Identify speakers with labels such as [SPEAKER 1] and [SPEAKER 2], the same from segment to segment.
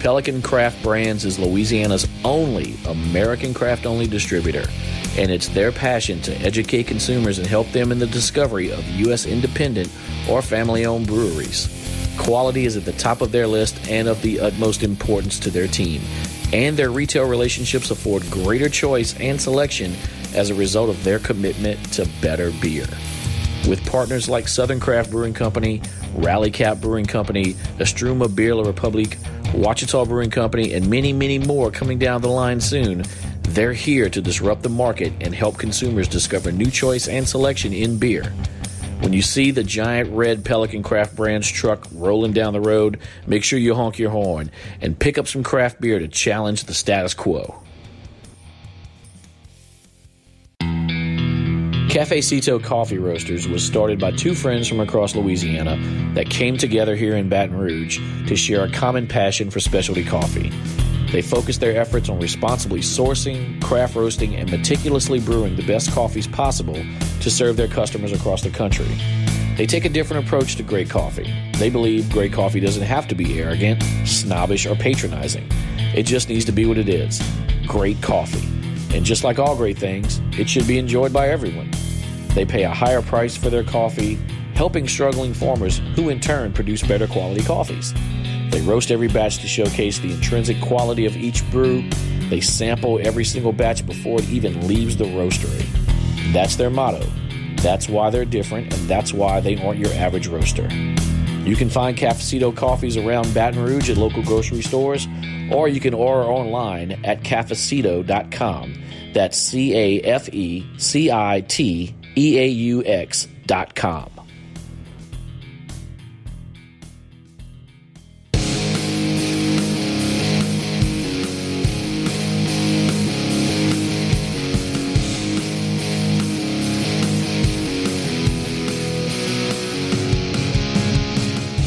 [SPEAKER 1] Pelican Craft Brands is Louisiana's only American craft only distributor, and it's their passion to educate consumers and help them in the discovery of U.S. independent or family owned breweries. Quality is at the top of their list and of the utmost importance to their team, and their retail relationships afford greater choice and selection as a result of their commitment to better beer. With partners like Southern Craft Brewing Company, Rally Cap Brewing Company, Estruma Beer La Republique, Wachita Brewing Company, and many, many more coming down the line soon, they're here to disrupt the market and help consumers discover new choice and selection in beer. When you see the giant red Pelican Craft Brands truck rolling down the road, make sure you honk your horn and pick up some craft beer to challenge the status quo. Cafe Cito Coffee Roasters was started by two friends from across Louisiana that came together here in Baton Rouge to share a common passion for specialty coffee. They focused their efforts on responsibly sourcing, craft roasting, and meticulously brewing the best coffees possible to serve their customers across the country. They take a different approach to great coffee. They believe great coffee doesn't have to be arrogant, snobbish, or patronizing. It just needs to be what it is great coffee. And just like all great things, it should be enjoyed by everyone. They pay a higher price for their coffee, helping struggling farmers who in turn produce better quality coffees. They roast every batch to showcase the intrinsic quality of each brew. They sample every single batch before it even leaves the roastery. That's their motto. That's why they're different, and that's why they aren't your average roaster. You can find Cafecito coffees around Baton Rouge at local grocery stores, or you can order online at cafecito.com. That's C A F E C I T E A U X dot com.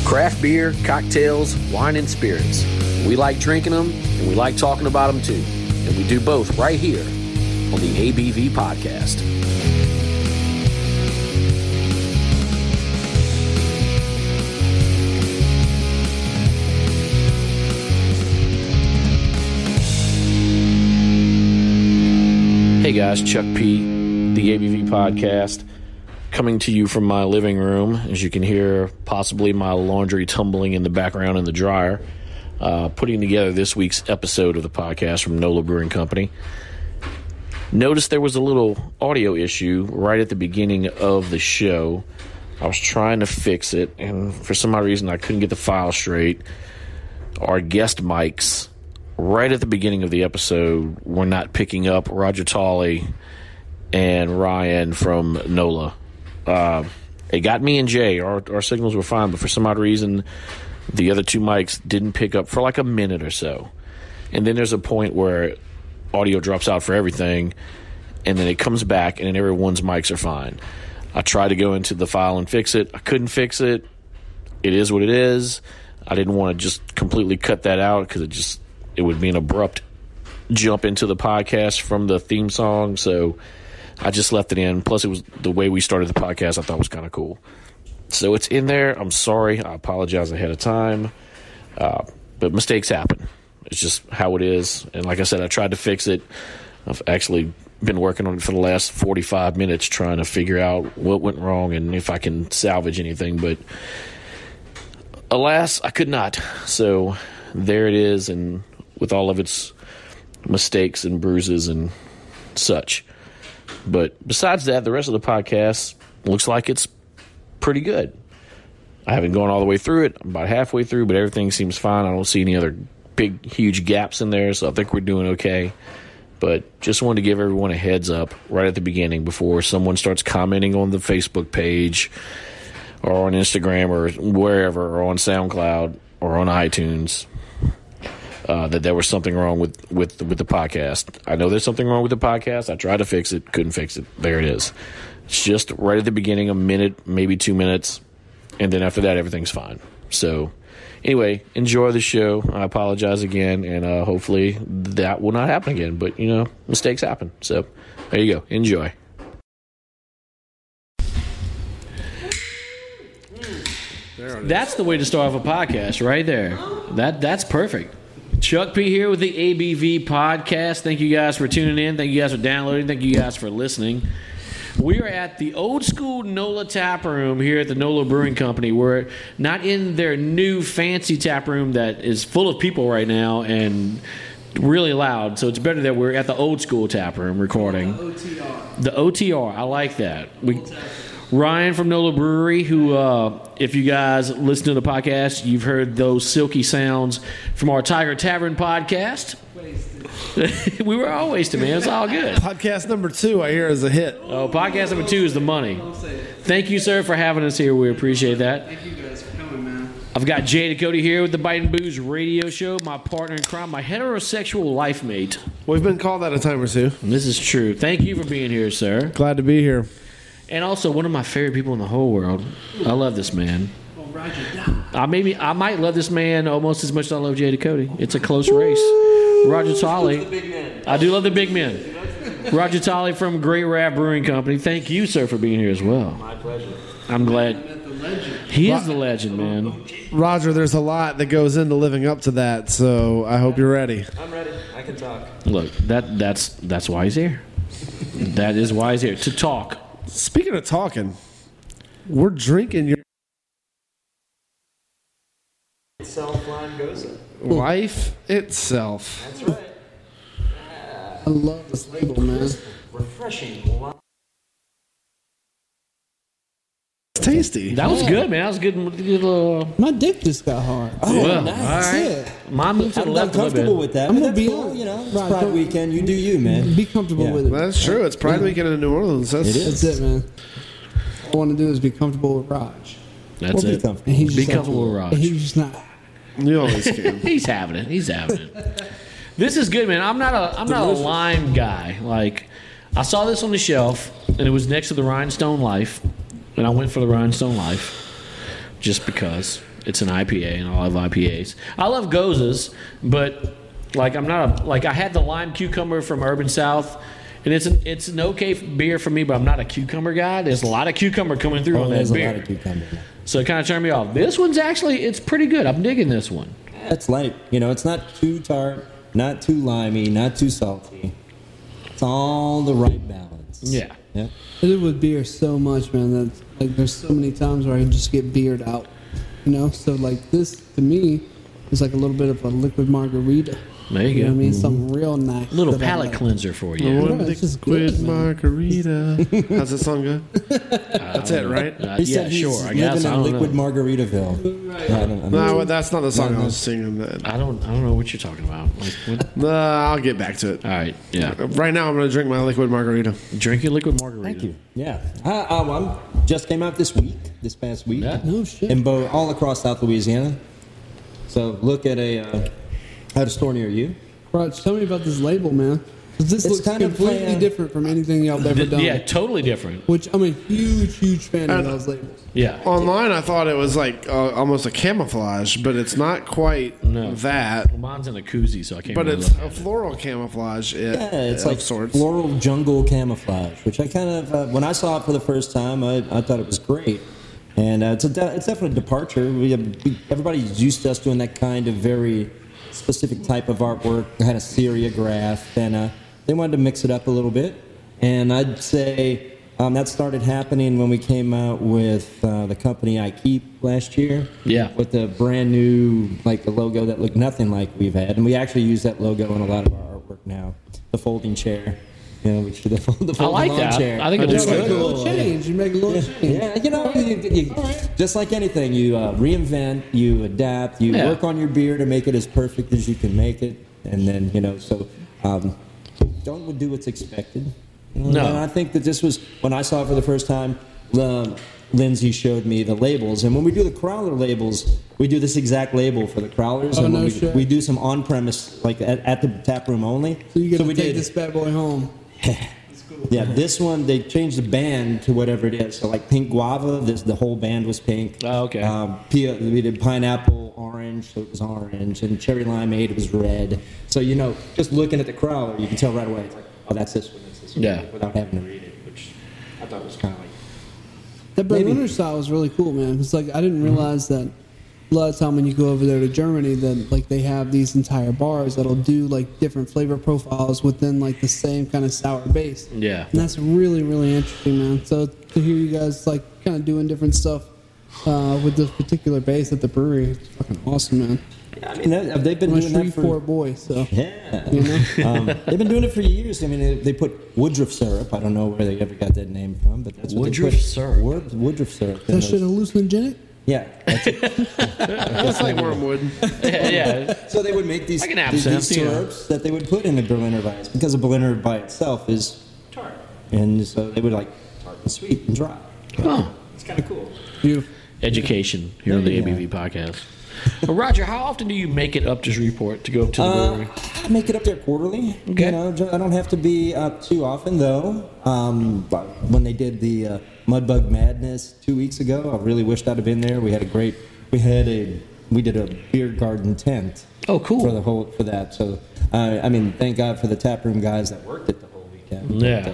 [SPEAKER 1] Craft beer, cocktails, wine, and spirits. We like drinking them and we like talking about them too. And we do both right here on the ABV Podcast. Hey guys, Chuck P, the ABV Podcast, coming to you from my living room. As you can hear, possibly my laundry tumbling in the background in the dryer. Uh, putting together this week's episode of the podcast from NOLA Brewing Company. Notice there was a little audio issue right at the beginning of the show. I was trying to fix it, and for some odd reason, I couldn't get the file straight. Our guest mics, right at the beginning of the episode, were not picking up Roger Tolley and Ryan from NOLA. Uh, it got me and Jay. Our, our signals were fine, but for some odd reason, the other two mics didn't pick up for like a minute or so. And then there's a point where audio drops out for everything, and then it comes back, and then everyone's mics are fine. I tried to go into the file and fix it. I couldn't fix it. It is what it is. I didn't want to just completely cut that out because it just it would be an abrupt jump into the podcast from the theme song. So I just left it in. Plus, it was the way we started the podcast. I thought was kind of cool. So it's in there. I'm sorry. I apologize ahead of time. Uh, but mistakes happen. It's just how it is. And like I said, I tried to fix it. I've actually been working on it for the last 45 minutes trying to figure out what went wrong and if I can salvage anything. But alas, I could not. So there it is. And with all of its mistakes and bruises and such. But besides that, the rest of the podcast looks like it's pretty good. I haven't gone all the way through it. I'm about halfway through, but everything seems fine. I don't see any other big, huge gaps in there, so I think we're doing okay. But just wanted to give everyone a heads up right at the beginning before someone starts commenting on the Facebook page or on Instagram or wherever or on SoundCloud or on iTunes uh, that there was something wrong with, with with the podcast. I know there's something wrong with the podcast. I tried to fix it, couldn't fix it. There it is. It's just right at the beginning, a minute, maybe two minutes, and then after that, everything's fine. So, anyway, enjoy the show. I apologize again, and uh, hopefully that will not happen again. But you know, mistakes happen. So, there you go. Enjoy.
[SPEAKER 2] That's the way to start off a podcast, right there. That that's perfect.
[SPEAKER 1] Chuck P here with the ABV podcast. Thank you guys for tuning in. Thank you guys for downloading. Thank you guys for listening. We are at the old school NOLA tap room here at the NOLA Brewing Company. We're not in their new fancy tap room that is full of people right now and really loud. So it's better that we're at the old school tap room recording.
[SPEAKER 2] OTR.
[SPEAKER 1] The OTR, I like that. We, Ryan from Nola Brewery, who, uh, if you guys listen to the podcast, you've heard those silky sounds from our Tiger Tavern podcast.
[SPEAKER 2] Wasted.
[SPEAKER 1] we were all wasted, man. It's all good.
[SPEAKER 3] Podcast number two, I hear, is a hit.
[SPEAKER 1] Oh, podcast number two is the money.
[SPEAKER 2] Don't say it.
[SPEAKER 1] Thank you, sir, for having us here. We appreciate that.
[SPEAKER 2] Thank you guys for coming, man.
[SPEAKER 1] I've got Jay Cody here with the Bite and Booze Radio Show, my partner in crime, my heterosexual life mate.
[SPEAKER 3] We've been called that a time or two.
[SPEAKER 1] This is true. Thank you for being here, sir.
[SPEAKER 3] Glad to be here.
[SPEAKER 1] And also one of my favorite people in the whole world. I love this man.
[SPEAKER 2] Well, Roger, down.
[SPEAKER 1] I maybe I might love this man almost as much as I love Jada Cody. It's a close race. Roger Tolley. I do love the big men. Roger Tolley from Great Rap Brewing Company. Thank you, sir, for being here as well. My pleasure. I'm glad
[SPEAKER 2] Met the legend.
[SPEAKER 1] he is the legend, man.
[SPEAKER 3] Roger, there's a lot that goes into living up to that, so I hope you're ready.
[SPEAKER 4] I'm ready. I can talk.
[SPEAKER 1] Look, that that's that's why he's here. That is why he's here to talk.
[SPEAKER 3] Speaking of talking, we're drinking your
[SPEAKER 4] Self line goes up.
[SPEAKER 3] life itself.
[SPEAKER 4] That's right.
[SPEAKER 2] I love this label, man.
[SPEAKER 4] Refreshing line.
[SPEAKER 3] It's tasty.
[SPEAKER 1] That was good, man. That was good. good little, uh,
[SPEAKER 5] My dick just got hard. Oh,
[SPEAKER 1] well,
[SPEAKER 4] nice.
[SPEAKER 1] all right.
[SPEAKER 5] Yeah.
[SPEAKER 1] Mine moved to the
[SPEAKER 4] I'm,
[SPEAKER 1] left a little
[SPEAKER 4] comfortable
[SPEAKER 1] bit.
[SPEAKER 4] with that.
[SPEAKER 5] I'm
[SPEAKER 4] but
[SPEAKER 5] gonna
[SPEAKER 4] that's
[SPEAKER 5] be
[SPEAKER 4] cool,
[SPEAKER 5] honest.
[SPEAKER 4] You know, it's
[SPEAKER 5] Right,
[SPEAKER 4] Pride
[SPEAKER 5] don't-
[SPEAKER 4] weekend. You do you, man.
[SPEAKER 5] be comfortable
[SPEAKER 4] Yeah.
[SPEAKER 5] with it.
[SPEAKER 3] That's true. It's Pride Weekend in New Orleans. That's,
[SPEAKER 1] It is.
[SPEAKER 5] That's it, man. All I want to do is be comfortable with Raj.
[SPEAKER 1] That's
[SPEAKER 4] We'll be
[SPEAKER 1] it.
[SPEAKER 4] comfortable.
[SPEAKER 5] And he's
[SPEAKER 1] Be
[SPEAKER 5] just like-
[SPEAKER 1] comfortable with Raj.
[SPEAKER 5] and he's just not.
[SPEAKER 3] You always can.
[SPEAKER 1] He's having it. He's having it. this is good, man. I'm not a I'm not a lime guy. Like I saw this on the shelf, and it was next to the Rhinestone Life, and I went for the Rhinestone Life just because it's an IPA, and I love IPAs. I love gozas, but like I'm not a like I had the lime cucumber from Urban South. And it's an it's an okay beer for me, but I'm not a cucumber guy. There's a lot of cucumber coming through on that
[SPEAKER 4] Oh, There's a
[SPEAKER 1] beer,
[SPEAKER 4] lot of cucumber.
[SPEAKER 1] so it kind of turned me off. This one's actually it's pretty good. I'm digging this one.
[SPEAKER 4] That's light. You know, it's not too tart, not too limey, not too salty. It's all the right balance.
[SPEAKER 1] Yeah. Uh,
[SPEAKER 4] Yeah.
[SPEAKER 5] I did with beer so much, man. That like, there's so many times where I just get beard out, you know. So like this to me is like a little bit of a liquid margarita.
[SPEAKER 1] There you
[SPEAKER 5] You know
[SPEAKER 1] go.
[SPEAKER 5] what I mean? Something real nice.
[SPEAKER 1] little
[SPEAKER 5] that I
[SPEAKER 1] palate
[SPEAKER 5] like.
[SPEAKER 1] cleanser for you.
[SPEAKER 3] One
[SPEAKER 5] it's just
[SPEAKER 3] liquid
[SPEAKER 5] good, man.
[SPEAKER 3] margarita. How's that song go? That's it, right?
[SPEAKER 1] Uh,
[SPEAKER 4] He
[SPEAKER 1] yeah,
[SPEAKER 4] said he's
[SPEAKER 1] sure. I
[SPEAKER 4] living
[SPEAKER 1] guess
[SPEAKER 4] in
[SPEAKER 1] I don't
[SPEAKER 4] liquid
[SPEAKER 1] know.
[SPEAKER 4] Margaritaville. Yeah, I don't, I'm not
[SPEAKER 3] No, that's not the song
[SPEAKER 4] No,
[SPEAKER 3] I
[SPEAKER 4] no.
[SPEAKER 3] was singing. Then.
[SPEAKER 1] I don't. I don't know what you're talking about. Like, what?
[SPEAKER 3] Uh, I'll get back to it.
[SPEAKER 1] All right. Yeah.
[SPEAKER 3] Right now, I'm going to drink my liquid margarita.
[SPEAKER 1] Drink your liquid margarita.
[SPEAKER 4] Thank you. Yeah. I, I, I'm just came out this week, this past week.
[SPEAKER 1] Yeah.
[SPEAKER 5] No shit.
[SPEAKER 4] In Bo- all across South Louisiana. So look at a uh, at a store near you.
[SPEAKER 5] Raj, tell me about this label, man. 'Cause This
[SPEAKER 4] It's
[SPEAKER 5] looks
[SPEAKER 4] kind of
[SPEAKER 5] completely
[SPEAKER 4] plan-
[SPEAKER 5] different from anything y'all have ever
[SPEAKER 1] Th-
[SPEAKER 5] done.
[SPEAKER 1] yeah. Totally different.
[SPEAKER 5] Which I'm a huge, huge fan of
[SPEAKER 3] And-
[SPEAKER 5] those labels.
[SPEAKER 1] Yeah.
[SPEAKER 3] Online, I thought it was like uh, almost a camouflage, but it's not quite
[SPEAKER 1] No.
[SPEAKER 3] that.
[SPEAKER 1] Mine's in a koozie, so I can't.
[SPEAKER 3] But
[SPEAKER 1] really
[SPEAKER 3] it's
[SPEAKER 1] look
[SPEAKER 3] a
[SPEAKER 1] at it.
[SPEAKER 3] floral camouflage. It,
[SPEAKER 4] Yeah, it's
[SPEAKER 3] of
[SPEAKER 4] like
[SPEAKER 3] sorts.
[SPEAKER 4] floral jungle camouflage, which I kind of uh, when I saw it for the first time, I, I thought it was great. And uh, it's a de- it's definitely a departure. We have, we, everybody's used to us doing that kind of very specific type of artwork, kind of serigraph, and uh, they wanted to mix it up a little bit. And I'd say um, that started happening when we came out with uh, the company I keep last year.
[SPEAKER 1] Yeah.
[SPEAKER 4] with the brand new like the logo that looked nothing like we've had, and we actually use that logo in a lot of our artwork now. The folding chair, you know, which the, fold, the
[SPEAKER 1] I
[SPEAKER 4] folding
[SPEAKER 1] like
[SPEAKER 4] lawn
[SPEAKER 1] that.
[SPEAKER 4] chair.
[SPEAKER 1] I think it
[SPEAKER 3] do
[SPEAKER 1] looks
[SPEAKER 3] like
[SPEAKER 1] good.
[SPEAKER 5] A little change. You make a little change.
[SPEAKER 4] Yeah, you know, you, you, just like anything, you uh, reinvent, you adapt, you
[SPEAKER 1] Yeah.
[SPEAKER 4] work on your beer to make it as perfect as you can make it, and then you know, so um, don't do what's expected.
[SPEAKER 1] No.
[SPEAKER 4] and I think that this was when I saw it for the first time. Um, Lindsay showed me the labels, and when we do the crawler labels, we do this exact label for the crawlers,
[SPEAKER 5] Oh,
[SPEAKER 4] and when
[SPEAKER 5] no
[SPEAKER 4] we,
[SPEAKER 5] shit.
[SPEAKER 4] we do some on-premise, like at, at the tap room only.
[SPEAKER 5] So you gotta
[SPEAKER 4] we
[SPEAKER 5] take
[SPEAKER 4] did-
[SPEAKER 5] this bad boy home.
[SPEAKER 4] yeah, this one they changed the band to whatever it is. So like Pink Guava, this the whole band was pink.
[SPEAKER 1] Oh, okay.
[SPEAKER 4] Um, pi- we did pineapple orange, so it was orange, and cherry limeade it was red. So you know, just looking at the crowd, you can tell right away. It's like, oh, that's this one. That's this one.
[SPEAKER 1] Yeah.
[SPEAKER 4] like, without having to read it, which I thought was kind of like.
[SPEAKER 5] That Berliner style was really cool, man. It's like I didn't realize that a lot of time when you go over there to Germany, then like they have these entire bars that'll do like different flavor profiles within like the same kind of sour base.
[SPEAKER 1] Yeah.
[SPEAKER 5] And that's really, really interesting, man. So to hear you guys like kind of doing different stuff uh, with this particular base at the brewery, it's fucking awesome, man.
[SPEAKER 4] I mean, that- uh, they've been
[SPEAKER 5] I'm a
[SPEAKER 4] doing that
[SPEAKER 5] Shreveport
[SPEAKER 4] for
[SPEAKER 5] boy, so
[SPEAKER 4] yeah.
[SPEAKER 5] you know.
[SPEAKER 4] um, they've been doing it for years. I mean, they, they put Woodruff syrup. I don't know where they ever got that name from, but that's what
[SPEAKER 1] Woodruff
[SPEAKER 4] they put.
[SPEAKER 1] syrup.
[SPEAKER 4] Wood, Woodruff syrup. in
[SPEAKER 5] That
[SPEAKER 4] those-
[SPEAKER 5] shit hallucinogenic?
[SPEAKER 4] yeah. that's it.
[SPEAKER 3] That's like wormwood.
[SPEAKER 1] yeah, yeah.
[SPEAKER 4] So they would make these,
[SPEAKER 1] Like an
[SPEAKER 4] these, these
[SPEAKER 1] absinthe, you know.
[SPEAKER 4] syrups that they would put in a Berliner Weiss because a Berliner by itself is tart, and so they would like tart and sweet and dry.
[SPEAKER 1] Huh.
[SPEAKER 4] It's kind of cool.
[SPEAKER 5] Beautiful.
[SPEAKER 1] Education here on the ABV podcast. Well, Roger, how often do you make it up to Shreveport to go to the
[SPEAKER 4] Uh,
[SPEAKER 1] brewery?
[SPEAKER 4] I make it up there quarterly.
[SPEAKER 1] Okay.
[SPEAKER 4] You know, ju- I don't have to be up too often though. Um, but when they did the uh, Mudbug Madness two weeks ago, I really wished I'd have been there. We had a great, we had a, we did a beer garden tent.
[SPEAKER 1] Oh, cool.
[SPEAKER 4] For the whole for that. So uh, I mean, thank God for the tap room guys that worked it the whole weekend.
[SPEAKER 1] Yeah.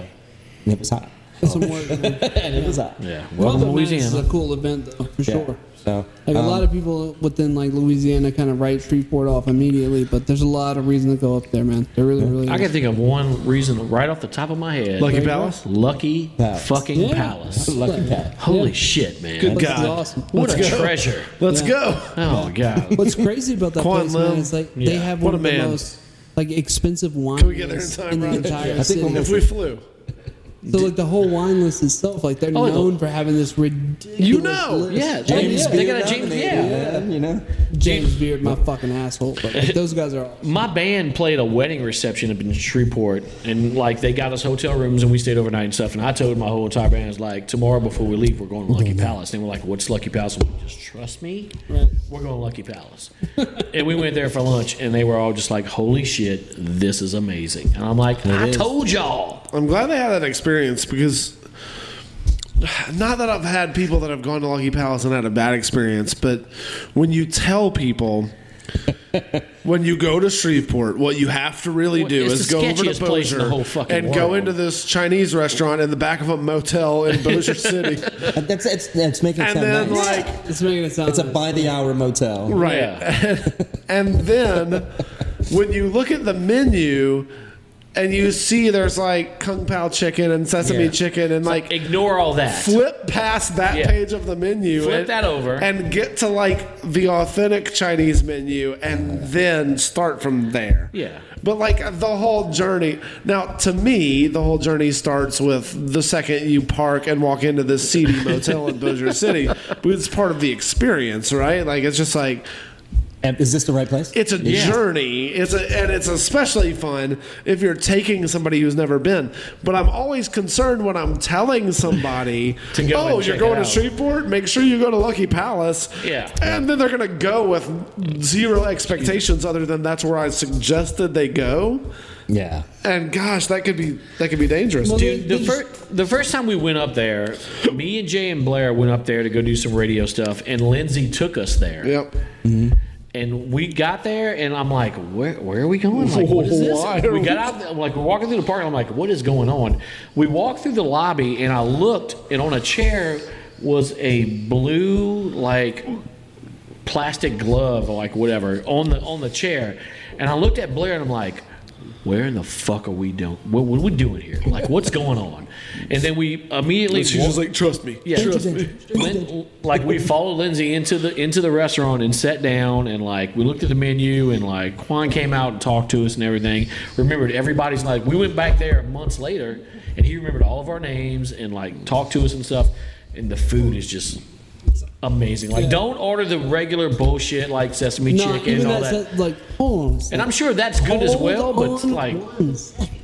[SPEAKER 4] But, uh, and it was hot.
[SPEAKER 5] That's some work, man.
[SPEAKER 4] And it was hot.
[SPEAKER 1] Yeah, welcome to
[SPEAKER 5] Mother Man is a
[SPEAKER 1] Louisiana.
[SPEAKER 5] cool event, though, for
[SPEAKER 4] Yeah.
[SPEAKER 5] sure.
[SPEAKER 4] So
[SPEAKER 5] Like a
[SPEAKER 4] um,
[SPEAKER 5] lot of people within like Louisiana kind of write Shreveport off immediately, but there's a lot of reason to go up there, man. There really, really.
[SPEAKER 1] I
[SPEAKER 5] is.
[SPEAKER 1] can think of one reason right off the top of my head.
[SPEAKER 3] Lucky
[SPEAKER 5] There you
[SPEAKER 3] Palace.
[SPEAKER 1] Lucky
[SPEAKER 4] Palace.
[SPEAKER 1] fucking
[SPEAKER 5] Yeah.
[SPEAKER 1] palace.
[SPEAKER 4] lucky cat.
[SPEAKER 1] Holy shit, man!
[SPEAKER 3] Good
[SPEAKER 5] This is
[SPEAKER 3] God.
[SPEAKER 5] awesome.
[SPEAKER 1] What
[SPEAKER 5] What's,
[SPEAKER 1] a treasure!
[SPEAKER 3] Let's
[SPEAKER 5] Yeah.
[SPEAKER 3] go.
[SPEAKER 1] Oh god!
[SPEAKER 5] what's crazy about that
[SPEAKER 3] Quan
[SPEAKER 5] place,
[SPEAKER 3] Lim.
[SPEAKER 5] man, is like they
[SPEAKER 1] Yeah.
[SPEAKER 5] have
[SPEAKER 3] What
[SPEAKER 5] one
[SPEAKER 3] a
[SPEAKER 5] of the
[SPEAKER 3] man.
[SPEAKER 5] most like expensive wine
[SPEAKER 3] we get there in
[SPEAKER 5] lists
[SPEAKER 3] time,
[SPEAKER 5] the
[SPEAKER 3] Roger?
[SPEAKER 5] entire
[SPEAKER 4] I think
[SPEAKER 5] city.
[SPEAKER 4] we'll
[SPEAKER 3] If we flew,
[SPEAKER 5] so like the whole wine list itself, like they're
[SPEAKER 1] Oh, yeah.
[SPEAKER 5] known for having this ridiculous.
[SPEAKER 3] You know.
[SPEAKER 5] list.
[SPEAKER 1] Yeah,
[SPEAKER 4] James
[SPEAKER 1] they got
[SPEAKER 4] Beard
[SPEAKER 1] a James.
[SPEAKER 4] nominated,
[SPEAKER 1] Yeah,
[SPEAKER 4] uh, you know.
[SPEAKER 5] James Beard, my fucking asshole. But like, those guys are.
[SPEAKER 1] my band played a wedding reception up in Shreveport, and like they got us hotel rooms and we stayed overnight and stuff. And I told my whole entire band, I was like, tomorrow before we leave, we're going to
[SPEAKER 4] Mm-hmm.
[SPEAKER 1] Lucky Palace. And they were like, "What's Lucky Palace?" I'm like, just trust me.
[SPEAKER 5] Right.
[SPEAKER 1] We're going to Lucky Palace. and we went there for lunch, and they were all just like, "Holy shit, this is amazing!" And I'm like, "I
[SPEAKER 4] is.
[SPEAKER 1] told y'all."
[SPEAKER 3] I'm glad they had that experience because not that I've had people that have gone to Lucky Palace and had a bad experience, but when you tell people. when you go to Shreveport, what you have to really
[SPEAKER 1] Well,
[SPEAKER 3] do
[SPEAKER 1] it's
[SPEAKER 3] is
[SPEAKER 1] the
[SPEAKER 3] go over to
[SPEAKER 1] sketchiest place in the
[SPEAKER 3] Bossier
[SPEAKER 1] whole fucking
[SPEAKER 3] and go
[SPEAKER 1] world.
[SPEAKER 3] into this Chinese restaurant in the back of a motel in Bossier City,
[SPEAKER 4] Uh, That's it's, that's making it
[SPEAKER 3] and
[SPEAKER 4] sound
[SPEAKER 3] then
[SPEAKER 4] nice.
[SPEAKER 3] like
[SPEAKER 5] It's making it sound.
[SPEAKER 4] it's a by the hour motel.
[SPEAKER 3] Right.
[SPEAKER 1] Yeah.
[SPEAKER 3] and then when you look at the menu and you see there's like Kung Pao chicken and sesame
[SPEAKER 1] Yeah.
[SPEAKER 3] chicken and like
[SPEAKER 1] Ignore all that.
[SPEAKER 3] flip past that
[SPEAKER 1] Yeah.
[SPEAKER 3] page of the menu
[SPEAKER 1] Flip
[SPEAKER 3] and,
[SPEAKER 1] that over.
[SPEAKER 3] and get to like the authentic Chinese menu and then start from there.
[SPEAKER 1] Yeah.
[SPEAKER 3] But like the whole journey. Now, to me, the whole journey starts with the second you park and walk into this seedy motel in Bossier City. But it's part of the experience, right? Like it's just like
[SPEAKER 4] And Is this the right place?
[SPEAKER 3] it's a
[SPEAKER 1] Yeah.
[SPEAKER 3] journey. It's a, and it's especially fun if you're taking somebody who's never been. But I'm always concerned when I'm telling somebody,
[SPEAKER 1] To go and
[SPEAKER 3] "Oh,
[SPEAKER 1] check
[SPEAKER 3] you're
[SPEAKER 1] it
[SPEAKER 3] going to
[SPEAKER 1] out."
[SPEAKER 3] Shreveport. Make sure you go to Lucky Palace."
[SPEAKER 1] Yeah.
[SPEAKER 3] and then they're gonna go with zero expectations other than that's where I suggested they go.
[SPEAKER 4] yeah.
[SPEAKER 3] And gosh, that could be that could be dangerous.
[SPEAKER 1] Dude, the, fir- the first time we went up there, me and Jay and Blair went up there to go do some radio stuff, and Lindsay took us there.
[SPEAKER 3] Yep.
[SPEAKER 1] And we got there, and I'm like, where, where are we going? Like, what is
[SPEAKER 3] Why
[SPEAKER 1] this?
[SPEAKER 3] are
[SPEAKER 1] We
[SPEAKER 3] we-
[SPEAKER 1] got out, there, like, we're walking through the park, and I'm like, what is going on? We walked through the lobby, and I looked, and on a chair was a blue, like, plastic glove or like whatever on the on the chair, and I looked at Blair and I'm like, "Where in the fuck are we doing? What, what are we doing here? Like, what's going on?" And then we immediately
[SPEAKER 3] She's
[SPEAKER 1] walked-
[SPEAKER 3] just like, "Trust me."
[SPEAKER 1] yeah, Lin- like we followed Lindsay into the into the restaurant and sat down and like we looked at the menu and like Quan came out and talked to us and everything. Remembered everybody's like we went back there months later and he remembered all of our names and like talked to us and stuff. And the food is just amazing. Like don't order the regular bullshit like sesame
[SPEAKER 5] no,
[SPEAKER 1] chicken
[SPEAKER 5] even
[SPEAKER 1] and all
[SPEAKER 5] that's
[SPEAKER 1] that.
[SPEAKER 5] that, like hold on. a
[SPEAKER 1] And
[SPEAKER 5] second.
[SPEAKER 1] I'm sure that's good as
[SPEAKER 5] Hold
[SPEAKER 1] well, but it's
[SPEAKER 5] on
[SPEAKER 1] like
[SPEAKER 5] one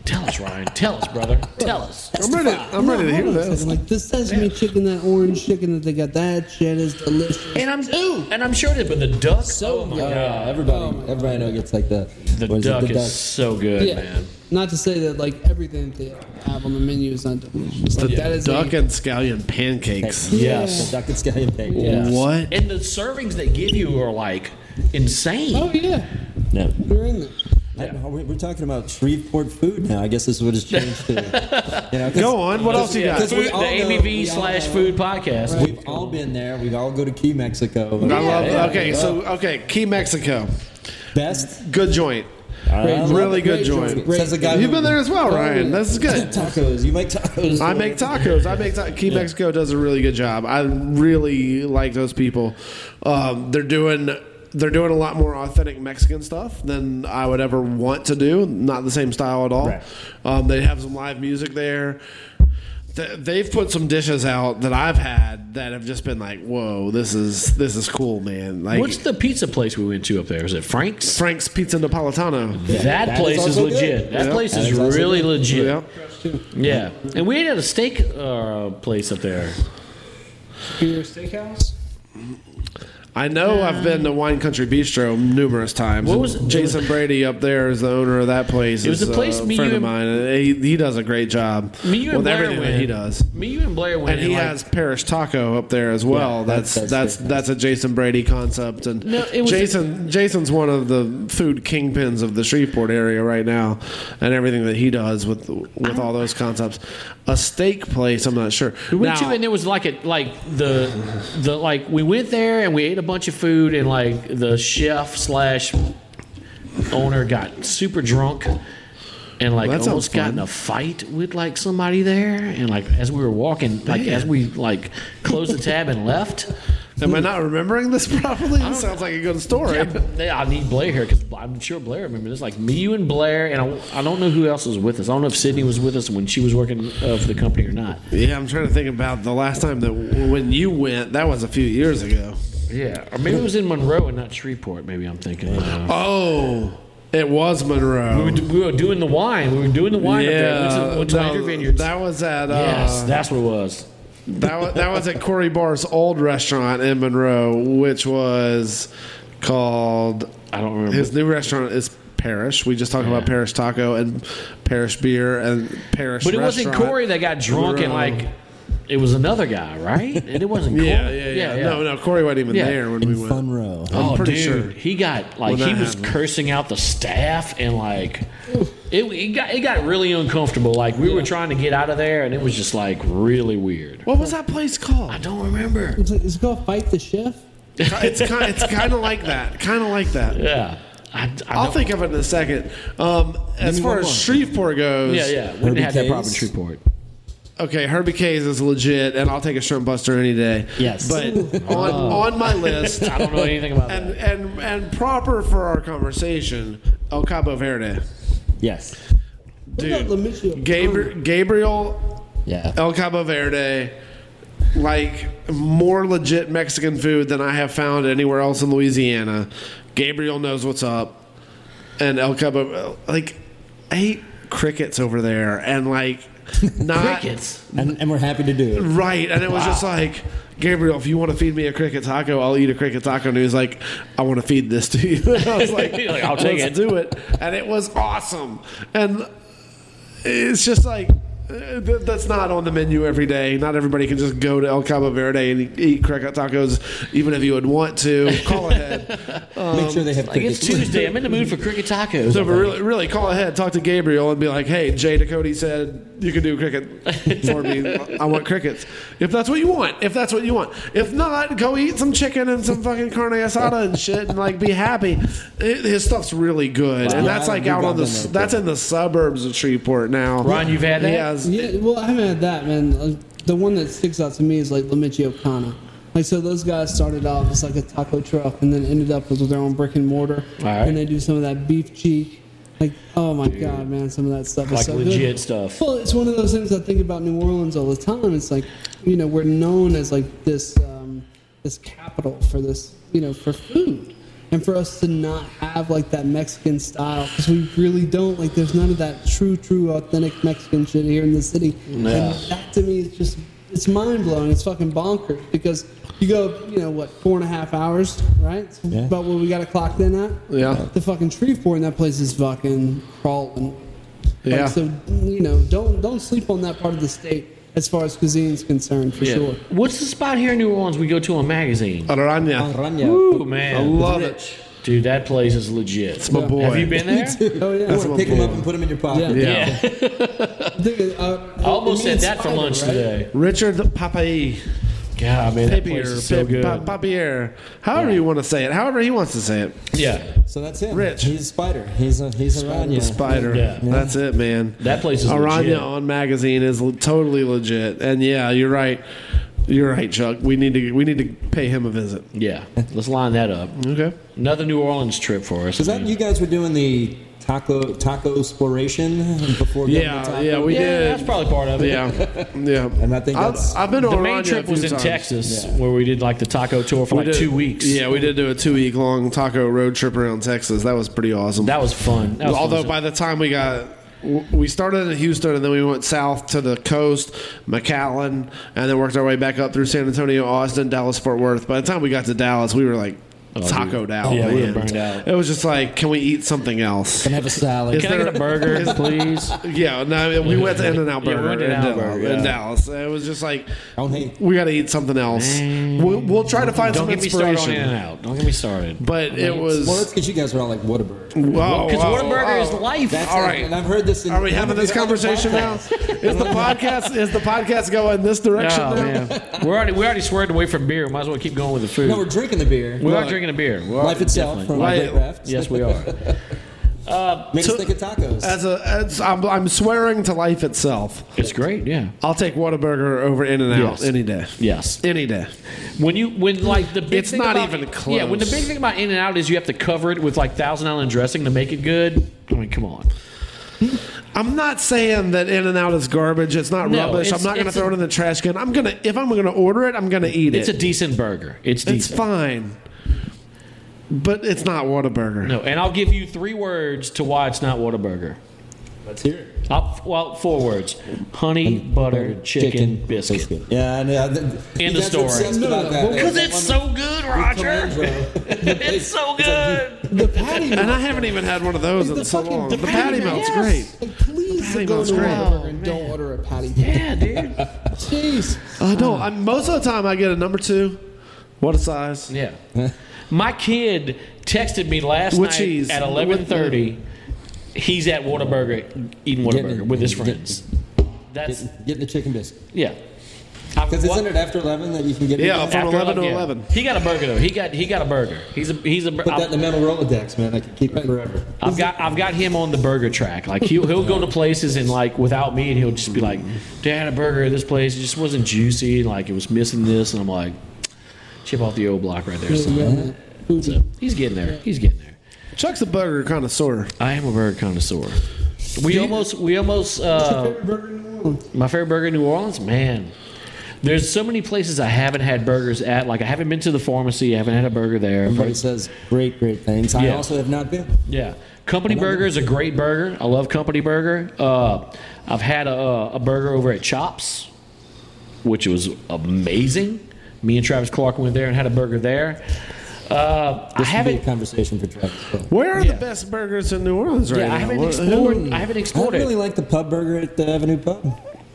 [SPEAKER 1] tell us, Ryan, tell us, brother, tell us.
[SPEAKER 3] I'm ready. I'm ready to hear
[SPEAKER 5] hold on a
[SPEAKER 3] this.
[SPEAKER 5] second. Like this sesame chicken, that orange chicken that they got, that shit is delicious.
[SPEAKER 1] And I'm and I'm sure it is, but the duck.
[SPEAKER 5] So
[SPEAKER 1] oh my
[SPEAKER 5] good.
[SPEAKER 1] god.
[SPEAKER 4] Yeah, Uh, everybody, everybody I know gets like the
[SPEAKER 1] Um, The
[SPEAKER 4] what is it,
[SPEAKER 1] duck
[SPEAKER 4] the
[SPEAKER 1] is so good, man.
[SPEAKER 5] Not to say that like everything that they have on the menu is not delicious. Like that is
[SPEAKER 3] Duck
[SPEAKER 5] a,
[SPEAKER 3] and scallion pancakes.
[SPEAKER 1] Yes.
[SPEAKER 4] The duck and scallion pig.
[SPEAKER 1] Yes.
[SPEAKER 3] What?
[SPEAKER 1] And the servings they give you are like insane.
[SPEAKER 5] Oh yeah,
[SPEAKER 4] No.
[SPEAKER 5] they're in there.
[SPEAKER 4] I don't know, we- we're talking about Shreveport food now. I guess this is what it's changed to. You know, 'cause
[SPEAKER 3] Go on. What else you
[SPEAKER 1] Yeah,
[SPEAKER 3] got?
[SPEAKER 4] Because we
[SPEAKER 1] food- the
[SPEAKER 4] all know-
[SPEAKER 1] ABV
[SPEAKER 4] we all
[SPEAKER 1] slash
[SPEAKER 4] know.
[SPEAKER 1] food podcast.
[SPEAKER 4] We've all been there. We all go to Key Mexico.
[SPEAKER 3] I love.
[SPEAKER 1] yeah,
[SPEAKER 3] okay, so okay, Key Mexico,
[SPEAKER 4] Best.
[SPEAKER 3] good joint.
[SPEAKER 4] I love
[SPEAKER 3] Uh, really
[SPEAKER 4] it.
[SPEAKER 3] good
[SPEAKER 5] Great
[SPEAKER 3] joint.
[SPEAKER 5] joint.
[SPEAKER 4] Says the guy
[SPEAKER 3] You've
[SPEAKER 4] who-
[SPEAKER 3] been there as well,
[SPEAKER 4] Oh,
[SPEAKER 3] Ryan.
[SPEAKER 4] yeah.
[SPEAKER 3] This is good.
[SPEAKER 4] tacos. You make tacos.
[SPEAKER 3] I make tacos. I make ta- Key Mexico does a really good job. I really like those people. Um, they're doing they're doing a lot more authentic Mexican stuff than I would ever want to do. Not the same style at all.
[SPEAKER 4] Right.
[SPEAKER 3] Um, they have some live music there. Th- They've put some dishes out that I've had that have just been like, "Whoa, this is this is cool, man!" Like
[SPEAKER 1] What's the pizza place we went to up there? Is it Frank's?
[SPEAKER 3] Frank's Pizza Napolitano.
[SPEAKER 1] That,
[SPEAKER 4] that
[SPEAKER 1] place
[SPEAKER 4] is
[SPEAKER 1] is,
[SPEAKER 4] also
[SPEAKER 1] legit.
[SPEAKER 4] good.
[SPEAKER 1] That
[SPEAKER 3] Yeah.
[SPEAKER 1] place
[SPEAKER 4] That
[SPEAKER 1] is
[SPEAKER 4] is also
[SPEAKER 1] really
[SPEAKER 4] good.
[SPEAKER 1] legit.
[SPEAKER 3] Yeah.
[SPEAKER 1] Yeah, and we ate at a steak uh, place up there.
[SPEAKER 5] Beer steakhouse.
[SPEAKER 3] I know I've been to Wine Country Bistro numerous times.
[SPEAKER 1] What was it?
[SPEAKER 3] Jason Brady up there is the owner of that place.
[SPEAKER 1] It was
[SPEAKER 3] He's
[SPEAKER 1] a place me,
[SPEAKER 3] friend
[SPEAKER 1] you,
[SPEAKER 3] of mine. He, he does a great job
[SPEAKER 1] Me, you, and
[SPEAKER 3] with
[SPEAKER 1] Blair
[SPEAKER 3] everything that
[SPEAKER 1] went.
[SPEAKER 3] he does.
[SPEAKER 1] Me, you, and Blair went.
[SPEAKER 3] And he
[SPEAKER 1] like-
[SPEAKER 3] has Parish Taco up there as well. that's
[SPEAKER 4] that's-
[SPEAKER 3] that's that's,
[SPEAKER 4] that's
[SPEAKER 3] a Jason Brady concept. And
[SPEAKER 1] No, it was-
[SPEAKER 3] Jason Jason's one of the food kingpins of the Shreveport area right now, and everything that he does with with all those concepts. A steak place, I'm not sure.
[SPEAKER 1] We went
[SPEAKER 3] Now-
[SPEAKER 1] to and there was like a like the the like we went there and we ate a bunch of food and like the chef slash owner got super drunk and like
[SPEAKER 3] Well, that sounds
[SPEAKER 1] almost got in
[SPEAKER 3] fun.
[SPEAKER 1] a fight with like somebody there and like as we were walking like as we like closed the tab and left.
[SPEAKER 3] Am I not remembering this properly? This sounds like a good story.
[SPEAKER 1] Yeah, I need Blair here because I'm sure Blair remembers this. Like me, you, and Blair, and I, I don't know who else was with us. I don't know if Sydney was with us when she was working uh, for the company or not.
[SPEAKER 3] Yeah, I'm trying to think about the last time that w- when you went. That was a few years ago.
[SPEAKER 1] Yeah, or maybe it was in Monroe and not Shreveport. Maybe I'm thinking. Uh,
[SPEAKER 3] Oh, it was Monroe.
[SPEAKER 1] we, were, we were doing the wine. We were doing the wine. up there.
[SPEAKER 3] yeah,
[SPEAKER 1] We went to, went to
[SPEAKER 3] no,
[SPEAKER 1] Andrew Vineyards.
[SPEAKER 3] that was at uh,
[SPEAKER 1] yes, that's what it was.
[SPEAKER 3] that was, that was at Corey Barr's old restaurant in Monroe, which was called.
[SPEAKER 1] I don't remember.
[SPEAKER 3] His new restaurant is Parish. We just talked about Parish Taco and Parish Beer and Parish.
[SPEAKER 1] but it wasn't
[SPEAKER 3] Restaurant.
[SPEAKER 1] Corey that got drunk and like. It was another guy, right? And it wasn't Corey.
[SPEAKER 3] Yeah, yeah, yeah, No, no, Corey wasn't even
[SPEAKER 1] Yeah.
[SPEAKER 3] there when
[SPEAKER 4] In
[SPEAKER 3] we went.
[SPEAKER 4] Fun Row.
[SPEAKER 1] Oh,
[SPEAKER 3] pretty
[SPEAKER 1] dude,
[SPEAKER 3] sure.
[SPEAKER 1] he got like
[SPEAKER 3] When that
[SPEAKER 1] he was
[SPEAKER 3] happened.
[SPEAKER 1] cursing out the staff and like it, it got it got really uncomfortable. Like we were trying to get out of there, and it was just like really weird.
[SPEAKER 3] What was that place called?
[SPEAKER 1] I don't remember.
[SPEAKER 5] It's, like, it's called Fight the Chef.
[SPEAKER 3] it's kind, it's kind of like that. Kind of like that.
[SPEAKER 1] Yeah, I, I
[SPEAKER 3] I'll
[SPEAKER 1] don't-
[SPEAKER 3] think of it in a second. Um, as
[SPEAKER 4] me
[SPEAKER 3] far
[SPEAKER 4] one
[SPEAKER 3] as
[SPEAKER 4] more.
[SPEAKER 3] Shreveport goes,
[SPEAKER 1] Yeah, yeah, we
[SPEAKER 4] Herbie
[SPEAKER 1] had that problem in
[SPEAKER 4] K's?
[SPEAKER 1] Shreveport.
[SPEAKER 3] Okay, Herbie K's is legit, and I'll take a shrimp buster any day.
[SPEAKER 1] Yes. Oh.
[SPEAKER 3] but on on my list,
[SPEAKER 1] I don't know anything about
[SPEAKER 3] and
[SPEAKER 1] that.
[SPEAKER 3] and and proper for our conversation, El Cabo Verde,
[SPEAKER 4] Yes.
[SPEAKER 5] What
[SPEAKER 3] dude,
[SPEAKER 5] about Lamichia?
[SPEAKER 3] Gabriel, Gabriel
[SPEAKER 4] Yeah.
[SPEAKER 3] El Cabo Verde, like more legit Mexican food than I have found anywhere else in Louisiana. Gabriel knows what's up, and El Cabo like I ate crickets over there, and like not
[SPEAKER 1] Crickets.
[SPEAKER 4] And, and we're happy to do it.
[SPEAKER 3] right, and it was just like. Gabriel, if you want to feed me a cricket taco, I'll eat a cricket taco. And he was like, I want to feed this to you. And I was like,
[SPEAKER 1] You're like, "I'll take
[SPEAKER 3] Let's
[SPEAKER 1] it."
[SPEAKER 3] do it. And it was awesome. And it's just like uh, th- that's not on the menu every day. Not everybody can just go to El Cabo Verde and eat cricket tacos, even if you would want to. Call ahead.
[SPEAKER 4] Make sure they have
[SPEAKER 1] Like it's
[SPEAKER 4] crickets.
[SPEAKER 1] Tuesday. I'm in the mood for cricket tacos.
[SPEAKER 3] so, but really, really, call ahead. Talk to Gabriel and be like, "Hey, Jay Cody said you can do cricket for me. I want crickets. If that's what you want. If that's what you want. If not, go eat some chicken and some fucking carne asada and shit, and like be happy. It, his stuff's really good, and
[SPEAKER 4] Wow.
[SPEAKER 3] that's
[SPEAKER 4] Yeah,
[SPEAKER 3] like
[SPEAKER 4] we've
[SPEAKER 3] out
[SPEAKER 4] all
[SPEAKER 3] on the
[SPEAKER 4] been there.
[SPEAKER 3] that's in the suburbs of Shreveport now.
[SPEAKER 1] Ron, you've had that?
[SPEAKER 3] Yes.
[SPEAKER 5] Yeah, well, I haven't had that, man. Uh, The one that sticks out to me is like Lemicci O'Connor. Like, so those guys started off as like a taco truck and then ended up with their own brick and mortar.
[SPEAKER 1] All right.
[SPEAKER 5] And they do some of that beef cheek. Like, oh my God, man, some of that stuff
[SPEAKER 1] like
[SPEAKER 5] is so
[SPEAKER 1] legit
[SPEAKER 5] good.
[SPEAKER 1] stuff.
[SPEAKER 5] Well, it's one of those things I think about New Orleans all the time. It's like, you know, we're known as like this, um, this capital for this, you know, for food. And for us to not have like that Mexican style, because we really don't, like, there's none of that true, true, authentic Mexican shit here in the city.
[SPEAKER 1] Yeah.
[SPEAKER 5] And that to me is just, it's mind blowing. It's fucking bonkers because you go, you know, what, four and a half hours, right? It's
[SPEAKER 4] Yeah.
[SPEAKER 5] About what we got to clock then at?
[SPEAKER 3] Yeah.
[SPEAKER 5] The fucking Shreveport and that place is fucking crawling. Like,
[SPEAKER 3] Yeah.
[SPEAKER 5] so you know, don't don't sleep on that part of the state as far as cuisine's concerned, for sure.
[SPEAKER 1] What's the spot here in New Orleans we go to on magazine?
[SPEAKER 3] Aranya.
[SPEAKER 4] Aranya.
[SPEAKER 1] Ooh
[SPEAKER 3] Oh, I
[SPEAKER 1] man,
[SPEAKER 3] love it.
[SPEAKER 1] Dude, that place is legit.
[SPEAKER 3] It's my boy.
[SPEAKER 1] Have you been there?
[SPEAKER 5] Oh yeah.
[SPEAKER 3] That's
[SPEAKER 4] Or
[SPEAKER 3] my
[SPEAKER 4] pick them
[SPEAKER 3] boy.
[SPEAKER 4] up and put them in your pocket.
[SPEAKER 5] Yeah.
[SPEAKER 1] Yeah.
[SPEAKER 5] Dude, uh,
[SPEAKER 1] I almost
[SPEAKER 5] me
[SPEAKER 1] had
[SPEAKER 5] and
[SPEAKER 1] that for
[SPEAKER 5] Spider,
[SPEAKER 1] lunch
[SPEAKER 5] right?
[SPEAKER 1] today.
[SPEAKER 3] Richard Papaye.
[SPEAKER 1] God, man, that place
[SPEAKER 3] Papier.
[SPEAKER 1] is so good.
[SPEAKER 3] Pa- Papier. However you want to say it. However he wants to say it.
[SPEAKER 1] Yeah,
[SPEAKER 4] So that's him.
[SPEAKER 3] Rich.
[SPEAKER 4] He's a spider. He's a, he's around you.
[SPEAKER 3] Spider.
[SPEAKER 1] Yeah.
[SPEAKER 3] That's it, man.
[SPEAKER 1] that place is legit.
[SPEAKER 3] Aranya on magazine is l- totally legit. And yeah, you're right. You're right, Chuck. We need to we need to pay him a visit.
[SPEAKER 1] Yeah, let's line that up.
[SPEAKER 3] Okay.
[SPEAKER 1] Another New Orleans trip for us.
[SPEAKER 4] Is that
[SPEAKER 1] man.
[SPEAKER 4] you guys were doing the taco taco exploration before?
[SPEAKER 3] Yeah,
[SPEAKER 4] Government Taco?
[SPEAKER 3] yeah, we
[SPEAKER 1] Yeah,
[SPEAKER 3] did.
[SPEAKER 1] that's probably part of it.
[SPEAKER 3] yeah, yeah.
[SPEAKER 4] And I think
[SPEAKER 3] I've-
[SPEAKER 4] that's-
[SPEAKER 3] I've, been to
[SPEAKER 1] The
[SPEAKER 3] Aranya
[SPEAKER 1] main
[SPEAKER 3] a
[SPEAKER 1] trip
[SPEAKER 3] few
[SPEAKER 1] was in
[SPEAKER 3] times.
[SPEAKER 1] Texas, where we did like the taco tour for
[SPEAKER 3] We
[SPEAKER 1] like
[SPEAKER 3] did-
[SPEAKER 1] two weeks.
[SPEAKER 3] Yeah, we did do a two week long taco road trip around Texas. That was pretty awesome.
[SPEAKER 1] that was fun. That was
[SPEAKER 3] Although
[SPEAKER 1] fun.
[SPEAKER 3] by the time we got, w- we started in Houston and then we went south to the coast, McAllen, and then worked our way back up through San Antonio, Austin, Dallas, Fort Worth. By the time we got to Dallas, we were like tacoed out.
[SPEAKER 1] Oh, Yeah, we were
[SPEAKER 3] man.
[SPEAKER 1] burned out.
[SPEAKER 3] It was just like, can we eat something else?
[SPEAKER 4] And have a salad.
[SPEAKER 3] Is
[SPEAKER 1] can I get a burger, please?
[SPEAKER 3] Yeah, no, I mean, we went to In and Out
[SPEAKER 1] Yeah, we
[SPEAKER 3] Burger
[SPEAKER 1] went to
[SPEAKER 3] in,
[SPEAKER 1] In-N-Out
[SPEAKER 3] Dallas-
[SPEAKER 1] Burger,
[SPEAKER 3] in
[SPEAKER 1] yeah.
[SPEAKER 3] Dallas. It was just like,
[SPEAKER 4] Don't hate.
[SPEAKER 3] we got to eat something else. We'll, we'll try to find
[SPEAKER 1] Don't
[SPEAKER 3] some
[SPEAKER 1] get me started on In
[SPEAKER 3] inspiration.
[SPEAKER 1] and Out. Don't get me started.
[SPEAKER 3] But it was.
[SPEAKER 4] Well, that's because you guys were all like Whataburger.
[SPEAKER 3] Whoa,
[SPEAKER 1] Because
[SPEAKER 3] whoa,
[SPEAKER 1] Whataburger
[SPEAKER 3] whoa.
[SPEAKER 1] is life.
[SPEAKER 4] That's
[SPEAKER 3] All
[SPEAKER 4] all
[SPEAKER 3] right.
[SPEAKER 4] right. And I've heard this. In,
[SPEAKER 3] Are we having this conversation now? Is the podcast is the podcast going this direction
[SPEAKER 1] Oh,
[SPEAKER 3] now?
[SPEAKER 1] man. we're already we already swerved away from beer. Might as well keep going with the food.
[SPEAKER 4] No, we're drinking the beer.
[SPEAKER 1] we are
[SPEAKER 3] Look.
[SPEAKER 1] drinking a beer. We are
[SPEAKER 4] Life itself
[SPEAKER 1] definitely.
[SPEAKER 4] from
[SPEAKER 3] Why-
[SPEAKER 4] Great Raft.
[SPEAKER 1] Yes, we are.
[SPEAKER 4] Makes us
[SPEAKER 3] to-
[SPEAKER 4] think of tacos.
[SPEAKER 3] As a as I'm, I'm swearing to life itself.
[SPEAKER 1] It's great. Yeah.
[SPEAKER 3] I'll take Whataburger over In and Out
[SPEAKER 1] Yes.
[SPEAKER 3] any day.
[SPEAKER 1] Yes.
[SPEAKER 3] Any day.
[SPEAKER 1] When you when like the big
[SPEAKER 3] It's
[SPEAKER 1] thing
[SPEAKER 3] not
[SPEAKER 1] about-
[SPEAKER 3] even
[SPEAKER 1] Yeah, when the
[SPEAKER 3] close.
[SPEAKER 1] big thing about In and Out is you have to cover it with like Thousand Island dressing to make it good. I mean, come on.
[SPEAKER 3] I'm not saying that In and Out is garbage. It's not
[SPEAKER 1] No,
[SPEAKER 3] rubbish.
[SPEAKER 1] it's-
[SPEAKER 3] I'm not going to
[SPEAKER 1] it's
[SPEAKER 3] throw
[SPEAKER 1] a-
[SPEAKER 3] it in the trash can. I'm gonna if I'm gonna order it, I'm gonna eat
[SPEAKER 1] It's a
[SPEAKER 3] it.
[SPEAKER 1] decent burger. It's
[SPEAKER 3] it's
[SPEAKER 1] decent.
[SPEAKER 3] fine. But it's not Whataburger.
[SPEAKER 1] No, and I'll give you three words to why it's not Whataburger.
[SPEAKER 4] Let's hear it.
[SPEAKER 1] I'll, well, four words: honey, butter, chicken, biscuit.
[SPEAKER 4] Yeah, I know. Th- you
[SPEAKER 1] the
[SPEAKER 4] guys are
[SPEAKER 1] story.
[SPEAKER 4] obsessed about that.
[SPEAKER 1] Because
[SPEAKER 4] That
[SPEAKER 1] it's
[SPEAKER 4] one-
[SPEAKER 1] so good, Roger. It's so good.
[SPEAKER 5] The patty
[SPEAKER 3] And
[SPEAKER 5] melt.
[SPEAKER 3] I haven't even had one of those in
[SPEAKER 5] the
[SPEAKER 3] so
[SPEAKER 5] fucking-
[SPEAKER 3] long. The,
[SPEAKER 5] the
[SPEAKER 3] patty
[SPEAKER 5] patty melt,
[SPEAKER 3] melt's
[SPEAKER 1] yes.
[SPEAKER 3] great.
[SPEAKER 5] Like, please
[SPEAKER 3] Patty
[SPEAKER 5] go
[SPEAKER 3] melt's
[SPEAKER 5] to a
[SPEAKER 3] great.
[SPEAKER 5] Whataburger and don't order a patty. melt.
[SPEAKER 1] Yeah, dude.
[SPEAKER 5] Jeez.
[SPEAKER 3] I don't. I, Uh, most of the time, I get a number two. What a size!
[SPEAKER 1] Yeah. My kid texted me last
[SPEAKER 3] With
[SPEAKER 1] night
[SPEAKER 3] cheese.
[SPEAKER 1] at
[SPEAKER 3] With-
[SPEAKER 1] 11:30. He's at Whataburger eating Whataburger
[SPEAKER 4] Getting-
[SPEAKER 1] with his friends. That's
[SPEAKER 4] Getting, getting the chicken biscuit.
[SPEAKER 1] yeah. I've
[SPEAKER 4] Because
[SPEAKER 1] wa-
[SPEAKER 4] isn't it after 11 that you can get
[SPEAKER 3] Yeah,
[SPEAKER 4] it?
[SPEAKER 3] from
[SPEAKER 1] after
[SPEAKER 3] 11 to
[SPEAKER 1] yeah.
[SPEAKER 3] 11.
[SPEAKER 1] He got a burger though. He got he got a burger. He's a he's a. bur-
[SPEAKER 4] Put that in the metal Rolodex, man. I can keep it forever.
[SPEAKER 1] I've got I've got him on the burger track. Like he'll he'll go to places and like without me, and he'll just be like, "Dad, a burger at this place it just wasn't juicy. and, Like it was missing this." And I'm like, "Chip off the old block right there."
[SPEAKER 5] Yeah,
[SPEAKER 1] son."
[SPEAKER 5] yeah, man. Foodie.
[SPEAKER 1] So he's getting there. He's getting there.
[SPEAKER 3] Chuck's a burger connoisseur.
[SPEAKER 1] I am a burger connoisseur. We almost we almost uh,
[SPEAKER 5] Favorite burger in New Orleans.
[SPEAKER 1] my favorite burger in New Orleans, man. There's so many places I haven't had burgers at. Like I haven't been to the pharmacy. I haven't had a burger there.
[SPEAKER 4] Everybody says great, great things. I
[SPEAKER 1] Yeah.
[SPEAKER 4] also have not been.
[SPEAKER 1] Yeah. Company burger is a great burger. I love company burger. Uh, I've had a, a burger over at Chops, which was amazing. Me and Travis Clark went there and had a burger there. Uh, I
[SPEAKER 4] This would be a
[SPEAKER 1] haven't.
[SPEAKER 4] conversation for Travis. Clark.
[SPEAKER 3] Where are
[SPEAKER 1] Yeah.
[SPEAKER 3] the best burgers in New Orleans right
[SPEAKER 1] Yeah,
[SPEAKER 3] now?
[SPEAKER 1] I haven't
[SPEAKER 3] What-
[SPEAKER 1] explored. I haven't
[SPEAKER 4] I
[SPEAKER 1] explored
[SPEAKER 4] really
[SPEAKER 1] it.
[SPEAKER 4] like the pub burger at the Avenue Pub.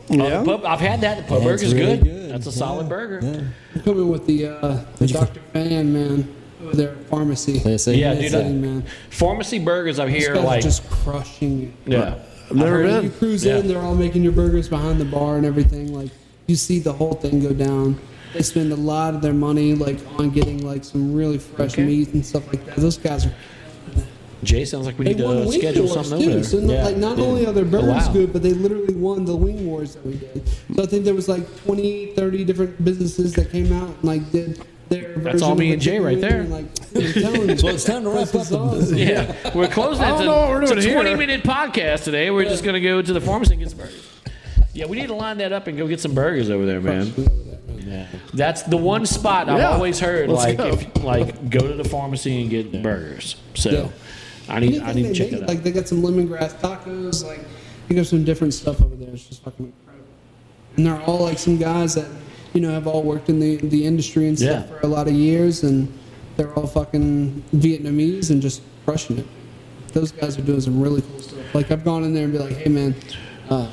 [SPEAKER 3] who-
[SPEAKER 1] Uh,
[SPEAKER 3] yeah?
[SPEAKER 1] the pub- I've had that. The pub
[SPEAKER 4] Yeah,
[SPEAKER 1] burger
[SPEAKER 4] it's
[SPEAKER 1] is
[SPEAKER 4] really
[SPEAKER 1] good.
[SPEAKER 4] good.
[SPEAKER 1] That's a
[SPEAKER 4] Yeah,
[SPEAKER 1] solid burger.
[SPEAKER 4] Yeah,
[SPEAKER 5] I'm coming with the, uh, the Dr. Fan, man. Over there at pharmacy.
[SPEAKER 4] They say-
[SPEAKER 1] Yeah,
[SPEAKER 4] they
[SPEAKER 1] dude,
[SPEAKER 4] say-
[SPEAKER 1] I-
[SPEAKER 5] man.
[SPEAKER 1] Pharmacy burgers, I
[SPEAKER 5] These
[SPEAKER 1] hear
[SPEAKER 5] guys are
[SPEAKER 1] like
[SPEAKER 5] just crushing it.
[SPEAKER 1] yeah.
[SPEAKER 3] I've never
[SPEAKER 1] I've heard-
[SPEAKER 3] been.
[SPEAKER 5] You cruise
[SPEAKER 1] Yeah.
[SPEAKER 5] in, they're all making your burgers behind the bar and everything. Like you see the whole thing go down. They spend a lot of their money like on getting like some really fresh
[SPEAKER 1] Okay.
[SPEAKER 5] meat and stuff like that. Those guys are
[SPEAKER 1] Jay sounds like we
[SPEAKER 5] they
[SPEAKER 1] need
[SPEAKER 5] won
[SPEAKER 1] to
[SPEAKER 5] wing
[SPEAKER 1] schedule
[SPEAKER 5] wars
[SPEAKER 1] something
[SPEAKER 5] too.
[SPEAKER 1] over
[SPEAKER 5] So
[SPEAKER 1] there. Oh,
[SPEAKER 5] not-
[SPEAKER 4] Yeah,
[SPEAKER 5] like not
[SPEAKER 4] yeah.
[SPEAKER 5] only are their burgers
[SPEAKER 1] Wow.
[SPEAKER 5] good, but they literally won the wing wars that we did. So I think there was like 20, 30 different businesses that came out and like did their.
[SPEAKER 1] That's all
[SPEAKER 5] version
[SPEAKER 1] me
[SPEAKER 5] of
[SPEAKER 1] and
[SPEAKER 5] the
[SPEAKER 1] Jay right
[SPEAKER 5] chicken
[SPEAKER 1] there.
[SPEAKER 5] wing, Like, I'm telling you,
[SPEAKER 4] Well, it's time to wrap
[SPEAKER 5] this
[SPEAKER 4] up
[SPEAKER 5] is
[SPEAKER 4] the-
[SPEAKER 5] awesome.
[SPEAKER 1] Yeah, we're closing.
[SPEAKER 3] I
[SPEAKER 1] it.
[SPEAKER 3] don't
[SPEAKER 1] It's
[SPEAKER 3] know what we're
[SPEAKER 1] a- It's
[SPEAKER 3] doing
[SPEAKER 1] a
[SPEAKER 3] here.
[SPEAKER 1] twenty-minute podcast today. We're just gonna go to the pharmacy and get some burgers. Yeah, we need to line that up and go get some burgers over there, man. That's the one spot I've
[SPEAKER 3] Yeah,
[SPEAKER 1] always heard.
[SPEAKER 3] let's
[SPEAKER 1] Like,
[SPEAKER 3] go.
[SPEAKER 1] if, like go to the pharmacy and get burgers. So,
[SPEAKER 5] Yeah.
[SPEAKER 1] I need I
[SPEAKER 5] Anything
[SPEAKER 1] need to
[SPEAKER 5] they
[SPEAKER 1] check
[SPEAKER 5] make,
[SPEAKER 1] that out.
[SPEAKER 5] Like they got some lemongrass tacos. Like they got some different stuff over there. It's just fucking incredible. And they're all like some guys that you know have all worked in the the industry and stuff
[SPEAKER 1] Yeah.
[SPEAKER 5] for a lot of years, and they're all fucking Vietnamese and just crushing it. Those guys are doing some really cool stuff. Like I've gone in there and be like, hey man, uh,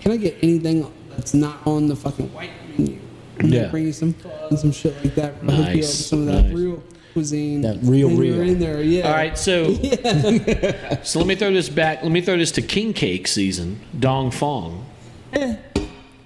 [SPEAKER 5] can I get anything that's not on the fucking white menu? And they
[SPEAKER 1] Yeah.
[SPEAKER 5] bring you some fun, some shit like that. I'll hook you up with
[SPEAKER 1] Nice,
[SPEAKER 5] some of that
[SPEAKER 1] nice.
[SPEAKER 5] real cuisine.
[SPEAKER 4] That real,
[SPEAKER 5] and
[SPEAKER 4] real.
[SPEAKER 5] You're in there, yeah.
[SPEAKER 1] All right, so so let me throw this back. Let me throw this to king cake season. Dong Fong.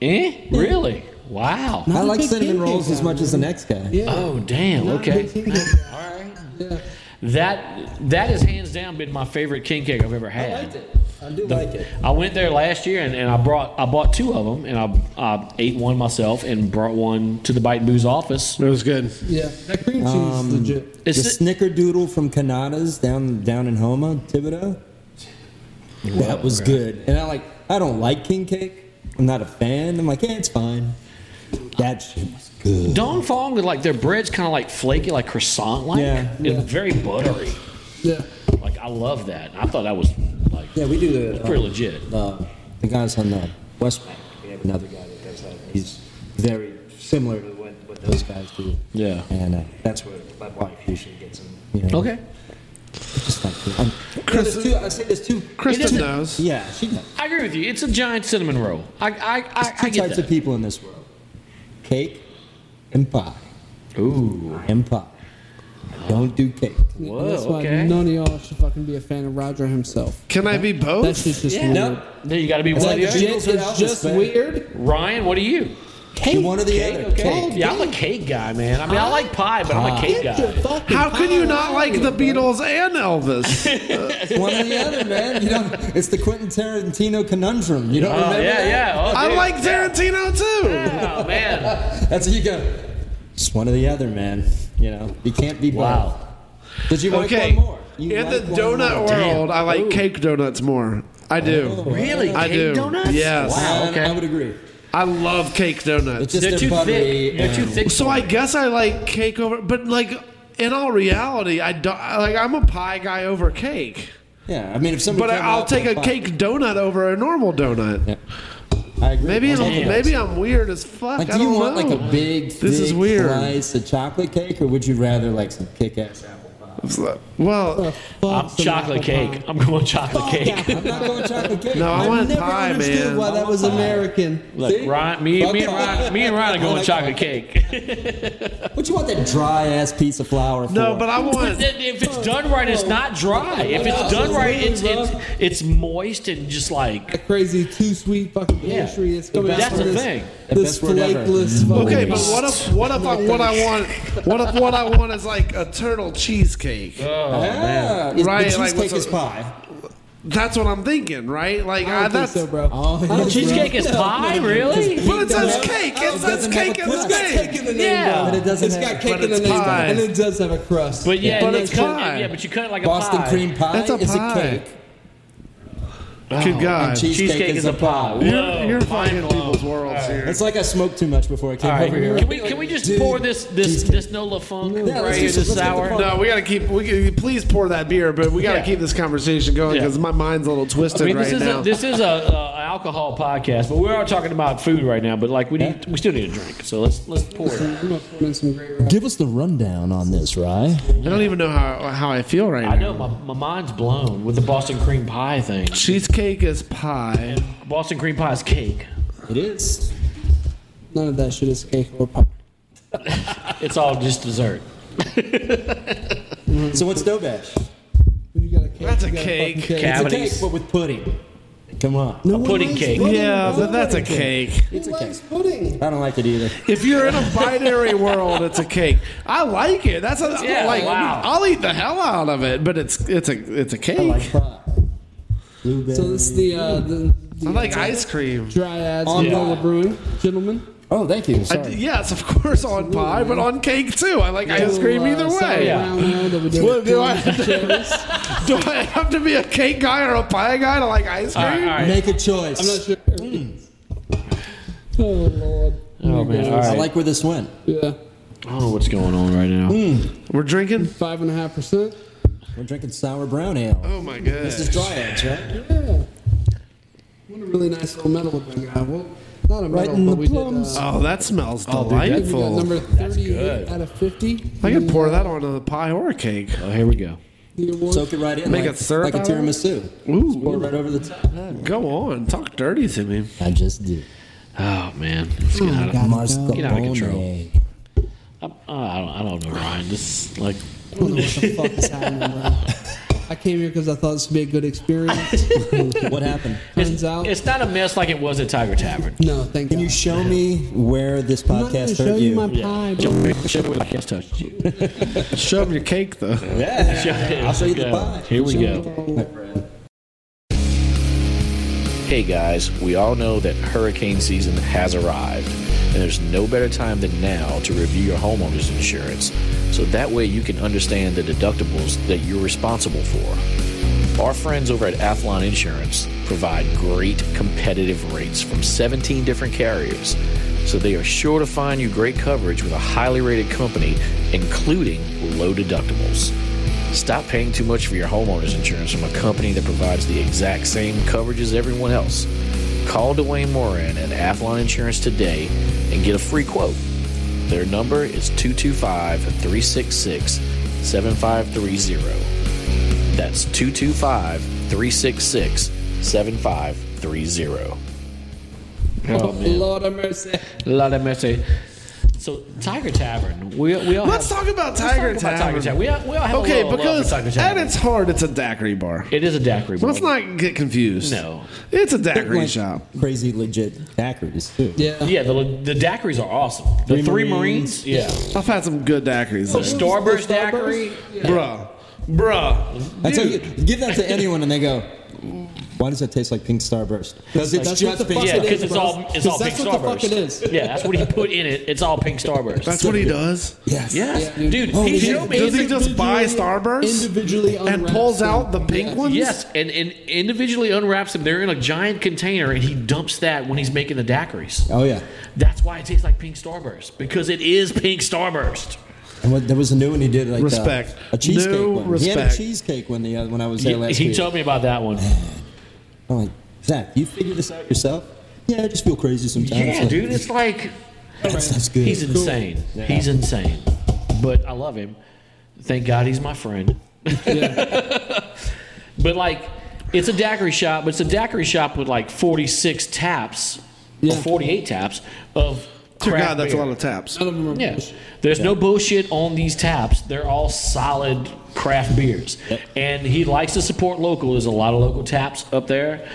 [SPEAKER 1] Eh? Really? Wow.
[SPEAKER 5] Not
[SPEAKER 4] I
[SPEAKER 5] a
[SPEAKER 4] like
[SPEAKER 5] big
[SPEAKER 4] cinnamon
[SPEAKER 5] pancake
[SPEAKER 4] rolls as
[SPEAKER 5] guy,
[SPEAKER 4] much as the
[SPEAKER 5] man.
[SPEAKER 4] next guy.
[SPEAKER 5] Yeah.
[SPEAKER 1] Oh damn.
[SPEAKER 5] Not a
[SPEAKER 1] Okay.
[SPEAKER 5] big pancake guy.
[SPEAKER 1] All right.
[SPEAKER 5] Yeah.
[SPEAKER 1] That that has hands down been my favorite king cake I've ever had.
[SPEAKER 4] I liked it. I do like it.
[SPEAKER 1] I went there last year and, and I brought I bought two of them and I, I ate one myself and brought one to the Bite and Booze office.
[SPEAKER 3] It was good.
[SPEAKER 5] Yeah. That cream cheese
[SPEAKER 4] Um,
[SPEAKER 5] is legit.
[SPEAKER 1] It's
[SPEAKER 4] the snickerdoodle from Kanata's down down in Homa, Thibodeau. That was good. And I like I don't like king cake. I'm not a fan. I'm like, yeah, it's fine. That shit was good.
[SPEAKER 1] Dong Fong with like their bread's kind of like flaky, like croissant like.
[SPEAKER 4] Yeah.
[SPEAKER 1] It's very buttery.
[SPEAKER 5] Yeah.
[SPEAKER 1] Like I love that. I thought that was like
[SPEAKER 4] Yeah, we do the
[SPEAKER 1] pretty legit.
[SPEAKER 4] uh, the guys on the West Bank. We have another guy that does that. He's very similar to what, what those guys do.
[SPEAKER 1] Yeah.
[SPEAKER 4] And uh, that's where my wife usually gets them. You know,
[SPEAKER 1] Okay.
[SPEAKER 4] Just like, I'm,
[SPEAKER 3] Chris-
[SPEAKER 4] There's two, I say there's two.
[SPEAKER 3] Kristen
[SPEAKER 1] isn't-
[SPEAKER 3] knows.
[SPEAKER 4] Yeah, she knows.
[SPEAKER 1] I agree with you. It's a giant cinnamon roll. I I I,
[SPEAKER 4] There's two
[SPEAKER 1] I get
[SPEAKER 4] types
[SPEAKER 1] that.
[SPEAKER 4] of people in this world: cake and pie.
[SPEAKER 1] Ooh.
[SPEAKER 4] And pie. I don't do cake.
[SPEAKER 1] Whoa,
[SPEAKER 5] That's why
[SPEAKER 1] okay.
[SPEAKER 5] none of y'all should fucking be a fan of Roger himself.
[SPEAKER 3] Can I be
[SPEAKER 5] That
[SPEAKER 3] both?
[SPEAKER 5] shit's just
[SPEAKER 1] Yeah.
[SPEAKER 5] weird.
[SPEAKER 1] No. You got to be one
[SPEAKER 4] like
[SPEAKER 1] or the
[SPEAKER 4] a
[SPEAKER 1] other.
[SPEAKER 4] gin-
[SPEAKER 5] It's,
[SPEAKER 4] Beatles or
[SPEAKER 5] it's
[SPEAKER 4] Elvis,
[SPEAKER 5] just
[SPEAKER 4] man.
[SPEAKER 5] weird.
[SPEAKER 1] Ryan, what are you?
[SPEAKER 4] Cake, one or the
[SPEAKER 1] Cake,
[SPEAKER 4] other.
[SPEAKER 1] okay.
[SPEAKER 4] Cake.
[SPEAKER 1] Yeah, I'm a cake guy, man. I mean, I like pie, but I'm a cake guy.
[SPEAKER 3] How could you not like the Beatles and Elvis?
[SPEAKER 4] One or the other, man. You know, it's the Quentin Tarantino conundrum. You don't
[SPEAKER 1] Oh,
[SPEAKER 4] remember
[SPEAKER 1] yeah,
[SPEAKER 4] that?
[SPEAKER 1] yeah. Oh,
[SPEAKER 3] I
[SPEAKER 1] dude.
[SPEAKER 3] like Tarantino too.
[SPEAKER 1] Oh man.
[SPEAKER 4] That's how you go. Just one or the other, man. You know, you can't be both.
[SPEAKER 1] Wow.
[SPEAKER 4] Did you like
[SPEAKER 3] Okay.
[SPEAKER 4] one more? You
[SPEAKER 3] In
[SPEAKER 4] like
[SPEAKER 3] the
[SPEAKER 4] one
[SPEAKER 3] donut
[SPEAKER 4] more.
[SPEAKER 3] world, I like cake donuts more. I
[SPEAKER 4] Oh,
[SPEAKER 3] do.
[SPEAKER 1] Really?
[SPEAKER 3] I
[SPEAKER 1] cake
[SPEAKER 3] do.
[SPEAKER 1] donuts?
[SPEAKER 3] Yes.
[SPEAKER 1] Wow.
[SPEAKER 4] I-
[SPEAKER 1] Okay.
[SPEAKER 4] I would agree.
[SPEAKER 3] I love cake
[SPEAKER 4] It's
[SPEAKER 3] donuts.
[SPEAKER 4] just
[SPEAKER 1] They're
[SPEAKER 4] they're
[SPEAKER 1] too
[SPEAKER 4] buttery.
[SPEAKER 1] thick. They're too
[SPEAKER 4] and-
[SPEAKER 1] thick.
[SPEAKER 3] So I guess I like cake over, but like in all reality, I don't I- like. I'm a pie guy over cake,
[SPEAKER 4] Yeah, I mean, if somebody.
[SPEAKER 3] but I,
[SPEAKER 4] came
[SPEAKER 3] I'll
[SPEAKER 4] out with
[SPEAKER 3] take a
[SPEAKER 4] pie-
[SPEAKER 3] cake donut over a normal donut.
[SPEAKER 4] Yeah. I agree.
[SPEAKER 3] Maybe
[SPEAKER 4] I'll
[SPEAKER 3] it'll,
[SPEAKER 4] take it.
[SPEAKER 3] maybe I'm weird as fuck.
[SPEAKER 4] Like,
[SPEAKER 3] I
[SPEAKER 4] do you
[SPEAKER 3] don't
[SPEAKER 4] want
[SPEAKER 3] know.
[SPEAKER 4] like a big, thick
[SPEAKER 3] This is weird.
[SPEAKER 4] slice of chocolate cake, or would you rather like some kick-ass apple pie?
[SPEAKER 3] It's like- well,
[SPEAKER 1] I'm Uh, chocolate cake. I'm going chocolate cake.
[SPEAKER 4] I'm not going chocolate cake.
[SPEAKER 3] No, I
[SPEAKER 4] I'm
[SPEAKER 3] want
[SPEAKER 4] never
[SPEAKER 3] pie,
[SPEAKER 4] understood
[SPEAKER 3] man.
[SPEAKER 4] Why
[SPEAKER 5] Why
[SPEAKER 4] that
[SPEAKER 5] that was American.
[SPEAKER 1] Look,
[SPEAKER 4] See?
[SPEAKER 1] Ryan, me,
[SPEAKER 4] Fuck
[SPEAKER 1] me and
[SPEAKER 4] off.
[SPEAKER 1] Ryan, me and Ryan are going
[SPEAKER 4] I like
[SPEAKER 1] chocolate cake.
[SPEAKER 4] What you want that dry ass piece of flour for?
[SPEAKER 3] no, but I want.
[SPEAKER 1] if it's done right, it's not dry. If it's done right, it's it's, it's moist and just like
[SPEAKER 5] That crazy too sweet fucking
[SPEAKER 1] Yeah.
[SPEAKER 5] pastry that's coming
[SPEAKER 1] That's
[SPEAKER 5] out from
[SPEAKER 1] the
[SPEAKER 5] this,
[SPEAKER 1] thing.
[SPEAKER 4] The
[SPEAKER 5] This
[SPEAKER 4] best word ever.
[SPEAKER 5] flakeless fucking
[SPEAKER 3] Okay, but what if what if I, what I want what if what I want is like a turtle cheesecake?
[SPEAKER 4] yeah, Ah, it's-
[SPEAKER 3] Right,
[SPEAKER 4] the
[SPEAKER 3] like,
[SPEAKER 4] cheesecake
[SPEAKER 3] what's
[SPEAKER 4] is
[SPEAKER 3] a-
[SPEAKER 4] pie.
[SPEAKER 3] That's what I'm thinking, right? Like
[SPEAKER 5] I
[SPEAKER 3] I,
[SPEAKER 5] don't think
[SPEAKER 3] that's
[SPEAKER 5] so, bro.
[SPEAKER 4] Oh,
[SPEAKER 5] I don't-
[SPEAKER 1] cheesecake is pie, really?
[SPEAKER 3] But it says cake.
[SPEAKER 4] Oh,
[SPEAKER 3] It says
[SPEAKER 4] doesn't
[SPEAKER 3] cake
[SPEAKER 4] have
[SPEAKER 3] in
[SPEAKER 4] a
[SPEAKER 3] the
[SPEAKER 4] crust.
[SPEAKER 5] It's got cake
[SPEAKER 3] name.
[SPEAKER 5] in the name,
[SPEAKER 1] Yeah.
[SPEAKER 5] bro.
[SPEAKER 4] But it doesn't
[SPEAKER 5] It's
[SPEAKER 4] have-
[SPEAKER 5] got cake
[SPEAKER 3] but
[SPEAKER 5] in the
[SPEAKER 3] it's
[SPEAKER 5] name,
[SPEAKER 3] pie.
[SPEAKER 5] and it does have a crust.
[SPEAKER 1] But yeah,
[SPEAKER 3] But
[SPEAKER 1] and you
[SPEAKER 3] it's
[SPEAKER 1] cut-
[SPEAKER 3] pie.
[SPEAKER 1] Yeah, but you cut it like
[SPEAKER 4] Boston
[SPEAKER 1] a pie.
[SPEAKER 4] cream pie
[SPEAKER 3] That's a
[SPEAKER 4] is
[SPEAKER 3] pie.
[SPEAKER 4] a cake.
[SPEAKER 3] Good God.
[SPEAKER 4] and cheese-
[SPEAKER 1] Cheesecake is a pie. Whoa,
[SPEAKER 3] You're, you're
[SPEAKER 1] mind
[SPEAKER 3] fucking
[SPEAKER 1] blown.
[SPEAKER 3] people's worlds here.
[SPEAKER 4] It's like I smoked too much before I came
[SPEAKER 1] All right,
[SPEAKER 4] over here.
[SPEAKER 1] can we can we just
[SPEAKER 4] Dude,
[SPEAKER 1] pour this this
[SPEAKER 4] cheesecake.
[SPEAKER 1] this Nola Funk
[SPEAKER 4] let's
[SPEAKER 1] right
[SPEAKER 4] do
[SPEAKER 1] here,
[SPEAKER 4] some-
[SPEAKER 1] this
[SPEAKER 4] let's get the
[SPEAKER 1] sour?
[SPEAKER 4] funk.
[SPEAKER 3] No, we gotta keep. We can, please pour that beer, but we gotta
[SPEAKER 1] Yeah.
[SPEAKER 3] keep this conversation going
[SPEAKER 1] Yeah.
[SPEAKER 3] because my mind's a little twisted
[SPEAKER 1] I mean,
[SPEAKER 3] right
[SPEAKER 1] this is
[SPEAKER 3] now.
[SPEAKER 1] a, this is a, uh an alcohol podcast, but we are talking about food right now. But like, we need we still need a drink, so let's let's pour it.
[SPEAKER 5] I'm gonna put in some great rock.
[SPEAKER 4] Give us the rundown on this, Rye.
[SPEAKER 3] I don't even know how how I feel right
[SPEAKER 1] I
[SPEAKER 3] now.
[SPEAKER 1] know my, my mind's blown with the Boston cream pie thing.
[SPEAKER 3] Cheesecake is pie.
[SPEAKER 1] Boston cream pie is cake.
[SPEAKER 4] It is.
[SPEAKER 5] None of that shit is cake or pie.
[SPEAKER 1] It's all just dessert.
[SPEAKER 4] So what's Dobash?
[SPEAKER 5] You got a cake.
[SPEAKER 3] That's
[SPEAKER 5] you
[SPEAKER 3] a
[SPEAKER 5] got
[SPEAKER 3] cake.
[SPEAKER 1] Cab-
[SPEAKER 5] fucking cake.
[SPEAKER 4] It's a
[SPEAKER 1] Cavities.
[SPEAKER 4] cake, but with pudding. Come on.
[SPEAKER 5] No one
[SPEAKER 1] pudding
[SPEAKER 5] likes
[SPEAKER 1] cake.
[SPEAKER 5] pudding,
[SPEAKER 3] Yeah,
[SPEAKER 5] bro.
[SPEAKER 3] but that's a cake.
[SPEAKER 5] Who
[SPEAKER 4] It's a
[SPEAKER 5] likes
[SPEAKER 4] cake.
[SPEAKER 5] pudding?
[SPEAKER 4] I don't like it either.
[SPEAKER 3] If you're in a binary world, it's a cake. I like it. That's a,
[SPEAKER 1] Yeah,
[SPEAKER 3] like
[SPEAKER 1] wow.
[SPEAKER 3] I'll eat the hell out of it, but it's it's a it's a cake.
[SPEAKER 4] I
[SPEAKER 3] I
[SPEAKER 4] like
[SPEAKER 3] like,
[SPEAKER 4] pie. Blueberry.
[SPEAKER 5] So this is the uh, the, the uh,
[SPEAKER 3] ice cream.
[SPEAKER 5] dry ads
[SPEAKER 4] On
[SPEAKER 5] on
[SPEAKER 4] the-
[SPEAKER 5] Nola Brewing, gentlemen.
[SPEAKER 4] oh, thank you.
[SPEAKER 3] I-
[SPEAKER 4] Sorry.
[SPEAKER 3] yes, of course on pie, but on cake too. I like ice cream either
[SPEAKER 5] Little, uh, sour
[SPEAKER 3] way.
[SPEAKER 5] brown ale that we did
[SPEAKER 3] What
[SPEAKER 5] with
[SPEAKER 3] do I-
[SPEAKER 5] plums and cherries.
[SPEAKER 3] Do I have to be a cake guy or a pie guy to like ice cream?
[SPEAKER 1] All right, all right.
[SPEAKER 4] Make a choice.
[SPEAKER 5] I'm not sure. Oh lord.
[SPEAKER 1] Oh, man, all
[SPEAKER 4] I
[SPEAKER 1] right.
[SPEAKER 4] like where this went.
[SPEAKER 5] Yeah,
[SPEAKER 1] I don't know what's going on right now.
[SPEAKER 4] Mm.
[SPEAKER 3] We're drinking.
[SPEAKER 5] five and a half percent.
[SPEAKER 4] We're drinking sour brown ale.
[SPEAKER 3] Oh my god.
[SPEAKER 4] This is dry edge, right?
[SPEAKER 5] Yeah. What a really nice little medal we got. Well, not a medal,
[SPEAKER 4] Right in
[SPEAKER 5] but
[SPEAKER 4] the
[SPEAKER 5] we did.
[SPEAKER 4] plums.
[SPEAKER 5] Uh,
[SPEAKER 3] Oh, that smells
[SPEAKER 5] we got
[SPEAKER 3] delightful.
[SPEAKER 5] number
[SPEAKER 1] good.
[SPEAKER 5] 38 out of 50.
[SPEAKER 3] I could pour that on a pie or a cake.
[SPEAKER 1] Oh, here we go.
[SPEAKER 5] The award.
[SPEAKER 4] Soak it right in.
[SPEAKER 3] Make
[SPEAKER 4] like,
[SPEAKER 3] it syrup
[SPEAKER 4] Like a
[SPEAKER 3] out of it?
[SPEAKER 4] tiramisu. Pour it
[SPEAKER 3] Ooh,
[SPEAKER 4] right over the top.
[SPEAKER 3] go on. Talk dirty to me.
[SPEAKER 4] I just did.
[SPEAKER 1] Oh man, it's getting out of,
[SPEAKER 4] Mascarpone.
[SPEAKER 1] Get out of control. I, I don't, I don't know, Ryan. This like
[SPEAKER 5] I don't know what the fuck is happening, bro. I came here because I thought this would be a good experience.
[SPEAKER 4] What happened?
[SPEAKER 5] Turns out,
[SPEAKER 1] It's not a mess like it was at Tiger Tavern.
[SPEAKER 5] no, thank
[SPEAKER 4] Can
[SPEAKER 5] God.
[SPEAKER 4] you show me where this
[SPEAKER 5] I'm not going to
[SPEAKER 4] podcast
[SPEAKER 5] show
[SPEAKER 4] hurt
[SPEAKER 5] you
[SPEAKER 4] you?
[SPEAKER 5] my pie, bro.
[SPEAKER 3] Show him your cake though.
[SPEAKER 4] yeah, I'll show you the
[SPEAKER 1] Yeah.
[SPEAKER 4] pie.
[SPEAKER 1] Here we go. Hey guys, we all know that hurricane season has arrived, and there's no better time than now to review your homeowner's insurance so that way you can understand the deductibles that you're responsible for. Our friends over at Athlon Insurance provide great competitive rates from 17 different carriers, so they are sure to find you great coverage with a highly rated company, including low deductibles. Stop paying too much for your homeowner's insurance from a company that provides the exact same coverage as everyone else. Call Dwayne Moran at Athlon Insurance today and get a free quote. Their number is 225 366 7530. That's 225 366 7530.
[SPEAKER 5] Oh, Lord have mercy.
[SPEAKER 1] Lot of mercy. So, Tiger Tavern. We, we all
[SPEAKER 3] Let's
[SPEAKER 1] have,
[SPEAKER 3] talk about
[SPEAKER 1] let's talk
[SPEAKER 3] Tiger
[SPEAKER 1] about
[SPEAKER 3] Tavern.
[SPEAKER 1] Tiger Tavern. We all, we all have a
[SPEAKER 3] Okay,
[SPEAKER 1] little love
[SPEAKER 3] because
[SPEAKER 1] for Tiger
[SPEAKER 3] at
[SPEAKER 1] Tavern.
[SPEAKER 3] its heart, it's a daiquiri bar.
[SPEAKER 1] it is a daiquiri.
[SPEAKER 3] Let's
[SPEAKER 1] bar.
[SPEAKER 3] not get confused.
[SPEAKER 1] No.
[SPEAKER 3] it's a daiquiri
[SPEAKER 4] Like
[SPEAKER 3] shop.
[SPEAKER 4] Crazy legit daiquiris too.
[SPEAKER 5] Yeah.
[SPEAKER 1] Yeah, the, the daiquiris are awesome. The three,
[SPEAKER 4] Three
[SPEAKER 1] Marines.
[SPEAKER 4] Marines.
[SPEAKER 1] Yeah.
[SPEAKER 3] I've had some good daiquiris,
[SPEAKER 1] The
[SPEAKER 3] there.
[SPEAKER 1] Starburst daiquiri.
[SPEAKER 3] bruh, bruh.
[SPEAKER 4] That's how you
[SPEAKER 3] dude.
[SPEAKER 4] give that to anyone, and they go, "Why does that taste like pink starburst?" Because it's
[SPEAKER 5] That's what
[SPEAKER 4] just
[SPEAKER 5] the
[SPEAKER 4] pink
[SPEAKER 5] fuck
[SPEAKER 1] Yeah,
[SPEAKER 5] it
[SPEAKER 4] starburst.
[SPEAKER 1] because
[SPEAKER 5] is,
[SPEAKER 1] it's
[SPEAKER 5] bro.
[SPEAKER 1] all it's all pink
[SPEAKER 5] That's
[SPEAKER 1] starburst.
[SPEAKER 5] what the fuck it is.
[SPEAKER 1] Yeah, that's what he put in it. It's all pink starburst.
[SPEAKER 3] That's what he does.
[SPEAKER 4] Yes.
[SPEAKER 1] yeah,
[SPEAKER 5] Yeah,
[SPEAKER 1] dude.
[SPEAKER 5] dude.
[SPEAKER 1] he
[SPEAKER 4] Holy
[SPEAKER 1] showed
[SPEAKER 4] shit.
[SPEAKER 1] me.
[SPEAKER 3] Does he
[SPEAKER 1] it's-
[SPEAKER 3] just buy Starburst
[SPEAKER 5] Individually
[SPEAKER 3] and
[SPEAKER 5] unwraps
[SPEAKER 3] pulls
[SPEAKER 5] them.
[SPEAKER 3] out the pink
[SPEAKER 5] Yeah.
[SPEAKER 3] ones?
[SPEAKER 1] Yes, and, and individually unwraps them. They're in a giant container, and he dumps that when he's making the daiquiris.
[SPEAKER 4] Oh yeah.
[SPEAKER 1] That's why it tastes like pink starburst because it is pink starburst.
[SPEAKER 4] And what, there was a new one he did like uh,
[SPEAKER 3] Respect.
[SPEAKER 4] a cheesecake
[SPEAKER 3] New
[SPEAKER 4] one. He had a
[SPEAKER 3] respect.
[SPEAKER 4] cheesecake one the other when I was there
[SPEAKER 1] He,
[SPEAKER 4] last
[SPEAKER 1] he
[SPEAKER 4] week.
[SPEAKER 1] told me about that one.
[SPEAKER 4] I'm like, Zach, you figured this out yourself? Yeah, I just feel crazy sometimes.
[SPEAKER 1] Yeah,
[SPEAKER 4] Like,
[SPEAKER 1] dude. It's like
[SPEAKER 4] That's, that's good.
[SPEAKER 1] He's insane. He's insane. But I love him. Thank God he's my friend. but like, it's a daiquiri shop, but it's a daiquiri shop with like 46 taps
[SPEAKER 5] Yeah.
[SPEAKER 1] or 48 taps of
[SPEAKER 3] Dear
[SPEAKER 1] craft
[SPEAKER 3] God, that's
[SPEAKER 1] beer.
[SPEAKER 3] a lot of taps.
[SPEAKER 5] None of them are
[SPEAKER 1] Yeah. There's no bullshit on these taps. They're all solid craft beers. And he likes to support local. There's a lot of local taps up there.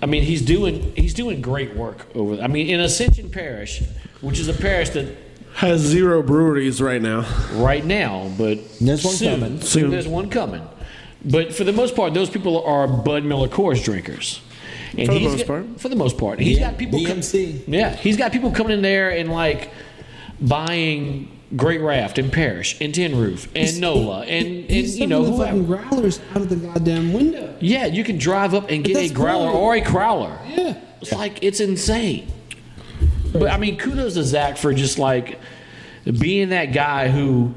[SPEAKER 1] I mean, he's doing he's doing great work over I mean, in Ascension Parish, which is a parish that
[SPEAKER 3] Has zero breweries right now.
[SPEAKER 1] right now, but
[SPEAKER 4] There's one
[SPEAKER 1] soon,
[SPEAKER 4] coming.
[SPEAKER 1] soon
[SPEAKER 3] Soon.
[SPEAKER 1] there's one coming. But for the most part, those people are Bud Miller Coors drinkers. And
[SPEAKER 3] For the
[SPEAKER 1] he's
[SPEAKER 3] most
[SPEAKER 1] got-
[SPEAKER 3] part.
[SPEAKER 1] for the most part, he's
[SPEAKER 4] Yeah,
[SPEAKER 1] got people. com-
[SPEAKER 4] BMC.
[SPEAKER 1] yeah, he's got people coming in there and like buying Great Raft and Parish and Tin Roof and Nola and and
[SPEAKER 5] He's
[SPEAKER 1] you know
[SPEAKER 5] the fucking
[SPEAKER 1] whoever.
[SPEAKER 5] growlers out of the goddamn window.
[SPEAKER 1] Yeah, you can drive up and get a
[SPEAKER 5] that's
[SPEAKER 1] growler
[SPEAKER 5] cool.
[SPEAKER 1] or a crowler.
[SPEAKER 5] Yeah.
[SPEAKER 1] It's like it's insane. But I mean, kudos to Zach for just like being that guy who,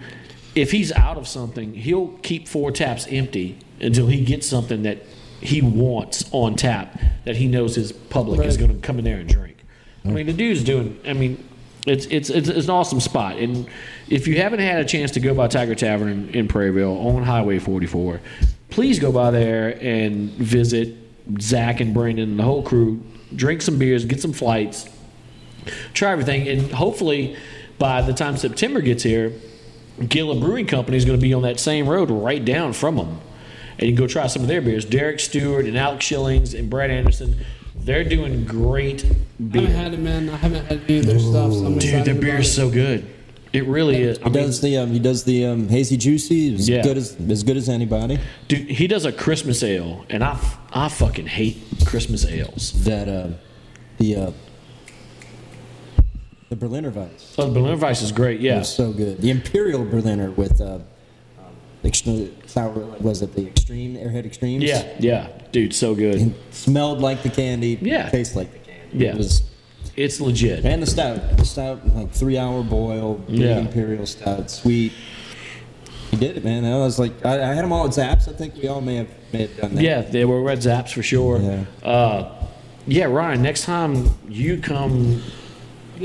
[SPEAKER 1] if he's out of something, he'll keep four taps empty until he gets something that he wants on tap that he knows his public is
[SPEAKER 5] Right.
[SPEAKER 1] going to come in there and drink. I mean, the dude's doing. I mean, it's it's it's, it's an awesome spot. And if you haven't had a chance to go by Tiger Tavern in, in Prairieville on Highway 44, please go by there and visit Zach and Brandon and the whole crew. Drink some beers, get some flights, try everything, and hopefully by the time September gets here, Gila Brewing Company is going to be on that same road right down from them, and you can go try some of their beers. Derek Stewart and Alex Shillings and Brad Anderson, they're doing great
[SPEAKER 5] I haven't
[SPEAKER 1] beer.
[SPEAKER 5] had it, man. I haven't had any of their stuff. So I'm
[SPEAKER 1] Dude,
[SPEAKER 5] excited
[SPEAKER 1] their
[SPEAKER 5] about
[SPEAKER 1] beer
[SPEAKER 5] it.
[SPEAKER 1] is so good. It really is. I
[SPEAKER 4] He
[SPEAKER 1] mean,
[SPEAKER 4] does the um, he does the um, hazy juicy as
[SPEAKER 1] Yeah.
[SPEAKER 4] good as as good as anybody.
[SPEAKER 1] dude, he does a Christmas ale, and I f- I fucking hate Christmas ales.
[SPEAKER 4] That uh, the uh, the Berliner Weiss
[SPEAKER 1] Oh, the Berliner Weiss is great. Yeah,
[SPEAKER 4] was so good. The Imperial Berliner with uh, um, extra sour was it the Extreme Airhead Extremes?
[SPEAKER 1] yeah, yeah, dude, so
[SPEAKER 4] It
[SPEAKER 1] good.
[SPEAKER 4] smelled like the candy.
[SPEAKER 1] Yeah.
[SPEAKER 4] tastes like the candy.
[SPEAKER 1] Yeah.
[SPEAKER 4] It was,
[SPEAKER 1] It's legit.
[SPEAKER 4] and the stout, the stout like three hour boil, big
[SPEAKER 1] Yeah.
[SPEAKER 4] Imperial stout, sweet. He did it, man. I was like, I, I had them all at Zaps. I think we all may have, may have done that.
[SPEAKER 1] Yeah, they were red zaps for sure. Yeah,
[SPEAKER 4] Yeah.
[SPEAKER 1] uh, yeah Ryan, next time you come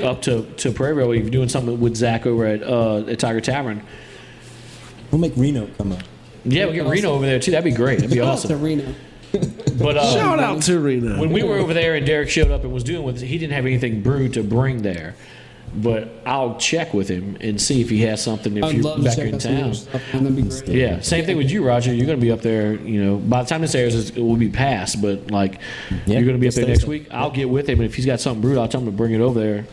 [SPEAKER 1] up to, to Prairieville, you're doing something with Zach over at, uh, at Tiger Tavern.
[SPEAKER 4] We'll make Reno come up.
[SPEAKER 1] Yeah, we get Reno over there too. That'd be great. That'd be
[SPEAKER 5] Shout out to
[SPEAKER 1] awesome.
[SPEAKER 5] Reno.
[SPEAKER 1] But uh,
[SPEAKER 3] Shout out to Reno.
[SPEAKER 1] when we were over there and Derek showed up and was doing with, he didn't have anything brewed to bring there. But I'll check with him and see if he has something if
[SPEAKER 5] I'd
[SPEAKER 1] you're
[SPEAKER 5] love to
[SPEAKER 1] back
[SPEAKER 5] check
[SPEAKER 1] in
[SPEAKER 5] out some of your
[SPEAKER 1] town.
[SPEAKER 5] stuff, and that'd be great.
[SPEAKER 1] Yeah, same thing with you, Roger. You're going to be up there. You know, by the time this airs, it's- it will be past. But like,
[SPEAKER 4] Yeah,
[SPEAKER 1] you're going to be up
[SPEAKER 4] it's
[SPEAKER 1] there next
[SPEAKER 4] Thursday.
[SPEAKER 1] week. I'll get with him, and if he's got something brewed, I'll tell him to bring it over there,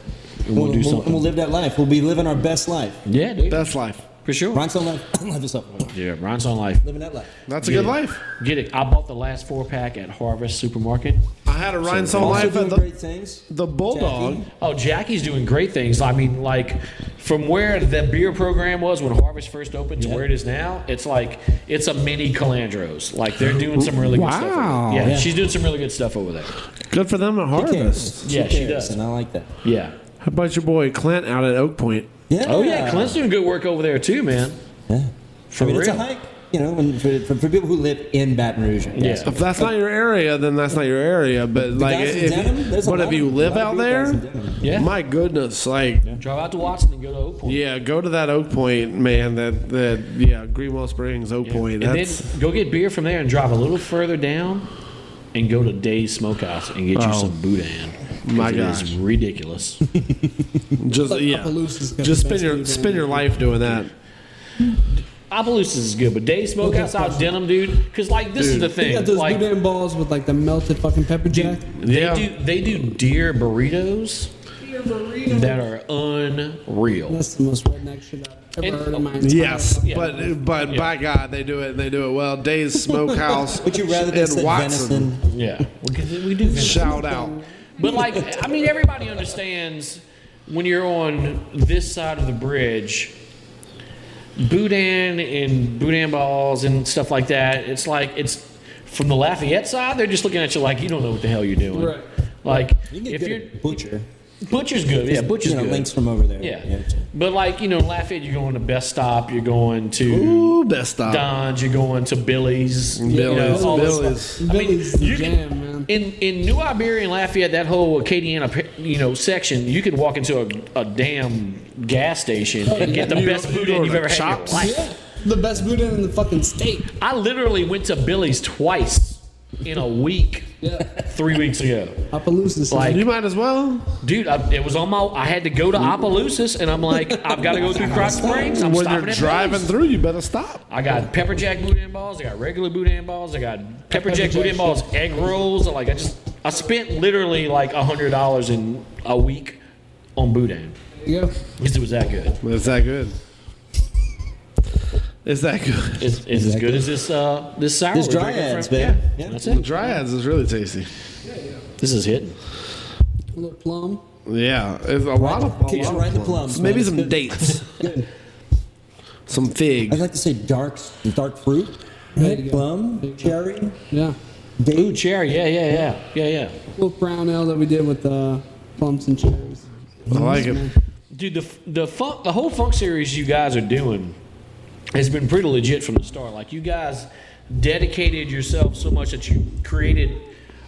[SPEAKER 1] and we'll,
[SPEAKER 4] We'll,
[SPEAKER 1] do
[SPEAKER 4] we'll-
[SPEAKER 1] something.
[SPEAKER 4] and we'll live that life. We'll be living our best life.
[SPEAKER 1] yeah, dude,
[SPEAKER 3] That's life.
[SPEAKER 1] for sure.
[SPEAKER 4] Ron's on life. life is up.
[SPEAKER 1] yeah, Ryan's on life.
[SPEAKER 4] Living that life.
[SPEAKER 3] That's a
[SPEAKER 1] Yeah.
[SPEAKER 3] good life.
[SPEAKER 1] Get it. I bought the last four pack at Harvest Supermarket.
[SPEAKER 3] I had a Rhinestone
[SPEAKER 4] Also
[SPEAKER 3] life
[SPEAKER 4] doing
[SPEAKER 3] at the,
[SPEAKER 4] great things.
[SPEAKER 3] the Bulldog.
[SPEAKER 4] Jackie.
[SPEAKER 1] Oh, Jackie's doing great things. I mean, like from where the beer program was when Harvest first opened to
[SPEAKER 4] Yeah.
[SPEAKER 1] where it is now, it's like it's a mini Calandros. Like they're doing some really good stuff. Over
[SPEAKER 3] Wow.
[SPEAKER 1] there. Yeah,
[SPEAKER 4] Yeah.
[SPEAKER 1] she's doing some really good stuff over there.
[SPEAKER 3] Good for them at
[SPEAKER 4] She
[SPEAKER 3] Harvest.
[SPEAKER 4] cares.
[SPEAKER 1] Yeah, she
[SPEAKER 4] cares,
[SPEAKER 1] does.
[SPEAKER 4] And I like that.
[SPEAKER 1] Yeah.
[SPEAKER 3] How about your boy Clint out at Oak Point?
[SPEAKER 4] Yeah.
[SPEAKER 1] Oh yeah, Clint's doing good work over there too, man.
[SPEAKER 4] Yeah.
[SPEAKER 1] For
[SPEAKER 4] I mean, it's a
[SPEAKER 1] real.
[SPEAKER 4] hike, you know, and for, for, for people who live in Baton Rouge. I guess.
[SPEAKER 1] Yeah.
[SPEAKER 3] If that's not your area, then that's not your area. But like,
[SPEAKER 4] guys in
[SPEAKER 3] if,
[SPEAKER 4] denim, there's a
[SPEAKER 3] but
[SPEAKER 4] lot
[SPEAKER 3] if you
[SPEAKER 4] of-
[SPEAKER 3] live
[SPEAKER 4] lot
[SPEAKER 3] out
[SPEAKER 4] of good guys in
[SPEAKER 3] there,
[SPEAKER 4] denim.
[SPEAKER 1] Yeah.
[SPEAKER 3] my goodness, like, yeah.
[SPEAKER 1] Drive out to Watson and go to Oak Point.
[SPEAKER 3] go to that Oak Point, man. That that yeah, Greenwell Springs, Oak Point.
[SPEAKER 1] And
[SPEAKER 3] That's
[SPEAKER 1] then go get beer from there and drive a little further down and go to Day's Smokehouse and get you
[SPEAKER 3] Oh.
[SPEAKER 1] some boudin. 'Cause
[SPEAKER 3] My
[SPEAKER 1] it is
[SPEAKER 3] gosh.
[SPEAKER 1] ridiculous.
[SPEAKER 3] just
[SPEAKER 5] Like,
[SPEAKER 3] yeah.
[SPEAKER 5] Appaloosa's got
[SPEAKER 3] Just spend
[SPEAKER 5] the best
[SPEAKER 3] your
[SPEAKER 5] food
[SPEAKER 3] spend
[SPEAKER 5] down
[SPEAKER 3] your life doing that.
[SPEAKER 1] Opelousas is good, but Day's Smokehouse out denim, dude. Because like this is the
[SPEAKER 5] They
[SPEAKER 1] thing,
[SPEAKER 5] got those
[SPEAKER 1] like
[SPEAKER 5] boudin balls with like the melted fucking pepper jack.
[SPEAKER 1] they
[SPEAKER 3] Yeah.
[SPEAKER 1] do they do deer burritos that are unreal.
[SPEAKER 5] That's the most redneck shit I've ever
[SPEAKER 1] And-
[SPEAKER 5] heard in my entire
[SPEAKER 3] Yes,
[SPEAKER 1] Yeah.
[SPEAKER 3] but but by God, they do it. and They do it well. Days Smokehouse.
[SPEAKER 4] Would you rather they
[SPEAKER 3] and
[SPEAKER 4] said
[SPEAKER 3] Watson?
[SPEAKER 4] venison?
[SPEAKER 1] Yeah, we, can- we do. Venom.
[SPEAKER 3] Shout out.
[SPEAKER 1] But like, I mean, everybody understands when you're on this side of the bridge. Boudin and boudin balls and stuff like that. It's like it's from the Lafayette side. They're just looking at you like you don't know what the hell you're doing.
[SPEAKER 5] Right.
[SPEAKER 1] Like
[SPEAKER 4] You can
[SPEAKER 1] if
[SPEAKER 4] get
[SPEAKER 1] you're
[SPEAKER 4] good at butcher.
[SPEAKER 1] butcher's good, yeah, butcher's
[SPEAKER 4] you know,
[SPEAKER 1] good.
[SPEAKER 4] links from over there.
[SPEAKER 1] Yeah.
[SPEAKER 4] yeah.
[SPEAKER 1] But like, you know, Lafayette, you're going to Best Stop, you're going to
[SPEAKER 3] Ooh, best stop.
[SPEAKER 1] Don's, you're going to Billy's. you know,
[SPEAKER 3] Billy's,
[SPEAKER 1] all this
[SPEAKER 3] Billy's.
[SPEAKER 1] stuff. I mean,
[SPEAKER 5] Billy's the
[SPEAKER 1] you can-
[SPEAKER 5] jam, man.
[SPEAKER 1] In, in New Iberia and Lafayette, that whole Acadiana, pa- you know, section, you could walk into a, a damn gas station and get the
[SPEAKER 3] You-
[SPEAKER 1] best
[SPEAKER 3] you
[SPEAKER 1] food
[SPEAKER 3] go
[SPEAKER 1] you've
[SPEAKER 3] to
[SPEAKER 1] ever had in your
[SPEAKER 3] Chops.
[SPEAKER 1] life.
[SPEAKER 5] Yeah, the best boudin in the fucking state.
[SPEAKER 1] I literally went to Billy's twice in a week,
[SPEAKER 5] Yeah,
[SPEAKER 1] three weeks ago.
[SPEAKER 5] Appaloosa's
[SPEAKER 1] Like,
[SPEAKER 3] You might as well.
[SPEAKER 1] Dude, I, it was on my. I had to go to Opelousas, and I'm like, I've got to go through Cross Springs. I'm
[SPEAKER 3] when
[SPEAKER 1] stopping
[SPEAKER 3] you're
[SPEAKER 1] at
[SPEAKER 3] driving
[SPEAKER 1] Billy's.
[SPEAKER 3] through, you better stop.
[SPEAKER 1] I got pepper jack boudin balls. I got regular boudin balls. I got pepper,
[SPEAKER 5] Pepper
[SPEAKER 1] jack
[SPEAKER 5] jack
[SPEAKER 1] boudin
[SPEAKER 5] shit.
[SPEAKER 1] balls, egg rolls. I Like I just, I spent literally like a hundred dollars in a week on boudin
[SPEAKER 5] yeah.
[SPEAKER 1] because it was that good.
[SPEAKER 3] Is that good? Is that good?
[SPEAKER 1] It's, it's as good as this uh this sour.
[SPEAKER 4] This
[SPEAKER 1] we're drinking
[SPEAKER 4] Dryads,
[SPEAKER 1] from-
[SPEAKER 4] man.
[SPEAKER 1] Yeah,
[SPEAKER 4] Yeah.
[SPEAKER 1] that's
[SPEAKER 3] The
[SPEAKER 1] it.
[SPEAKER 3] Dryads is really tasty.
[SPEAKER 1] This is hitting.
[SPEAKER 5] A little plum.
[SPEAKER 3] Yeah, it's a lot of. A
[SPEAKER 4] Kicks
[SPEAKER 3] lot
[SPEAKER 4] you right in
[SPEAKER 3] of
[SPEAKER 4] the
[SPEAKER 3] plums.
[SPEAKER 4] plums,
[SPEAKER 3] Maybe
[SPEAKER 4] man.
[SPEAKER 3] some
[SPEAKER 4] It's good.
[SPEAKER 3] dates. some figs.
[SPEAKER 4] I'd like to say dark, dark fruit,
[SPEAKER 5] There you go.
[SPEAKER 4] plum, cherry,
[SPEAKER 5] Yeah,
[SPEAKER 4] date.
[SPEAKER 1] Ooh, cherry. Yeah, yeah, yeah, yeah, yeah.
[SPEAKER 5] little brown ale that we did with uh, plums and cherries.
[SPEAKER 3] I like it.
[SPEAKER 1] Dude, the the funk, the whole funk series you guys are doing has been pretty legit from the start. Like you guys dedicated yourself so much that you created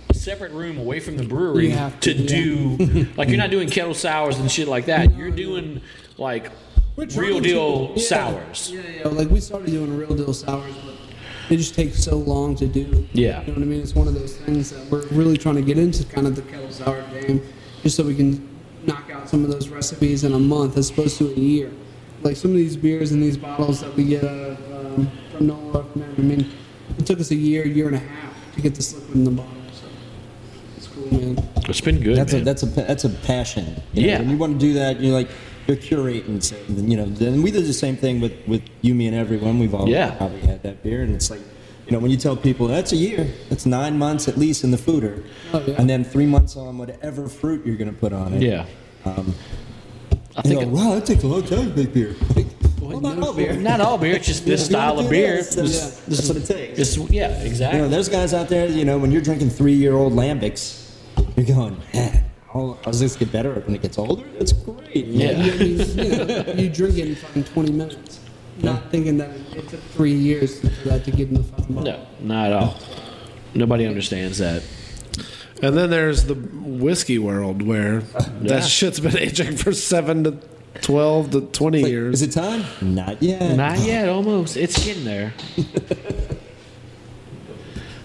[SPEAKER 1] a separate room away from the brewery
[SPEAKER 5] You have
[SPEAKER 1] to,
[SPEAKER 5] to,
[SPEAKER 1] do like you're not doing kettle sours and shit like that. You're doing like
[SPEAKER 5] We're trying
[SPEAKER 1] real
[SPEAKER 5] to-
[SPEAKER 1] deal
[SPEAKER 5] yeah.
[SPEAKER 1] sours.
[SPEAKER 5] Yeah, yeah. Like we started doing real deal sours, but it just takes so long to do.
[SPEAKER 1] Yeah.
[SPEAKER 5] You know what I mean? It's one of those things that we're really trying to get into, kind of the kettle sour game, just so we can knock out some of those recipes in a month as opposed to a year. Like some of these beers and these bottles that we get out of um, from Nola, man, I mean, it took us a year, year and a half to get this liquid in the bottle. So it's cool, man.
[SPEAKER 1] It's been good.
[SPEAKER 4] That's a
[SPEAKER 1] man.
[SPEAKER 4] that's a pa- that's a passion. you know,
[SPEAKER 1] Yeah.
[SPEAKER 4] and you want to do that. You're like you're curating, so, you know. Then we did the same thing with with you, me, and everyone. We've all
[SPEAKER 1] Yeah.
[SPEAKER 4] probably had that beer, and it's like. You know, when you tell people that's a year, that's nine months at least in the fooder,
[SPEAKER 5] Oh, yeah.
[SPEAKER 4] and then three months on whatever fruit you're going to put on it.
[SPEAKER 1] yeah. I
[SPEAKER 4] I think
[SPEAKER 1] think
[SPEAKER 4] wow, that takes a long time to make beer. Like, well, not all beer.
[SPEAKER 1] not all beer. It's just this
[SPEAKER 4] If you wanna
[SPEAKER 1] style of
[SPEAKER 4] do
[SPEAKER 1] beer. This-
[SPEAKER 4] That, that's, uh,
[SPEAKER 1] this
[SPEAKER 4] that's
[SPEAKER 1] is-
[SPEAKER 4] what it takes.
[SPEAKER 1] this- yeah, exactly.
[SPEAKER 4] You know, there's guys out there, you know, when you're drinking three year old lambics, you're going, man, how how does this get better when it gets older? That's great.
[SPEAKER 1] yeah.
[SPEAKER 5] You, know, you, know, you drink it in fucking 20 minutes.
[SPEAKER 1] Hmm.
[SPEAKER 5] Not thinking that it took three years for that to get in the fucking bottle.
[SPEAKER 1] No, not at all. Nobody understands that.
[SPEAKER 3] And then there's the whiskey world where
[SPEAKER 1] Yeah.
[SPEAKER 3] that shit's been aging for seven to twelve to twenty
[SPEAKER 4] Like,
[SPEAKER 3] years.
[SPEAKER 4] Is it time? Not yet.
[SPEAKER 1] Not yet, almost. It's getting there.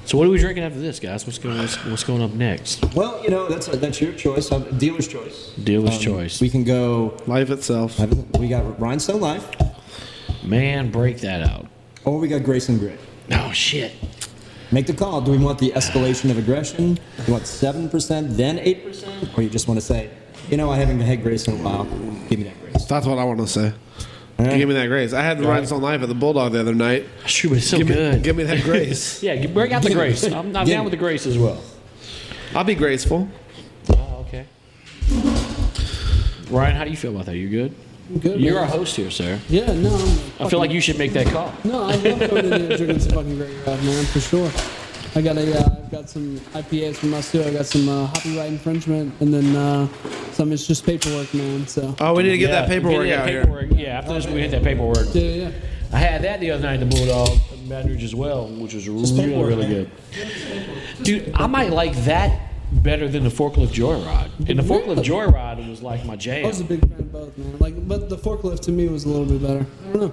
[SPEAKER 1] So what are we drinking after this, guys? What's going what's, what's going up next?
[SPEAKER 4] Well, you know, that's that's your choice. Um, dealer's choice.
[SPEAKER 1] Dealer's
[SPEAKER 4] Um,
[SPEAKER 1] choice.
[SPEAKER 4] We can go.
[SPEAKER 3] Life itself.
[SPEAKER 4] I don't- We got Rhinestone Life,
[SPEAKER 1] Man, break that out.
[SPEAKER 4] or we got Grace and Grit.
[SPEAKER 1] Oh shit.
[SPEAKER 4] Make the call. Do we want the escalation of aggression? Do you want seven percent, then eight percent, or you just want to say, you know, I haven't had Grace in a while. Give me that Grace.
[SPEAKER 3] That's what I want to say.
[SPEAKER 4] right.
[SPEAKER 3] Give me that grace. I had the Rhinestone Life at the Bulldog the other night.
[SPEAKER 1] Shoot, it's so
[SPEAKER 3] give, me,
[SPEAKER 1] good.
[SPEAKER 3] give me that grace.
[SPEAKER 1] yeah, g- break out the
[SPEAKER 4] Give me-
[SPEAKER 1] grace. I'm, I'm
[SPEAKER 4] give
[SPEAKER 1] down
[SPEAKER 4] me.
[SPEAKER 1] with the grace as well.
[SPEAKER 3] I'll be graceful.
[SPEAKER 1] Oh, okay. Ryan, how do you feel about that? You good?
[SPEAKER 5] I'm good.
[SPEAKER 1] You're
[SPEAKER 5] man.
[SPEAKER 1] our host here, sir.
[SPEAKER 5] Yeah, no. I'm
[SPEAKER 1] I feel like you should make that call.
[SPEAKER 5] No, I love coming in here drinking some fucking great red, man, for sure. I got a, uh, I've got some IPAs from us too. I got some uh, copyright infringement, and then uh, some it's just paperwork, man. So
[SPEAKER 3] Oh, we need to get that paperwork
[SPEAKER 1] yeah,
[SPEAKER 3] out here.
[SPEAKER 1] paperwork. Yeah, after this, we hit that paperwork.
[SPEAKER 5] yeah, yeah.
[SPEAKER 1] I had that the other night at the Bulldog in Baton Rouge as well, which was really,
[SPEAKER 4] paperwork,
[SPEAKER 1] really
[SPEAKER 4] man.
[SPEAKER 1] good. Dude, I might like that better than the forklift joyride. And the forklift
[SPEAKER 5] Really?
[SPEAKER 1] joyride was like my
[SPEAKER 5] I was a
[SPEAKER 1] jam.
[SPEAKER 5] big fan of both, man. Like, but the forklift to me was a little bit better. I don't know.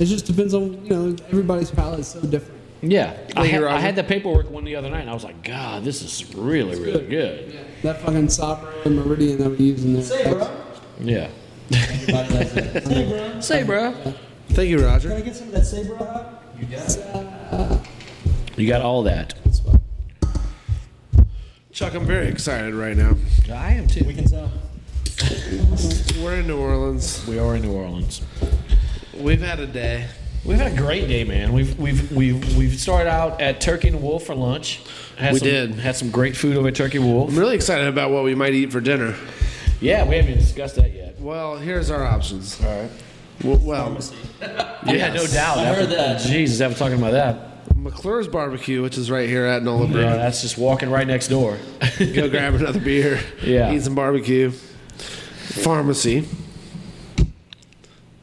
[SPEAKER 5] It just depends on you know everybody's palate is so different.
[SPEAKER 1] Yeah, I
[SPEAKER 3] Thank you,
[SPEAKER 1] had, I
[SPEAKER 3] Roger.
[SPEAKER 1] had the paperwork one the other night, and I was like, God, this is really, really good.
[SPEAKER 5] That fucking Sabra Meridian that we use in there.
[SPEAKER 1] Yeah. Say, bro.
[SPEAKER 3] Thank you, Roger.
[SPEAKER 4] I get some of that Sabre hop?
[SPEAKER 1] You got all that.
[SPEAKER 3] Chuck, I'm very excited right now.
[SPEAKER 1] I am too.
[SPEAKER 4] We can tell.
[SPEAKER 3] We're in New Orleans.
[SPEAKER 1] We are in New Orleans.
[SPEAKER 3] We've had a day.
[SPEAKER 1] We've had a great day, man. We've we've we've we've started out at Turkey and Wolf for lunch. Had
[SPEAKER 3] We
[SPEAKER 1] some,
[SPEAKER 3] did.
[SPEAKER 1] had some great food over at Turkey and Wolf.
[SPEAKER 3] I'm really excited about what we might eat for dinner.
[SPEAKER 1] Yeah, we haven't even discussed that yet.
[SPEAKER 3] Well, here's our options.
[SPEAKER 1] All right.
[SPEAKER 3] W- Well,
[SPEAKER 1] Yeah, no doubt.
[SPEAKER 4] I heard that.
[SPEAKER 1] Jesus, after talking about that,
[SPEAKER 3] McClure's Barbecue, which is right here at Nola Brew.
[SPEAKER 1] yeah, that's just walking right next door.
[SPEAKER 3] Go grab another beer.
[SPEAKER 1] Yeah.
[SPEAKER 3] Eat some barbecue. Pharmacy.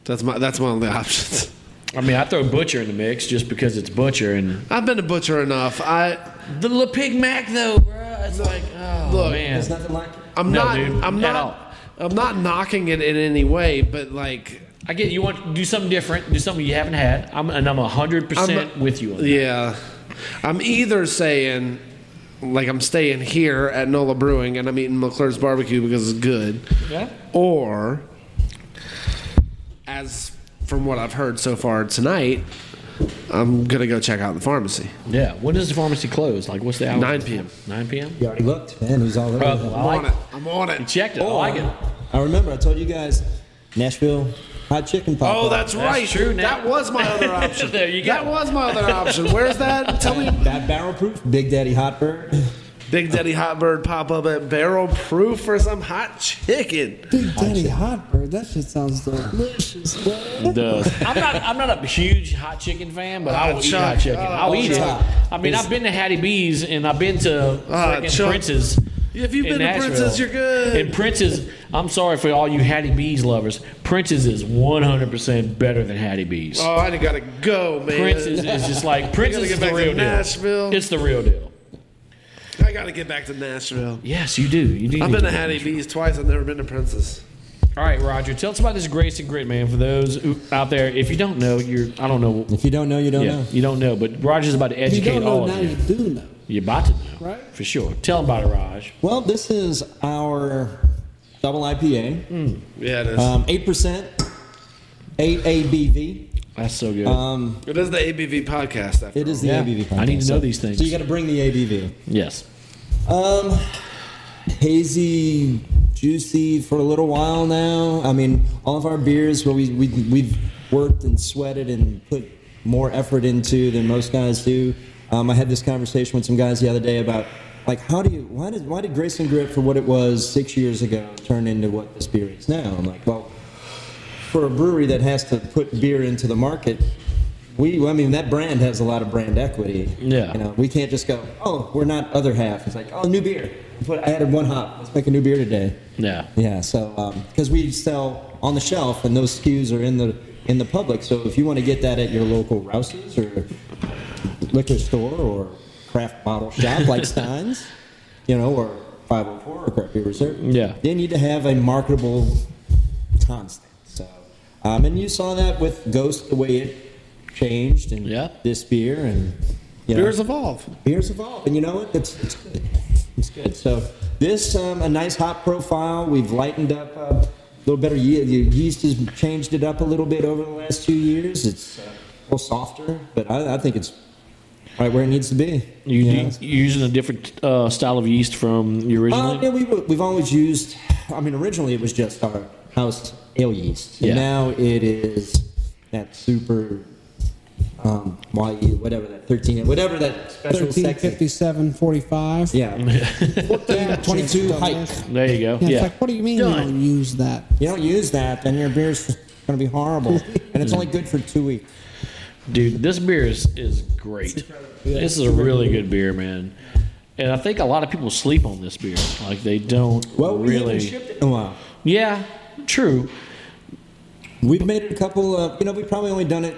[SPEAKER 3] That's my that's my only options.
[SPEAKER 1] I mean, I throw butcher in the mix just because it's butcher and
[SPEAKER 3] I've been to butcher enough. I
[SPEAKER 1] the Le Pig Mac though, bro. It's like, oh
[SPEAKER 3] Look,
[SPEAKER 1] man,
[SPEAKER 4] There's nothing like it.
[SPEAKER 3] I'm
[SPEAKER 1] No,
[SPEAKER 3] not
[SPEAKER 1] dude,
[SPEAKER 3] I'm
[SPEAKER 1] at
[SPEAKER 3] not
[SPEAKER 1] all.
[SPEAKER 3] I'm not knocking it in any way, but like
[SPEAKER 1] I get you want to do something different, do something you haven't had. I'm and I'm hundred percent
[SPEAKER 3] I'm-
[SPEAKER 1] with you. On that.
[SPEAKER 3] yeah. I'm either saying like I'm staying here at Nola Brewing and I'm eating McClure's barbecue because it's good.
[SPEAKER 1] Yeah.
[SPEAKER 3] Or as from what I've heard so far tonight, I'm gonna go check out the pharmacy.
[SPEAKER 1] Yeah. When does the pharmacy close? Like, what's the hour?
[SPEAKER 3] 9 p.m..
[SPEAKER 1] Nine p.m.
[SPEAKER 4] You already looked, man. He's all over.
[SPEAKER 1] Uh,
[SPEAKER 4] that.
[SPEAKER 1] I like
[SPEAKER 3] on it. I'm on
[SPEAKER 1] You
[SPEAKER 3] it.
[SPEAKER 1] checked it. I like it.
[SPEAKER 4] I remember I told you guys Nashville hot chicken pop.
[SPEAKER 3] Oh, that's, right.
[SPEAKER 1] true, Nat.
[SPEAKER 3] That was my other option.
[SPEAKER 1] There you
[SPEAKER 3] That
[SPEAKER 1] go.
[SPEAKER 3] was my other option. Where's that? Tell me.
[SPEAKER 4] that barrel proof Big Daddy Hotbird.
[SPEAKER 3] Big Daddy Hot Bird pop up at Barrel Proof for some hot chicken.
[SPEAKER 5] Big Daddy Hotbird, that shit sounds delicious.
[SPEAKER 1] It does. I'm not. I'm not a huge hot chicken fan, but I will
[SPEAKER 3] Ah,
[SPEAKER 1] eat
[SPEAKER 3] Chuck.
[SPEAKER 1] hot chicken.
[SPEAKER 3] Ah,
[SPEAKER 1] I'll eat it.
[SPEAKER 4] Chuck.
[SPEAKER 1] I mean, I've been to Hattie B's and I've been to
[SPEAKER 3] Ah,
[SPEAKER 1] frickin'
[SPEAKER 3] Chuck.
[SPEAKER 1] Prince's.
[SPEAKER 3] If you've
[SPEAKER 1] in
[SPEAKER 3] been to
[SPEAKER 1] Nashville.
[SPEAKER 3] Prince's, you're good.
[SPEAKER 1] And Prince's, I'm sorry for all you Hattie B's lovers. Prince's is 100% better than Hattie B's.
[SPEAKER 3] Oh, I gotta go, man.
[SPEAKER 1] Prince's is just like Prince's
[SPEAKER 3] get
[SPEAKER 1] is
[SPEAKER 3] back
[SPEAKER 1] the
[SPEAKER 3] to
[SPEAKER 1] real deal.
[SPEAKER 3] Nashville.
[SPEAKER 1] It's the real deal.
[SPEAKER 3] I gotta get back to Nashville.
[SPEAKER 1] Yes, you do. You do.
[SPEAKER 3] I've
[SPEAKER 1] need
[SPEAKER 3] been to
[SPEAKER 1] get
[SPEAKER 3] Hattie
[SPEAKER 1] Nashville.
[SPEAKER 3] B's twice. I've never been to Prince's.
[SPEAKER 1] All right, Roger. Tell us about this Grace and Grit, man. For those who- out there, if you don't know, you're I don't know.
[SPEAKER 4] If you don't know, you don't
[SPEAKER 1] yeah,
[SPEAKER 4] know.
[SPEAKER 1] you don't know. But Roger's about to
[SPEAKER 5] If you
[SPEAKER 1] educate
[SPEAKER 5] don't know
[SPEAKER 1] all
[SPEAKER 5] now,
[SPEAKER 1] of
[SPEAKER 5] you
[SPEAKER 1] you.
[SPEAKER 5] do know.
[SPEAKER 1] You're about to know,
[SPEAKER 5] Right?
[SPEAKER 1] For sure. Tell him about it, Raj.
[SPEAKER 4] Well, this is our double
[SPEAKER 1] Hmm.
[SPEAKER 4] IPA,
[SPEAKER 3] Yeah, it is.
[SPEAKER 4] um, eight percent, eight ABV.
[SPEAKER 1] That's so good.
[SPEAKER 4] Um,
[SPEAKER 3] it is the ABV podcast. After
[SPEAKER 4] it is the
[SPEAKER 1] Yeah. I
[SPEAKER 4] ABV.
[SPEAKER 1] need to know
[SPEAKER 4] content, so-
[SPEAKER 1] these things.
[SPEAKER 4] So you got to bring the ABV.
[SPEAKER 1] yes.
[SPEAKER 4] Um, hazy, juicy for a little while now. I mean, all of our beers where we, we we've worked and sweated and put more effort into than most guys do. Um, I had this conversation with some guys the other day about like how do you why did why did Grace and Grit for what it was six years ago turn into what this beer is now? I'm like, well, for a brewery that has to put beer into the market. We, I mean, that brand has a lot of brand equity.
[SPEAKER 1] Yeah.
[SPEAKER 4] You know, we can't just go, oh, we're not other half. It's like, oh, new beer. Put, I added one hop. Let's make a new beer today.
[SPEAKER 1] Yeah.
[SPEAKER 4] Yeah. So, because we sell on the shelf, and those SKUs are in the in the public. So if you want to get that at your local Rouse's or liquor store or craft bottle shop like Stein's, you know, or 504 or Craft Beer Reserve,
[SPEAKER 1] Yeah.
[SPEAKER 4] they need to have a marketable constant. So, um, and you saw that with Ghost the way it changed and
[SPEAKER 1] Yeah.
[SPEAKER 4] this beer and You know?
[SPEAKER 3] Beers evolve.
[SPEAKER 4] Beers evolve, and you know what? It's, it's good. It's good. So this um, a nice hop profile. We've lightened up uh, a little better. Ye- the yeast has changed it up a little bit over the last two years. It's uh, a little softer, but I, I think it's right where it needs to be.
[SPEAKER 1] You,
[SPEAKER 4] you
[SPEAKER 1] you
[SPEAKER 4] know?
[SPEAKER 1] you're using a different uh, style of yeast from you
[SPEAKER 4] Uh,
[SPEAKER 1] originally.
[SPEAKER 4] yeah, we, we've always used, I mean, originally it was just our house ale yeast.
[SPEAKER 1] Yeah.
[SPEAKER 4] And now it is that super, um, YE, whatever that 13, whatever that special sexy.
[SPEAKER 5] 1357 45.
[SPEAKER 4] Yeah. 22 hike.
[SPEAKER 1] there you go.
[SPEAKER 5] Yeah,
[SPEAKER 1] Yeah,
[SPEAKER 5] it's like, what do you mean you
[SPEAKER 1] Done.
[SPEAKER 5] don't use that?
[SPEAKER 4] You don't use that, then your beer's going to be horrible. and it's only good for two weeks.
[SPEAKER 1] dude, this beer is is great. This is a really good beer, man. And I think a lot of people sleep on this beer. Like they don't
[SPEAKER 4] Well, we
[SPEAKER 1] really.
[SPEAKER 4] haven't shipped it in a while.
[SPEAKER 1] yeah, true.
[SPEAKER 4] We've made it a couple of, you know, we've probably only done it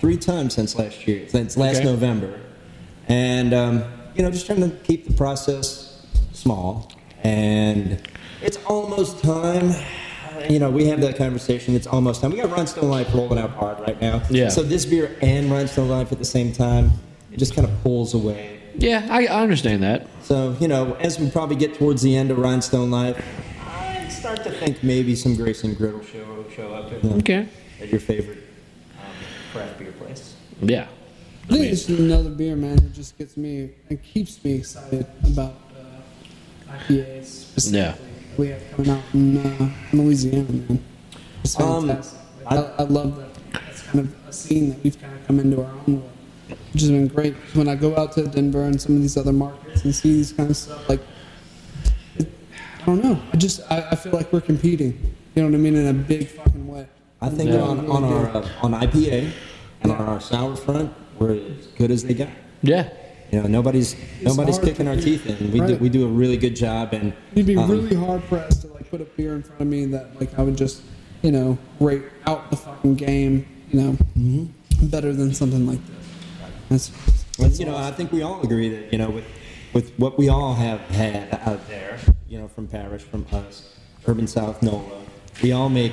[SPEAKER 4] three times since last year, since last
[SPEAKER 1] Okay.
[SPEAKER 4] November. And, um, you know, just trying to keep the process small. And it's almost time. You know, we have that conversation. It's almost time. We got Rhinestone Life rolling out hard right now.
[SPEAKER 1] Yeah.
[SPEAKER 4] So this beer and Rhinestone Life at the same time, it just kind of pulls away
[SPEAKER 1] Yeah, I, I understand that.
[SPEAKER 4] So, you know, as we probably get towards the end of Rhinestone Life, I start to think maybe some Grace and Griddle show, show up at, the-
[SPEAKER 1] Okay.
[SPEAKER 4] at your favorite um, craft beer place.
[SPEAKER 1] Yeah.
[SPEAKER 5] I think it's just another beer, man, that just gets me and keeps me excited about uh, IPAs specifically.
[SPEAKER 1] Yeah.
[SPEAKER 5] We have coming out in uh, Louisiana, man. It's
[SPEAKER 4] Um,
[SPEAKER 5] fantastic.
[SPEAKER 4] I-
[SPEAKER 5] I, I love that. That's kind of a scene that we've kind of come into our own with, which has been great. When I go out to Denver and some of these other markets and see these kind of stuff, like I don't know. I just I, I feel like we're competing. You know what I mean? In a big fucking way.
[SPEAKER 4] I think
[SPEAKER 1] Yeah.
[SPEAKER 4] on, on our uh, on IPA and on our sour front, we're as good as they got.
[SPEAKER 1] Yeah.
[SPEAKER 4] You know, nobody's nobody's
[SPEAKER 5] hard to
[SPEAKER 4] kicking our
[SPEAKER 5] beat.
[SPEAKER 4] teeth in. We do,
[SPEAKER 5] Right.
[SPEAKER 4] we do a really good job, and
[SPEAKER 5] You'd be
[SPEAKER 4] um,
[SPEAKER 5] really hard pressed to like put a beer in front of me that like I would just, you know, rate out the fucking game, you know, better than something like this. That's,
[SPEAKER 4] But, you know, I think we all agree that you know, with with what we all have had out there, you know, from Parish, from us, Urban South, NOLA, we all make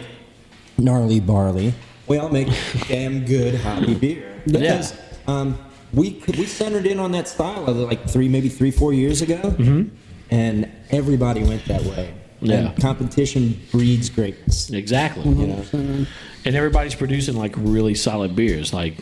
[SPEAKER 4] gnarly barley. We all make damn good hoppy beer because um, we could- we centered in on that style of like three, maybe three, four years ago, and everybody went that way.
[SPEAKER 1] Yeah.
[SPEAKER 4] and competition breeds greatness.
[SPEAKER 1] Exactly.
[SPEAKER 4] Mm-hmm.
[SPEAKER 1] You know.
[SPEAKER 5] 100%, man.
[SPEAKER 1] And everybody's producing like really solid beers. Like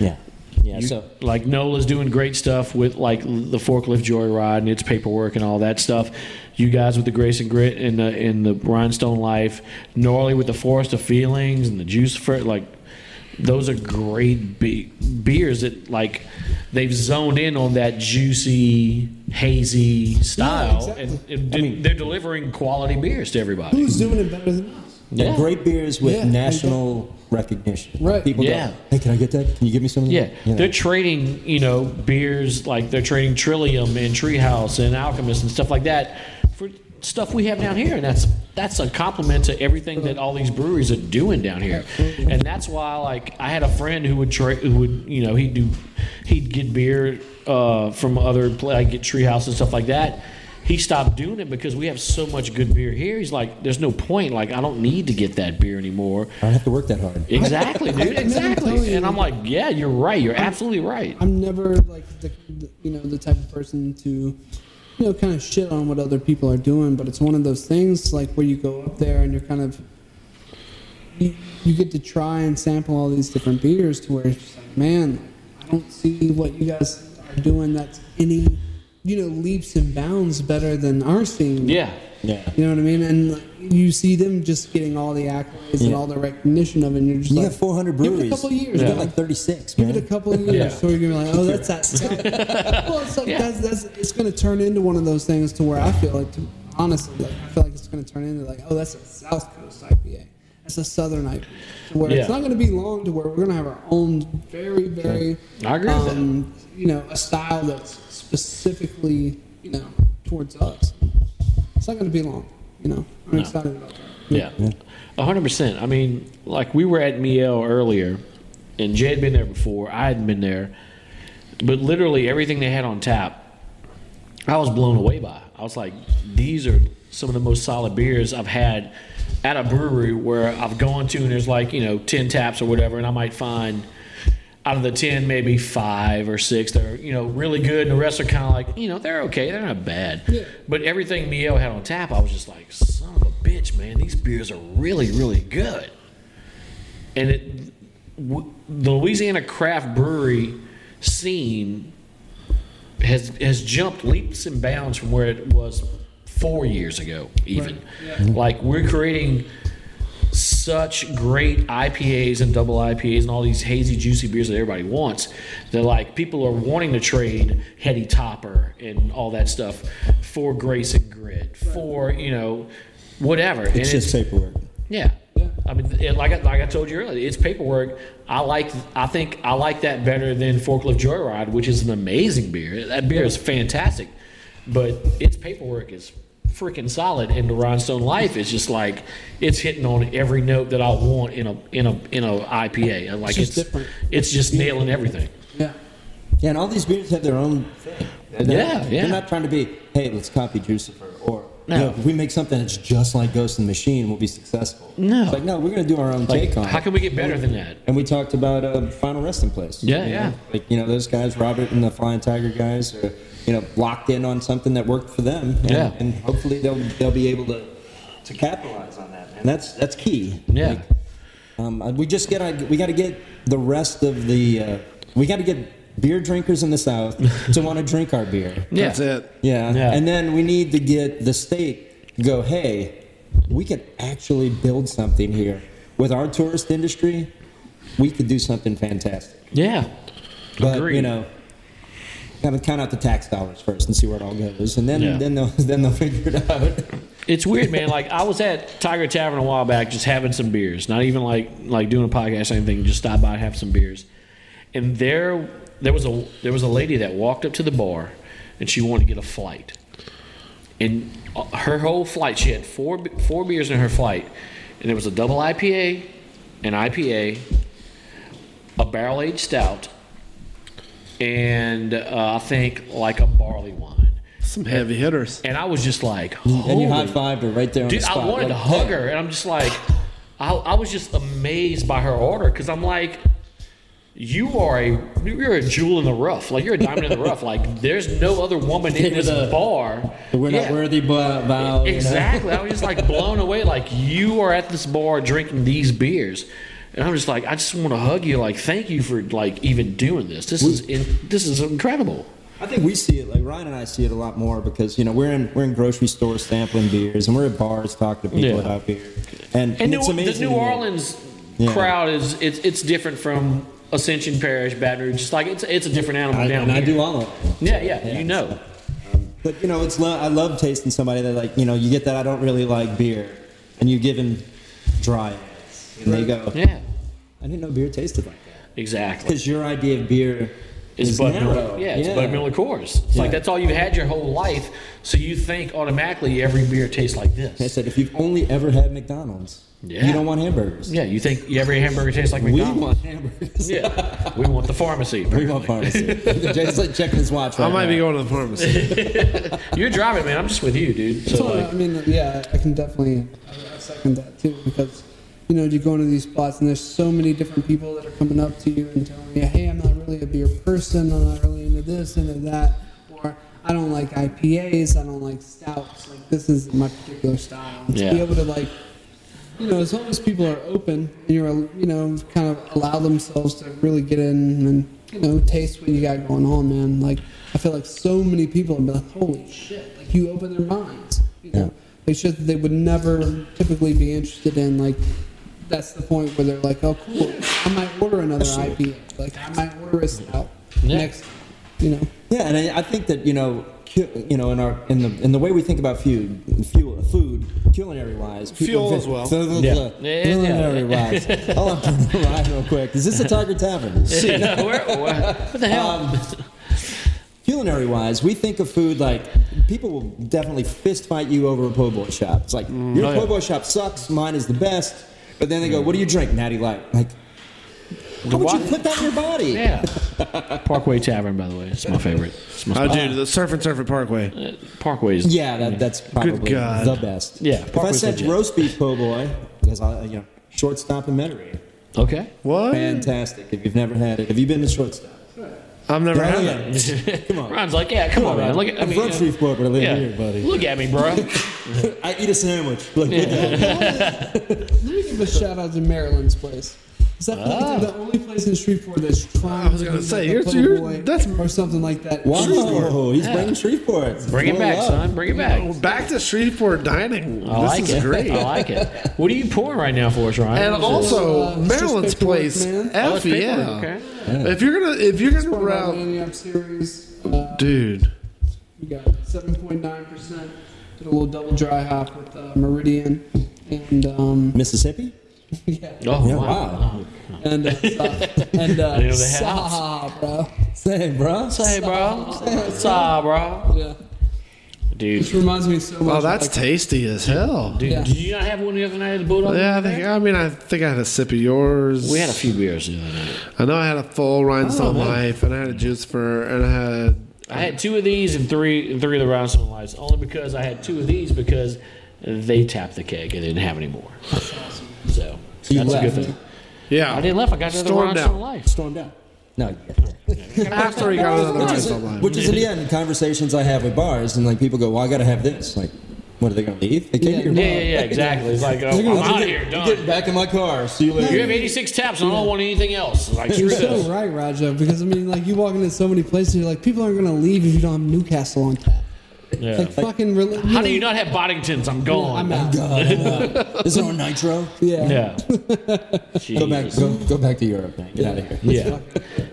[SPEAKER 4] Yeah, yeah.
[SPEAKER 1] You-
[SPEAKER 4] so
[SPEAKER 1] like Nola's doing great stuff with like the forklift joyride and its paperwork and all that stuff. You guys with the grace and grit and the in the rhinestone life, Norley with the forest of feelings and the juice for like those are great be- beers that like they've zoned in on that juicy hazy style
[SPEAKER 5] exactly.
[SPEAKER 1] and, and de- they're delivering quality beers to everybody.
[SPEAKER 5] Who's doing it better than us?
[SPEAKER 1] Yeah.
[SPEAKER 4] Great beers with
[SPEAKER 5] Yeah.
[SPEAKER 4] national recognition.
[SPEAKER 5] Right.
[SPEAKER 4] People
[SPEAKER 1] Yeah.
[SPEAKER 4] go, hey, can I get that? Can you give me some of that?
[SPEAKER 1] Yeah,
[SPEAKER 4] You know.
[SPEAKER 1] they're trading, you know, beers like they're trading Trillium and Treehouse and Alchemist and stuff like that for stuff we have down here, and that's that's a compliment to everything that all these breweries are doing down here, and that's why like I had a friend who would trade, who would you know he'd do, he'd get beer uh, from other pla- like get Treehouse and stuff like that. He stopped doing it because we have so much good beer here. He's like, there's no point. Like, I don't need to get that beer anymore.
[SPEAKER 4] I don't have to work that hard.
[SPEAKER 1] Exactly, dude.
[SPEAKER 5] telling
[SPEAKER 1] Exactly.
[SPEAKER 5] you.
[SPEAKER 1] And I'm like, yeah, you're right. You're absolutely right.
[SPEAKER 5] I'm never like the, the you know the type of person to you know kind of shit on what other people are doing, but it's one of those things like where you go up there and you're kind of you, you get to try and sample all these different beers to where it's just like, man, I don't see what you guys are doing that's any you know leaps and bounds better than our scene.
[SPEAKER 1] Yeah.
[SPEAKER 4] Yeah.
[SPEAKER 5] You know what I mean? And like, you see them just getting all the accolades and
[SPEAKER 4] Yeah.
[SPEAKER 5] all the recognition of it, and you're just
[SPEAKER 4] You
[SPEAKER 5] like,
[SPEAKER 4] got 400
[SPEAKER 5] Give it a
[SPEAKER 4] breweries.
[SPEAKER 5] couple years,
[SPEAKER 4] You
[SPEAKER 5] man.
[SPEAKER 4] got like 36,
[SPEAKER 5] Give
[SPEAKER 4] man.
[SPEAKER 5] it a couple of years,
[SPEAKER 1] Yeah.
[SPEAKER 5] so you're gonna be like, oh, that's that stuff. well, it's like
[SPEAKER 1] Yeah.
[SPEAKER 5] that's, that's it's gonna turn into one of those things to where I feel like, to, honestly, like, I feel like it's gonna turn into like, oh, that's a South Coast IPA, that's a Southern IPA, to where
[SPEAKER 1] Yeah.
[SPEAKER 5] it's not gonna be long to where we're gonna have our own very, very,
[SPEAKER 1] I agree with that.
[SPEAKER 5] um, you know, a style that's specifically, you know, towards us. It's not gonna be long, you know. I'm excited about that.
[SPEAKER 1] Yeah. A hundred percent. I mean, like we were at Miel earlier and Jay had been there before. I hadn't been there. But literally everything they had on tap, I was blown away by. I was like, these are some of the most solid beers I've had at a brewery where I've gone to and there's like, you know, ten taps or whatever, and I might find out of the 10, maybe five or six, they're, you know, really good. And the rest are kind of like, you know, they're okay. They're not bad.
[SPEAKER 5] Yeah.
[SPEAKER 1] But everything Miel had on tap, I was just like, son of a bitch, man, these beers are really, really good. And it, w- the Louisiana craft brewery scene has has jumped leaps and bounds from where it was four years ago, even. Like we're creating such great IPAs and double IPAs and all these hazy, juicy beers that everybody wants. That like people are wanting to trade heady topper and all that stuff for grace and grit, for you know, whatever. and
[SPEAKER 4] It's just paperwork.
[SPEAKER 1] yeah. I mean, it, like I, like I told you earlier, it's paperwork. I like I think I like that better than Forklift Joyride, which is an amazing beer. That beer is fantastic, but its paperwork is freaking solid. And the Rhinestone Life is just like it's hitting on every note that I want in a in a in a IPA. Like
[SPEAKER 5] just
[SPEAKER 1] it's
[SPEAKER 5] different.
[SPEAKER 1] it's just nailing everything.
[SPEAKER 5] Yeah.
[SPEAKER 4] Yeah, and all these beers have their own thing. They're
[SPEAKER 1] Yeah,
[SPEAKER 4] not,
[SPEAKER 1] yeah.
[SPEAKER 4] They're not trying to be, hey, let's copy Jucifer or
[SPEAKER 1] No.
[SPEAKER 4] no. if we make something that's just like Ghost in the Machine, we'll be successful.
[SPEAKER 1] No.
[SPEAKER 4] It's like, no, we're going to do our own
[SPEAKER 1] Like
[SPEAKER 4] take on
[SPEAKER 1] how
[SPEAKER 4] it.
[SPEAKER 1] can we get better than that?
[SPEAKER 4] And we talked about uh, Final Resting Place.
[SPEAKER 1] Yeah,
[SPEAKER 4] You know,
[SPEAKER 1] yeah.
[SPEAKER 4] Like, you know, those guys, Robert and the Flying Tiger guys, are, you know, locked in on something that worked for them. And,
[SPEAKER 1] Yeah.
[SPEAKER 4] And hopefully they'll, theyll be able to, to capitalize on that, man. That's, that's key.
[SPEAKER 1] Yeah.
[SPEAKER 4] Like, um, uh, we just get we got to get the rest of the uh, we got to get beer drinkers in the South to want to drink our beer.
[SPEAKER 1] Yeah.
[SPEAKER 3] That's it.
[SPEAKER 4] Yeah.
[SPEAKER 1] Yeah.
[SPEAKER 4] and then we need to get the state to go. Hey, we could actually build something here with our tourist industry. We could do something fantastic.
[SPEAKER 1] Yeah.
[SPEAKER 4] But
[SPEAKER 1] Agreed.
[SPEAKER 4] you know, gotta count out the tax dollars first and see where it all goes, and then
[SPEAKER 1] Yeah.
[SPEAKER 4] then they'll then they'll figure it out.
[SPEAKER 1] It's weird, man. Like I was at Tiger Tavern a while back, just having some beers, not even like like doing a podcast or anything. Just stop by, and have some beers, and there there was a there was a lady that walked up to the bar, and she wanted to get a flight, and uh, her whole flight she had four b- four beers in her flight, and there was a double IPA, an IPA, a barrel aged stout, and uh, I think like a barley wine,
[SPEAKER 3] Some heavy hitters.
[SPEAKER 1] and I was just like,
[SPEAKER 4] and you
[SPEAKER 1] holy
[SPEAKER 4] high fived her right there on
[SPEAKER 1] Dude,
[SPEAKER 4] the spot.
[SPEAKER 1] I wanted to
[SPEAKER 4] Like,
[SPEAKER 1] hug
[SPEAKER 4] hey.
[SPEAKER 1] her, and I'm just like, I, I was just amazed by her order because I'm like, you are a you're a jewel in the rough, like you're a diamond in the rough. Like there's no other woman in this
[SPEAKER 4] The-
[SPEAKER 1] bar.
[SPEAKER 4] We're not
[SPEAKER 1] Yeah.
[SPEAKER 4] worthy, but vow. you know?
[SPEAKER 1] Exactly. I was just like blown away. Like you are at this bar drinking these beers, and I'm just like, I just want to hug you. Like thank you for like even doing this. This is in, this is incredible.
[SPEAKER 4] I think we see it like Ryan and I see it a lot more because you know we're in we're in grocery stores sampling beers and we're at bars talking to people
[SPEAKER 1] Yeah.
[SPEAKER 4] about beer and,
[SPEAKER 1] And
[SPEAKER 4] and
[SPEAKER 1] New,
[SPEAKER 4] it's
[SPEAKER 1] the
[SPEAKER 4] amazing.
[SPEAKER 1] New
[SPEAKER 4] to me.
[SPEAKER 1] Orleans
[SPEAKER 4] Yeah.
[SPEAKER 1] crowd is it's it's different from Ascension Parish, Baton Rouge. Just like it's it's a different animal
[SPEAKER 4] I,
[SPEAKER 1] down
[SPEAKER 4] and I
[SPEAKER 1] here.
[SPEAKER 4] do all of it.
[SPEAKER 1] yeah, yeah,
[SPEAKER 4] Yeah.
[SPEAKER 1] you know.
[SPEAKER 4] But you know, it's lo- I love tasting somebody that like you know you get that I don't really like beer and you give them dry ass and they go
[SPEAKER 1] Yeah,
[SPEAKER 4] I didn't know beer tasted like that
[SPEAKER 1] exactly.
[SPEAKER 4] because your idea of beer
[SPEAKER 1] It's
[SPEAKER 4] is
[SPEAKER 1] Bud
[SPEAKER 4] narrow.
[SPEAKER 1] Miller. Yeah, it's Bud Miller Coors. It's like
[SPEAKER 4] Yeah.
[SPEAKER 1] that's all you've had your whole life, so you think automatically every beer tastes like
[SPEAKER 4] I
[SPEAKER 1] this.
[SPEAKER 4] said if you've only ever had McDonald's,
[SPEAKER 1] Yeah.
[SPEAKER 4] you don't want hamburgers.
[SPEAKER 1] Yeah, you think every hamburger tastes like
[SPEAKER 4] We
[SPEAKER 1] McDonald's.
[SPEAKER 4] want hamburgers.
[SPEAKER 1] yeah, we want the pharmacy.
[SPEAKER 4] We want pharmacy. Jay's like checking his watch right
[SPEAKER 3] I might
[SPEAKER 4] now.
[SPEAKER 3] be going to the pharmacy.
[SPEAKER 1] You're driving, man. I'm just with you, dude. So
[SPEAKER 5] So, I
[SPEAKER 1] like,
[SPEAKER 5] mean, yeah, I can definitely I I second that too because you know you go into these spots and there's so many different people that are coming up to you and telling you, hey, I'm not really a beer person, I'm not really into this, into that, or I don't like IPAs, I don't like stouts, like this is my particular style. And To be
[SPEAKER 1] Yeah.
[SPEAKER 5] able to like, you know, as long as people are open and you're you know kind of allow themselves to really get in and you know taste what you got going on, man. Like I feel like so many people have been like, holy shit, like you open their minds. You know, like shit that they would never typically be interested in. Like that's the point where they're like, oh cool, I might order another IPA. Like I might order a stout
[SPEAKER 1] Yeah.
[SPEAKER 5] next. You know,
[SPEAKER 4] Yeah, and I, I think that you know, cu- you know, in our in the in the way we think about food, fuel, food, culinary wise,
[SPEAKER 3] Fuel as well.
[SPEAKER 1] Yeah. Yeah, yeah,
[SPEAKER 4] culinary wise. Hold on, Ryan, real quick. Is this a Tiger Tavern?
[SPEAKER 1] Where- where- what the hell?
[SPEAKER 4] Um, culinary wise, we think of food like people will definitely fist fight you over a po' boy shop. It's like your
[SPEAKER 1] oh,
[SPEAKER 4] po'
[SPEAKER 1] yeah.
[SPEAKER 4] boy shop sucks, mine is the best. But then they go, "What do you drink, Natty Light?" Like, how would you
[SPEAKER 1] why-
[SPEAKER 4] put that in your body?
[SPEAKER 1] yeah. Parkway Tavern, by the way, it's my favorite. It's my
[SPEAKER 3] Oh, dude, the Surf and Surfer Parkway.
[SPEAKER 1] Parkway's
[SPEAKER 4] Yeah, that, that's probably
[SPEAKER 3] God.
[SPEAKER 4] the best.
[SPEAKER 1] Yeah,
[SPEAKER 4] If I
[SPEAKER 1] Parkway's
[SPEAKER 4] said
[SPEAKER 1] legit.
[SPEAKER 4] roast beef po' boy, because I, you know, shortstop in Metairie,
[SPEAKER 1] Okay.
[SPEAKER 3] What?
[SPEAKER 4] Fantastic. If you've never had it, have you been to shortstop?
[SPEAKER 3] I've never had that.
[SPEAKER 4] yeah. Come on.
[SPEAKER 1] Ron's like, yeah, come on, man. Look at, I
[SPEAKER 4] I'm
[SPEAKER 1] mean,
[SPEAKER 4] from
[SPEAKER 1] yeah.
[SPEAKER 4] Shreveport, but I live
[SPEAKER 1] yeah.
[SPEAKER 4] here, buddy.
[SPEAKER 1] Look at me, bro.
[SPEAKER 4] I eat a sandwich. Look,
[SPEAKER 5] Let me give a shout out to Maryland's place. Is that
[SPEAKER 1] Ah.
[SPEAKER 5] the only place in Shreveport that's trying?
[SPEAKER 3] I was
[SPEAKER 5] to
[SPEAKER 3] gonna
[SPEAKER 5] do,
[SPEAKER 3] say,
[SPEAKER 5] like,
[SPEAKER 3] you're-
[SPEAKER 5] a Puddle
[SPEAKER 3] you're-
[SPEAKER 5] Boy
[SPEAKER 3] that's-
[SPEAKER 5] or something like that.
[SPEAKER 4] Wow, he's bringing Shreveport.
[SPEAKER 1] Bring it
[SPEAKER 4] Blow
[SPEAKER 1] back,
[SPEAKER 4] up.
[SPEAKER 1] son. Bring it
[SPEAKER 3] Well,
[SPEAKER 1] back.
[SPEAKER 3] back to Shreveport dining.
[SPEAKER 1] I
[SPEAKER 3] this
[SPEAKER 1] like
[SPEAKER 3] is
[SPEAKER 1] it.
[SPEAKER 3] great.
[SPEAKER 1] I like it. What are you pouring right now for us, Ryan?
[SPEAKER 3] and
[SPEAKER 1] What is this?
[SPEAKER 3] also
[SPEAKER 5] Uh,
[SPEAKER 3] Maryland's
[SPEAKER 5] just paperwork,
[SPEAKER 3] place.
[SPEAKER 5] man.
[SPEAKER 1] Oh,
[SPEAKER 3] F
[SPEAKER 1] it's
[SPEAKER 3] yeah.
[SPEAKER 1] paperwork, okay.
[SPEAKER 3] If you're gonna if you're gonna
[SPEAKER 5] From our
[SPEAKER 3] route,
[SPEAKER 5] Maniac series, uh,
[SPEAKER 3] dude.
[SPEAKER 5] we got 7.9 percent. Did a little double dry hop with uh, Meridian and um,
[SPEAKER 4] Mississippi?
[SPEAKER 5] yeah,
[SPEAKER 1] Oh,
[SPEAKER 4] Yeah,
[SPEAKER 1] wow.
[SPEAKER 4] wow.
[SPEAKER 5] and uh, and uh,
[SPEAKER 1] know they have.
[SPEAKER 5] Saha, bro.
[SPEAKER 4] Say, bro.
[SPEAKER 1] Hey, bro. What's up, bro?
[SPEAKER 5] Yeah, which
[SPEAKER 1] Dude,
[SPEAKER 5] reminds me so much.
[SPEAKER 3] Oh,
[SPEAKER 5] of,
[SPEAKER 3] that's
[SPEAKER 5] like,
[SPEAKER 3] tasty as hell.
[SPEAKER 1] dude
[SPEAKER 5] Yeah.
[SPEAKER 1] did you not have one the other night at the Bulldog?
[SPEAKER 3] Yeah, I think. I mean, I think I had a sip of yours.
[SPEAKER 1] We had a few beers the other night.
[SPEAKER 3] I know I had a full rhinestone
[SPEAKER 1] Oh, man.
[SPEAKER 3] life, and I had a juice for, and I had.
[SPEAKER 1] I had two of these and three and three of the Rhinestone Lights, only because I had two of these because they tapped the keg and didn't have any more. So
[SPEAKER 4] you
[SPEAKER 1] that's a good
[SPEAKER 4] left.
[SPEAKER 1] thing.
[SPEAKER 3] Yeah,
[SPEAKER 1] I didn't left. I got another
[SPEAKER 3] Stormed
[SPEAKER 1] Rhinestone
[SPEAKER 3] out.
[SPEAKER 1] Lights.
[SPEAKER 4] Stormed out. No. you-
[SPEAKER 3] After he got another
[SPEAKER 4] Which is,
[SPEAKER 3] rhinestone life.
[SPEAKER 4] which is in the end, conversations I have with bars, and like people go, "Well, I got to have this." Like, what are they going to leave? They came
[SPEAKER 5] Yeah.
[SPEAKER 4] here.
[SPEAKER 1] Yeah, yeah, yeah, exactly. It's like, oh,
[SPEAKER 4] They're gonna-
[SPEAKER 1] I'm out
[SPEAKER 4] get-
[SPEAKER 1] of here,
[SPEAKER 4] Get
[SPEAKER 1] done.
[SPEAKER 4] back in my car. See you later.
[SPEAKER 1] You have 86 taps, and I don't want anything else. Like, screw
[SPEAKER 5] You're so
[SPEAKER 1] this.
[SPEAKER 5] right, Raja. Because I mean, like you walk into so many places, you're like, people aren't gonna leave if you don't have Newcastle on tap.
[SPEAKER 1] Yeah.
[SPEAKER 5] Like fucking. Rel-
[SPEAKER 1] How do you not have Boddingtons? I'm gone.
[SPEAKER 5] I'm out.
[SPEAKER 4] God, uh, is there no nitro?
[SPEAKER 5] Yeah.
[SPEAKER 1] Yeah.
[SPEAKER 4] Go back.
[SPEAKER 1] Jesus.
[SPEAKER 4] Go, go back to Europe, man. Get out of here.
[SPEAKER 1] Yeah.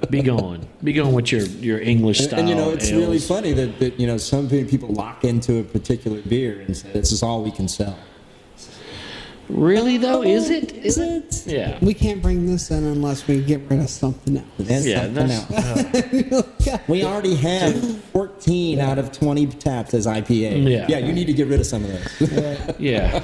[SPEAKER 1] Be gone. Be gone with your, your English
[SPEAKER 4] And,
[SPEAKER 1] style.
[SPEAKER 4] and, you know, it's really
[SPEAKER 1] ales.
[SPEAKER 4] funny that, that you know some pe- people lock into a particular beer and say this is all we can sell.
[SPEAKER 1] Really, though? Is it? Is it?
[SPEAKER 4] it?
[SPEAKER 1] Yeah.
[SPEAKER 5] We can't bring this in unless we get rid of something else.
[SPEAKER 4] That's
[SPEAKER 1] Yeah,
[SPEAKER 4] something
[SPEAKER 1] that's-
[SPEAKER 4] else. We already have 14 out of 20 taps as IPA.
[SPEAKER 1] Yeah.
[SPEAKER 4] yeah, you need to get rid of some of those.
[SPEAKER 1] Yeah.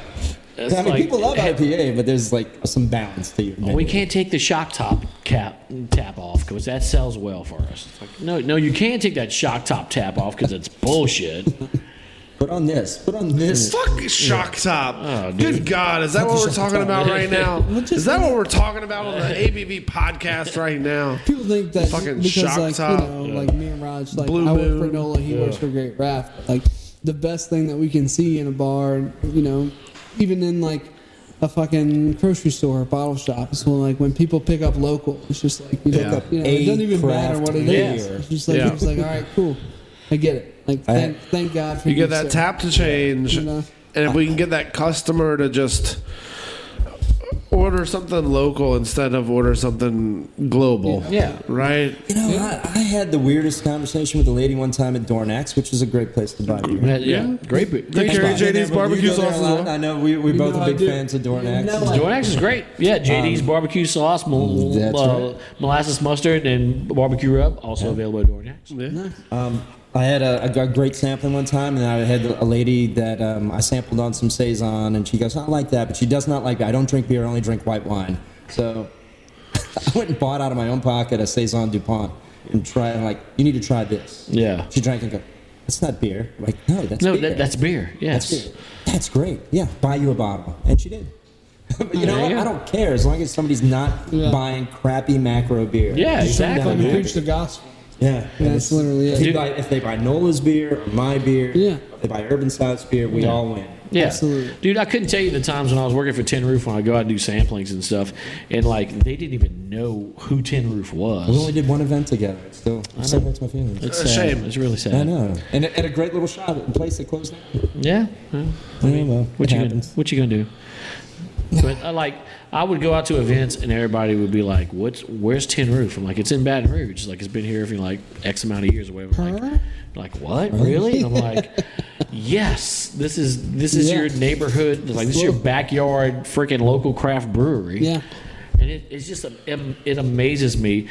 [SPEAKER 1] It's
[SPEAKER 4] I mean,
[SPEAKER 1] like- Oh,
[SPEAKER 4] people love IPA, but there's like some balance to your menu.
[SPEAKER 1] We can't take the shock top cap tap off because that sells well for us. It's like, no, no, you can't take that shock top tap off because it's bullshit.
[SPEAKER 4] Put on this. Put on this.
[SPEAKER 3] Fuck shock top.
[SPEAKER 1] Oh, dude.
[SPEAKER 3] Good God, is that what we're talking about right now?
[SPEAKER 5] just-
[SPEAKER 3] Is that what we're talking about on the ABV podcast right now?
[SPEAKER 5] People think that
[SPEAKER 3] Fucking shock
[SPEAKER 5] because, like,
[SPEAKER 3] top.
[SPEAKER 5] you know, like me and Raj, like
[SPEAKER 3] Blue
[SPEAKER 5] I work for
[SPEAKER 3] Moon.
[SPEAKER 5] Nola, he works for Great Raft. Like the best thing that we can see in a bar, you know, even in like a fucking grocery store or bottle shop, is when like when people pick up local, it's just like you know,
[SPEAKER 3] Yeah.
[SPEAKER 5] you know it doesn't even
[SPEAKER 4] A
[SPEAKER 5] matter what it
[SPEAKER 4] craft
[SPEAKER 5] is.
[SPEAKER 4] beer.
[SPEAKER 5] It's just like
[SPEAKER 3] Yeah.
[SPEAKER 5] it's like all right, cool, I get it. Like
[SPEAKER 4] I-
[SPEAKER 5] thank, thank God for
[SPEAKER 3] You get that
[SPEAKER 5] sir.
[SPEAKER 3] tap to change,
[SPEAKER 5] You know.
[SPEAKER 3] and if we can get that customer to just order something local instead of order something global.
[SPEAKER 1] Yeah.
[SPEAKER 3] Right?
[SPEAKER 4] You know, I, I had the weirdest conversation with a lady one time at Dornax, which is a great place to buy beer.
[SPEAKER 1] Yeah, great. beer.
[SPEAKER 3] They carry
[SPEAKER 4] I've been there
[SPEAKER 3] JD's
[SPEAKER 4] with you.
[SPEAKER 3] barbecue
[SPEAKER 4] You go there
[SPEAKER 3] sauce as
[SPEAKER 4] a lot.
[SPEAKER 3] well.
[SPEAKER 4] I know we, we're both
[SPEAKER 5] know
[SPEAKER 4] are
[SPEAKER 5] I
[SPEAKER 4] big
[SPEAKER 5] do.
[SPEAKER 4] fans of Dornax.
[SPEAKER 5] No, I-
[SPEAKER 1] Dornax is great. Yeah, JD's barbecue sauce, mol-
[SPEAKER 4] Um, That's
[SPEAKER 1] uh,
[SPEAKER 4] right.
[SPEAKER 1] molasses mustard, and barbecue rub also available at Dornax.
[SPEAKER 4] Um, I had a, I got a great sampling one time, and I had a lady that um, I sampled on some saison, and she goes, "I like that," but she does not like. I don't drink beer; I only drink white wine. So I went and bought out of my own pocket a saison Dupont and try. i like, you need to try this.
[SPEAKER 1] Yeah.
[SPEAKER 4] She drank and go, "That's not beer." I'm like, no, that's
[SPEAKER 1] No,
[SPEAKER 4] beer.
[SPEAKER 1] that, that's beer. Yes.
[SPEAKER 4] That's good. That's great. Yeah, buy you a bottle. And she did. but you know
[SPEAKER 1] There
[SPEAKER 4] what?
[SPEAKER 1] you go.
[SPEAKER 4] I don't care as long as somebody's not
[SPEAKER 5] Yeah.
[SPEAKER 4] buying crappy macro beer.
[SPEAKER 1] Yeah,
[SPEAKER 4] Just shut
[SPEAKER 1] exactly,
[SPEAKER 4] down
[SPEAKER 5] Fucking
[SPEAKER 4] beer.
[SPEAKER 5] preach the gospel.
[SPEAKER 4] Yeah,
[SPEAKER 5] Yeah, that's literally
[SPEAKER 4] If
[SPEAKER 5] it.
[SPEAKER 4] they, buy, if they buy Nola's beer or my beer,
[SPEAKER 5] Yeah.
[SPEAKER 4] if they buy Urban South's beer, we all win.
[SPEAKER 1] Yeah.
[SPEAKER 5] Absolutely.
[SPEAKER 1] Dude, I couldn't tell you the times when I was working for Tin Roof when I go out and do samplings and stuff, and like they didn't even know who Tin Roof was.
[SPEAKER 4] We only did one event together. It still it still hurts my feelings.
[SPEAKER 1] it's
[SPEAKER 3] a
[SPEAKER 1] sad.
[SPEAKER 3] shame.
[SPEAKER 1] It's really sad.
[SPEAKER 4] I know. And at a great little shop at the place that closed down.
[SPEAKER 1] Yeah. yeah.
[SPEAKER 4] I mean, well,
[SPEAKER 1] What
[SPEAKER 4] it
[SPEAKER 1] you gonna,
[SPEAKER 4] happens.
[SPEAKER 1] what you gonna do? But I like I would go out to events and everybody would be like, "What's where's Tin Roof?" I'm like, "It's in Baton Rouge. Like it's been here for like X amount of years or whatever." I'm Like, like what? Really? And I'm like, "Yes, this is this is
[SPEAKER 5] Yeah.
[SPEAKER 1] your neighborhood. Like this is your backyard freaking local craft brewery."
[SPEAKER 5] Yeah.
[SPEAKER 1] and it, it's just am- it amazes me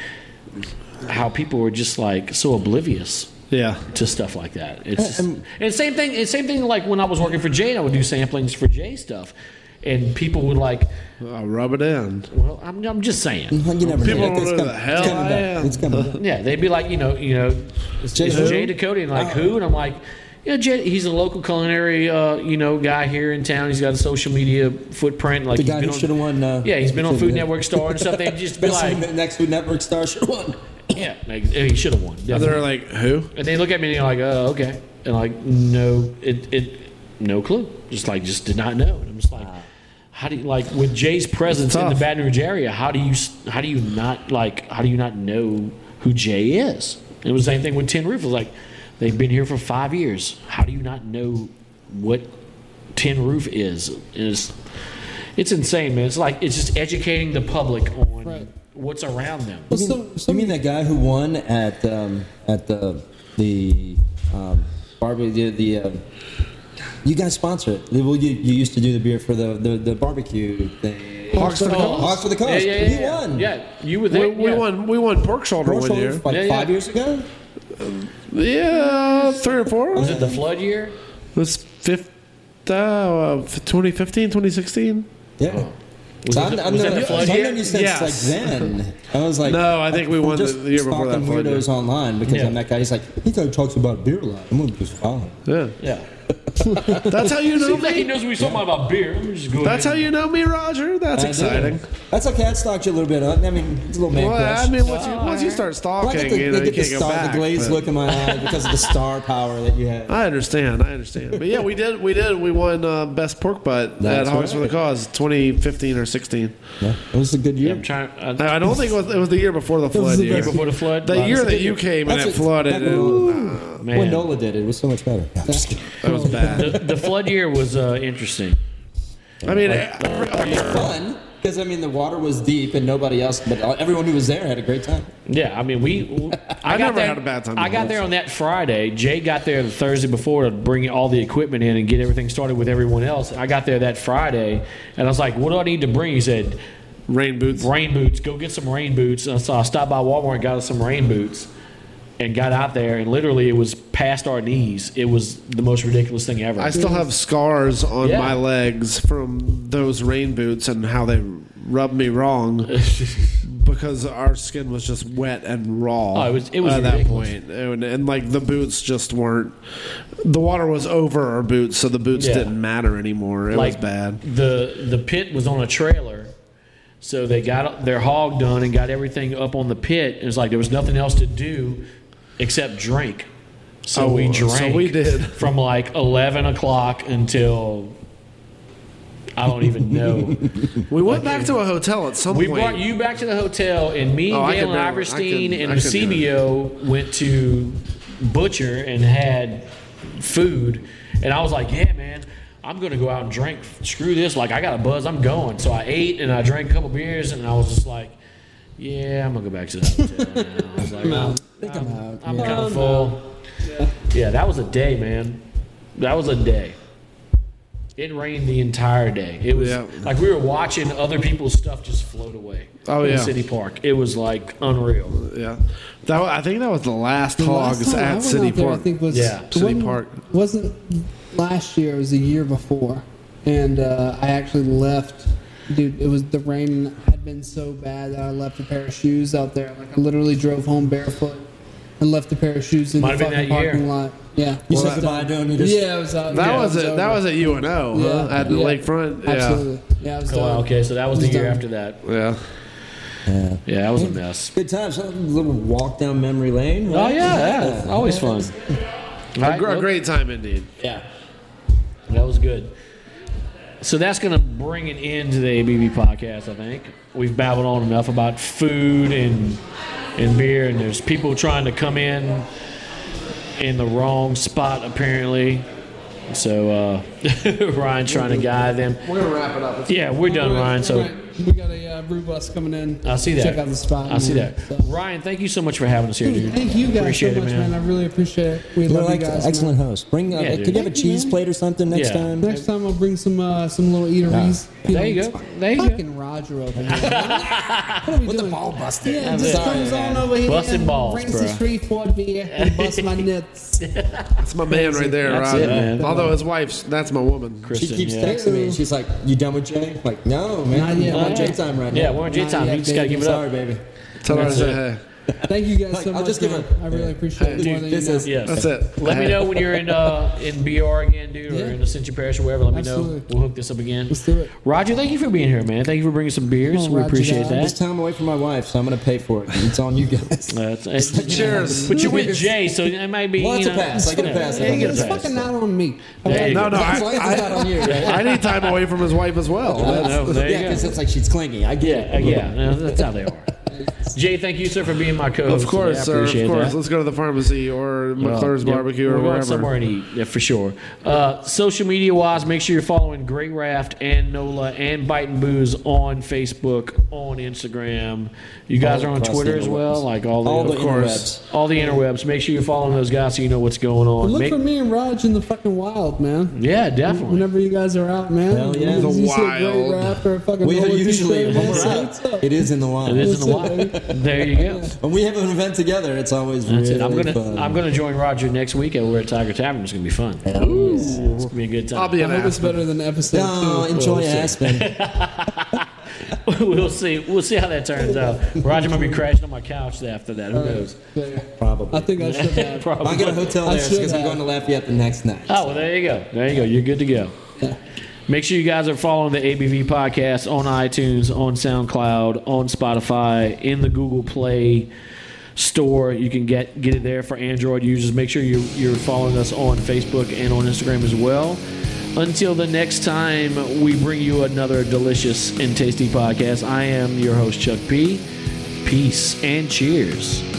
[SPEAKER 1] how people are just like so oblivious
[SPEAKER 3] Yeah.
[SPEAKER 1] to stuff like that. It's just, and same thing. It's same thing. Like when I was working for Jay, and I would do samplings for Jay stuff, and people would like,
[SPEAKER 3] I'll rub it in.
[SPEAKER 1] "Well, I'm, I'm just saying."
[SPEAKER 4] Well, You never
[SPEAKER 3] People
[SPEAKER 4] know.
[SPEAKER 3] don't
[SPEAKER 4] It's
[SPEAKER 3] know
[SPEAKER 4] coming-
[SPEAKER 3] the hell
[SPEAKER 4] it's coming
[SPEAKER 3] I
[SPEAKER 4] back.
[SPEAKER 3] am.
[SPEAKER 4] It's coming back.
[SPEAKER 1] Yeah, they'd be like, you know, you know, it's,
[SPEAKER 4] Jay
[SPEAKER 1] it's
[SPEAKER 4] who?
[SPEAKER 1] Jay Dakota, and like who? And I'm like, Yeah, Jed, he's a local culinary, uh, you know, guy here in town. He's got a social media footprint. Like
[SPEAKER 4] The
[SPEAKER 1] he's
[SPEAKER 4] guy
[SPEAKER 1] been
[SPEAKER 4] who
[SPEAKER 1] on-
[SPEAKER 4] should have won. Uh,
[SPEAKER 1] Yeah, he's been on
[SPEAKER 4] should've
[SPEAKER 1] Food
[SPEAKER 4] won.
[SPEAKER 1] Network Star and stuff. They just be
[SPEAKER 4] Best
[SPEAKER 1] like,
[SPEAKER 4] Food- next Food Network star should have won.
[SPEAKER 1] yeah, like, he should have won.
[SPEAKER 3] And
[SPEAKER 1] definitely.
[SPEAKER 3] they're like, who?
[SPEAKER 1] And they look at me and they're like, oh, okay. And like, no, it, it, no clue. Just like, just did not know. And I'm just like, how do you like with Jay's presence in the
[SPEAKER 3] tough.
[SPEAKER 1] Baton Rouge area? How do you, s- how do you not like, how do you not know who Jay is? It was the same thing with Tin Roof. It was like, they've been here for five years. How do you not know what Tin Roof is? And It's, it's insane, man. It's like it's just educating the public on
[SPEAKER 5] Right.
[SPEAKER 1] what's around them.
[SPEAKER 5] Well,
[SPEAKER 4] You
[SPEAKER 5] some,
[SPEAKER 4] mean,
[SPEAKER 5] some,
[SPEAKER 4] you mean that guy who won at um, at the the um, barbecue the, the um, you guys sponsor it? Well, you, you used to do the beer for the the, the barbecue thing.
[SPEAKER 3] Hawks for the Cause.
[SPEAKER 4] Hawks for the cause.
[SPEAKER 1] Yeah, yeah, yeah,
[SPEAKER 4] he
[SPEAKER 1] yeah.
[SPEAKER 4] won.
[SPEAKER 1] Yeah, you were
[SPEAKER 3] We,
[SPEAKER 1] there.
[SPEAKER 3] we
[SPEAKER 1] yeah.
[SPEAKER 3] won. We won pork shoulder
[SPEAKER 4] Commercial
[SPEAKER 3] one year.
[SPEAKER 4] like
[SPEAKER 1] Yeah, yeah.
[SPEAKER 4] five years ago.
[SPEAKER 3] Yeah, three or four.
[SPEAKER 1] Was it the flood year?
[SPEAKER 3] This fifth, uh, uh, 2015, 2016?
[SPEAKER 4] Yeah.
[SPEAKER 1] Was
[SPEAKER 4] So
[SPEAKER 1] it
[SPEAKER 4] I'm,
[SPEAKER 1] the-
[SPEAKER 4] I'm
[SPEAKER 1] was
[SPEAKER 4] known-
[SPEAKER 1] that the
[SPEAKER 4] so
[SPEAKER 1] flood
[SPEAKER 4] I've
[SPEAKER 1] year?
[SPEAKER 4] known you since
[SPEAKER 3] Yes.
[SPEAKER 4] like then. I was like,
[SPEAKER 3] No, I think we
[SPEAKER 4] I'm
[SPEAKER 3] won the-
[SPEAKER 4] just
[SPEAKER 3] the year before that
[SPEAKER 4] stalking
[SPEAKER 3] flood year.
[SPEAKER 4] weirdos online because
[SPEAKER 1] Yeah.
[SPEAKER 4] I'm that guy. He's like, he kind of talks about beer a lot. I'm gonna just follow him.
[SPEAKER 3] Yeah.
[SPEAKER 1] Yeah.
[SPEAKER 3] That's how you know
[SPEAKER 1] Seems like he
[SPEAKER 3] me.
[SPEAKER 1] knows we talking about beer. Let me just go
[SPEAKER 3] That's how
[SPEAKER 1] ahead.
[SPEAKER 3] you know me, Roger. That's
[SPEAKER 4] I do.
[SPEAKER 3] exciting.
[SPEAKER 4] That's okay. I stalked you a little bit. I mean, it's a little man
[SPEAKER 3] Well,
[SPEAKER 4] crush.
[SPEAKER 3] I mean, once you, once you start
[SPEAKER 4] Well, I
[SPEAKER 3] stalking,
[SPEAKER 4] get the,
[SPEAKER 3] you know,
[SPEAKER 4] they
[SPEAKER 3] you
[SPEAKER 4] get the
[SPEAKER 3] can't go
[SPEAKER 4] star,
[SPEAKER 3] back.
[SPEAKER 4] the glazed
[SPEAKER 3] but-
[SPEAKER 4] look in my eye because of the star power that you have.
[SPEAKER 3] I understand. I understand. But yeah, we did. We did. We won uh, best pork butt
[SPEAKER 4] That's
[SPEAKER 3] at Hogs for
[SPEAKER 4] right.
[SPEAKER 3] the Cause, 2015 or 16.
[SPEAKER 4] Yeah, it was a good year.
[SPEAKER 1] I'm trying. Uh,
[SPEAKER 3] I I don't think it was, it was the year before the
[SPEAKER 5] was
[SPEAKER 3] flood
[SPEAKER 5] the
[SPEAKER 3] year.
[SPEAKER 5] best-
[SPEAKER 1] before the flood.
[SPEAKER 3] The
[SPEAKER 1] Wow,
[SPEAKER 3] year
[SPEAKER 1] that's a
[SPEAKER 3] that you
[SPEAKER 1] good-
[SPEAKER 3] came and
[SPEAKER 4] That's
[SPEAKER 3] it
[SPEAKER 4] what-
[SPEAKER 3] flooded,
[SPEAKER 4] that's
[SPEAKER 3] and
[SPEAKER 4] When
[SPEAKER 1] uh, man.
[SPEAKER 4] Nola did it, it was so much better. No, I'm just kidding.
[SPEAKER 3] it was bad.
[SPEAKER 1] The, the flood year was uh, interesting.
[SPEAKER 3] I mean,
[SPEAKER 4] Fun because I mean the water was deep and nobody else, but everyone who was there had a great time.
[SPEAKER 1] Yeah, I mean, we. I, got
[SPEAKER 3] never
[SPEAKER 1] there-
[SPEAKER 3] had a bad time
[SPEAKER 1] I got there on that Friday. Jay got there the Thursday before to bring all the equipment in and get everything started with everyone else. I got there that Friday, and I was like, "What do I need to bring?" He said,
[SPEAKER 3] rain boots.
[SPEAKER 1] rain boots. Go get some rain boots. And so I stopped by Walmart and got us some rain boots and got out there. And literally, it was past our knees. It was the most ridiculous thing ever.
[SPEAKER 3] I still have scars on
[SPEAKER 1] Yeah.
[SPEAKER 3] my legs from those rain boots and how they rubbed me wrong because our skin was just wet and raw.
[SPEAKER 1] Oh, it was- it was
[SPEAKER 3] at that
[SPEAKER 1] ridiculous.
[SPEAKER 3] point, and, and like the boots just weren't. The water was over our boots, so the boots
[SPEAKER 1] Yeah.
[SPEAKER 3] didn't matter anymore. It was bad.
[SPEAKER 1] The the pit was on a trailer, so they got their hog done and got everything up on the pit. It was like there was nothing else to do except drink. So
[SPEAKER 3] Oh,
[SPEAKER 1] we
[SPEAKER 3] so
[SPEAKER 1] drank.
[SPEAKER 3] we did.
[SPEAKER 1] from like eleven o'clock until I don't even know.
[SPEAKER 3] We went back to a hotel at some
[SPEAKER 1] We
[SPEAKER 3] point.
[SPEAKER 1] brought you back to the hotel, and me,
[SPEAKER 3] Oh, I
[SPEAKER 1] Galen
[SPEAKER 3] could do it. I
[SPEAKER 1] Iverstein,
[SPEAKER 3] could-
[SPEAKER 1] and
[SPEAKER 3] I could do it.
[SPEAKER 1] Eusebio went to Butcher and had food. And I was like, yeah, man, I'm going to go out and drink. Screw this. Like, I got a buzz. I'm going. So I ate and I drank a couple beers, and I was just like, yeah, I'm going to go back to the hotel. now. I was like, I'm,
[SPEAKER 4] I'm out, yeah.
[SPEAKER 1] kind of full. Yeah, that was a day, man. That was a day. It rained the entire day. It was
[SPEAKER 3] Yeah.
[SPEAKER 1] like we were watching other people's stuff just float away.
[SPEAKER 3] Oh,
[SPEAKER 1] in
[SPEAKER 3] yeah.
[SPEAKER 1] City Park. It was like unreal.
[SPEAKER 3] Yeah, that wa- I think that was the last
[SPEAKER 5] the last
[SPEAKER 3] hogs
[SPEAKER 5] time I
[SPEAKER 3] at
[SPEAKER 5] went
[SPEAKER 3] City
[SPEAKER 5] out there, I
[SPEAKER 3] Park.
[SPEAKER 5] think was
[SPEAKER 1] Yeah.
[SPEAKER 5] it
[SPEAKER 3] City
[SPEAKER 5] wasn't-
[SPEAKER 3] Park.
[SPEAKER 5] Wasn't last year? It was the year before, and uh, I actually left. Dude, it was the rain had been so bad that I left a pair of shoes out there. Like I literally drove home barefoot and left a pair of shoes in
[SPEAKER 1] Might have
[SPEAKER 5] the
[SPEAKER 1] been
[SPEAKER 5] fucking
[SPEAKER 1] that year.
[SPEAKER 5] parking lot. Yeah.
[SPEAKER 4] You
[SPEAKER 5] Well,
[SPEAKER 4] said goodbye, don't you? Just,
[SPEAKER 5] yeah, I was out.
[SPEAKER 3] that
[SPEAKER 5] yeah,
[SPEAKER 3] was
[SPEAKER 5] it
[SPEAKER 3] at that
[SPEAKER 5] over.
[SPEAKER 3] was at UNO huh?
[SPEAKER 5] Yeah.
[SPEAKER 3] at the
[SPEAKER 5] Yeah.
[SPEAKER 3] lakefront. Yeah,
[SPEAKER 5] Absolutely. Yeah, I was uh,
[SPEAKER 1] Oh, wow,
[SPEAKER 5] done.
[SPEAKER 1] okay, so that was the
[SPEAKER 5] It was
[SPEAKER 1] year
[SPEAKER 5] done.
[SPEAKER 1] after that.
[SPEAKER 3] yeah.
[SPEAKER 4] Yeah.
[SPEAKER 1] Yeah, that was a mess.
[SPEAKER 4] Good times. A little walk down memory lane.
[SPEAKER 1] Oh
[SPEAKER 4] right?
[SPEAKER 1] yeah, yeah, always fun.
[SPEAKER 3] A gr- a great time indeed.
[SPEAKER 1] Yeah, that was good. So that's going to bring an end to the ABV podcast. I think we've babbled on enough about food and and beer, and there's people trying to come in in the wrong spot apparently. So uh, Ryan trying to guide them.
[SPEAKER 2] We're gonna wrap it up. It's-
[SPEAKER 1] Yeah, we're done,
[SPEAKER 5] All right,
[SPEAKER 1] Ryan. So.
[SPEAKER 5] all right. we got a uh, brew bus coming in.
[SPEAKER 1] I see that.
[SPEAKER 5] Check out the spot.
[SPEAKER 1] I see
[SPEAKER 5] man.
[SPEAKER 1] that.
[SPEAKER 5] So-
[SPEAKER 1] Ryan, thank you so much for having us here,
[SPEAKER 5] Dude,
[SPEAKER 1] dude.
[SPEAKER 5] thank you guys
[SPEAKER 1] Appreciate
[SPEAKER 5] so
[SPEAKER 1] it,
[SPEAKER 5] much, man. I really appreciate it. We
[SPEAKER 4] You're
[SPEAKER 5] love
[SPEAKER 4] like
[SPEAKER 5] you guys. man.
[SPEAKER 4] excellent host. Bring. Uh,
[SPEAKER 1] Yeah,
[SPEAKER 4] could
[SPEAKER 1] dude.
[SPEAKER 4] you have a
[SPEAKER 5] Thank you,
[SPEAKER 4] cheese
[SPEAKER 5] man.
[SPEAKER 4] plate or something next
[SPEAKER 1] Yeah.
[SPEAKER 4] time?
[SPEAKER 5] Next time I'll bring some uh, some little eateries.
[SPEAKER 1] There you go. There you go.
[SPEAKER 5] fucking Roger over here. what are we
[SPEAKER 4] With the
[SPEAKER 5] doing?
[SPEAKER 4] ball buster.
[SPEAKER 5] Yeah, just comes on over here.
[SPEAKER 1] Busting
[SPEAKER 5] and
[SPEAKER 1] balls,
[SPEAKER 5] brings
[SPEAKER 1] bro.
[SPEAKER 5] his three Ford beer and bust my nuts.
[SPEAKER 3] That's my man right there,
[SPEAKER 1] That's
[SPEAKER 3] Rob.
[SPEAKER 1] it, man.
[SPEAKER 3] Although his wife's, that's my woman.
[SPEAKER 4] She
[SPEAKER 1] Kristen,
[SPEAKER 4] keeps
[SPEAKER 1] yeah.
[SPEAKER 4] texting me. She's like, "You done with Jay?" Like, no, man.
[SPEAKER 5] Not yet.
[SPEAKER 4] I'm on
[SPEAKER 5] Not
[SPEAKER 4] Jay
[SPEAKER 1] yet.
[SPEAKER 4] time right
[SPEAKER 1] Yeah,
[SPEAKER 4] now.
[SPEAKER 1] we're on Jay
[SPEAKER 4] Not
[SPEAKER 1] time.
[SPEAKER 4] yet,
[SPEAKER 1] You just gotta
[SPEAKER 4] baby.
[SPEAKER 1] give it up.
[SPEAKER 4] Sorry, baby.
[SPEAKER 3] Tell her I
[SPEAKER 1] That's
[SPEAKER 3] said,
[SPEAKER 1] it.
[SPEAKER 3] hey.
[SPEAKER 5] Thank you guys
[SPEAKER 4] Like,
[SPEAKER 5] so
[SPEAKER 4] I'll
[SPEAKER 5] much.
[SPEAKER 4] just give
[SPEAKER 5] man.
[SPEAKER 4] her-
[SPEAKER 5] I really appreciate it
[SPEAKER 4] Dude,
[SPEAKER 5] more than
[SPEAKER 4] this
[SPEAKER 5] you know.
[SPEAKER 4] is-
[SPEAKER 1] Yeah.
[SPEAKER 3] That's it.
[SPEAKER 1] Let me know when you're in uh, in BR again, dude, or
[SPEAKER 5] Yeah.
[SPEAKER 1] in Ascension Parish or wherever. Let me know.
[SPEAKER 5] Absolutely.
[SPEAKER 1] We'll hook this up again.
[SPEAKER 5] Let's do it.
[SPEAKER 1] Roger, thank you for being here, man. Thank you for bringing some beers.
[SPEAKER 5] Come on,
[SPEAKER 1] we
[SPEAKER 5] Roger,
[SPEAKER 1] appreciate
[SPEAKER 5] dog.
[SPEAKER 1] that.
[SPEAKER 4] This time I'm away from my wife, so I'm going to pay for it. It's on you guys.
[SPEAKER 1] That's- it's-
[SPEAKER 3] Cheers.
[SPEAKER 1] But you're with Jay, so it might be.
[SPEAKER 4] Well,
[SPEAKER 1] you
[SPEAKER 4] it's a
[SPEAKER 1] know,
[SPEAKER 4] pass. I get a pass.
[SPEAKER 1] Yeah, you get a
[SPEAKER 5] It's
[SPEAKER 1] pass.
[SPEAKER 5] fucking not on me.
[SPEAKER 1] There you
[SPEAKER 3] No,
[SPEAKER 1] go.
[SPEAKER 3] no,
[SPEAKER 4] As long as it's not
[SPEAKER 3] I,
[SPEAKER 4] on you, right?
[SPEAKER 1] Yeah.
[SPEAKER 3] I, I need time away from his wife as well.
[SPEAKER 1] I know, there you
[SPEAKER 4] yeah,
[SPEAKER 1] go.
[SPEAKER 4] because it's like she's clingy. I get
[SPEAKER 1] Yeah, uh,
[SPEAKER 4] it.
[SPEAKER 1] yeah, no, that's how they are. Jay, thank you, sir, for being my co-host.
[SPEAKER 3] Of course,
[SPEAKER 1] I
[SPEAKER 3] sir. Of
[SPEAKER 1] appreciate
[SPEAKER 3] course.
[SPEAKER 1] that.
[SPEAKER 3] Let's go to the pharmacy or
[SPEAKER 1] Well,
[SPEAKER 3] McClure's
[SPEAKER 1] yeah,
[SPEAKER 3] Barbecue or
[SPEAKER 1] we're going
[SPEAKER 3] wherever.
[SPEAKER 1] somewhere and eat, yeah, for sure. Uh, social media wise, make sure you're following Great Raft and Nola and Biting Booze on Facebook, on Instagram. You guys
[SPEAKER 4] All
[SPEAKER 1] are on
[SPEAKER 4] across
[SPEAKER 1] Twitter
[SPEAKER 4] the
[SPEAKER 1] as well,
[SPEAKER 4] interwebs.
[SPEAKER 1] like all the,
[SPEAKER 4] All the
[SPEAKER 1] of course, all the interwebs. Make sure you're following those guys so you know what's going on.
[SPEAKER 5] Look
[SPEAKER 1] Make-
[SPEAKER 5] for me and Raj in the fucking wild, man.
[SPEAKER 1] yeah, definitely.
[SPEAKER 5] Whenever you guys are out, man.
[SPEAKER 4] Hell yeah.
[SPEAKER 5] You
[SPEAKER 4] The
[SPEAKER 5] see a
[SPEAKER 3] wild.
[SPEAKER 5] Great rap or a fucking
[SPEAKER 4] We are
[SPEAKER 5] Nolan
[SPEAKER 4] usually,
[SPEAKER 5] t-shirt,
[SPEAKER 4] when
[SPEAKER 5] man,
[SPEAKER 4] we're
[SPEAKER 5] say
[SPEAKER 4] out,
[SPEAKER 5] what's up.
[SPEAKER 4] it is in the line.
[SPEAKER 1] It is in the
[SPEAKER 5] What's up,
[SPEAKER 1] wild. There you go.
[SPEAKER 4] When we have an event together, it's always
[SPEAKER 1] That's
[SPEAKER 4] really
[SPEAKER 1] it. I'm
[SPEAKER 4] fun.
[SPEAKER 1] gonna I'm gonna join Roger next week over at Tiger Tavern. It's gonna be fun.
[SPEAKER 4] Ooh.
[SPEAKER 1] It's gonna be a good time.
[SPEAKER 3] I'll be
[SPEAKER 5] I
[SPEAKER 3] an
[SPEAKER 5] hope it's
[SPEAKER 3] ass.
[SPEAKER 5] better than episode
[SPEAKER 4] No,
[SPEAKER 5] two.
[SPEAKER 4] enjoy
[SPEAKER 1] see.
[SPEAKER 4] Aspen.
[SPEAKER 1] we'll see. We'll see how that turns out. Roger might be crashing on my couch after that. Who knows?
[SPEAKER 5] Yeah.
[SPEAKER 4] Probably.
[SPEAKER 5] I think I should have.
[SPEAKER 1] Probably.
[SPEAKER 4] I'll get a hotel
[SPEAKER 5] I
[SPEAKER 4] there
[SPEAKER 5] should
[SPEAKER 4] because I'm
[SPEAKER 5] have.
[SPEAKER 4] going to Lafayette the next night.
[SPEAKER 1] Oh, well, there you go. There you go. You're good to go. Make sure you guys are following the ABV podcast on iTunes, on SoundCloud, on Spotify, in the Google Play store. You can get get it there for Android users. Make sure you you're following us on Facebook and on Instagram as well. Until the next time we bring you another delicious and tasty podcast, I am your host Chuck P. Peace and cheers.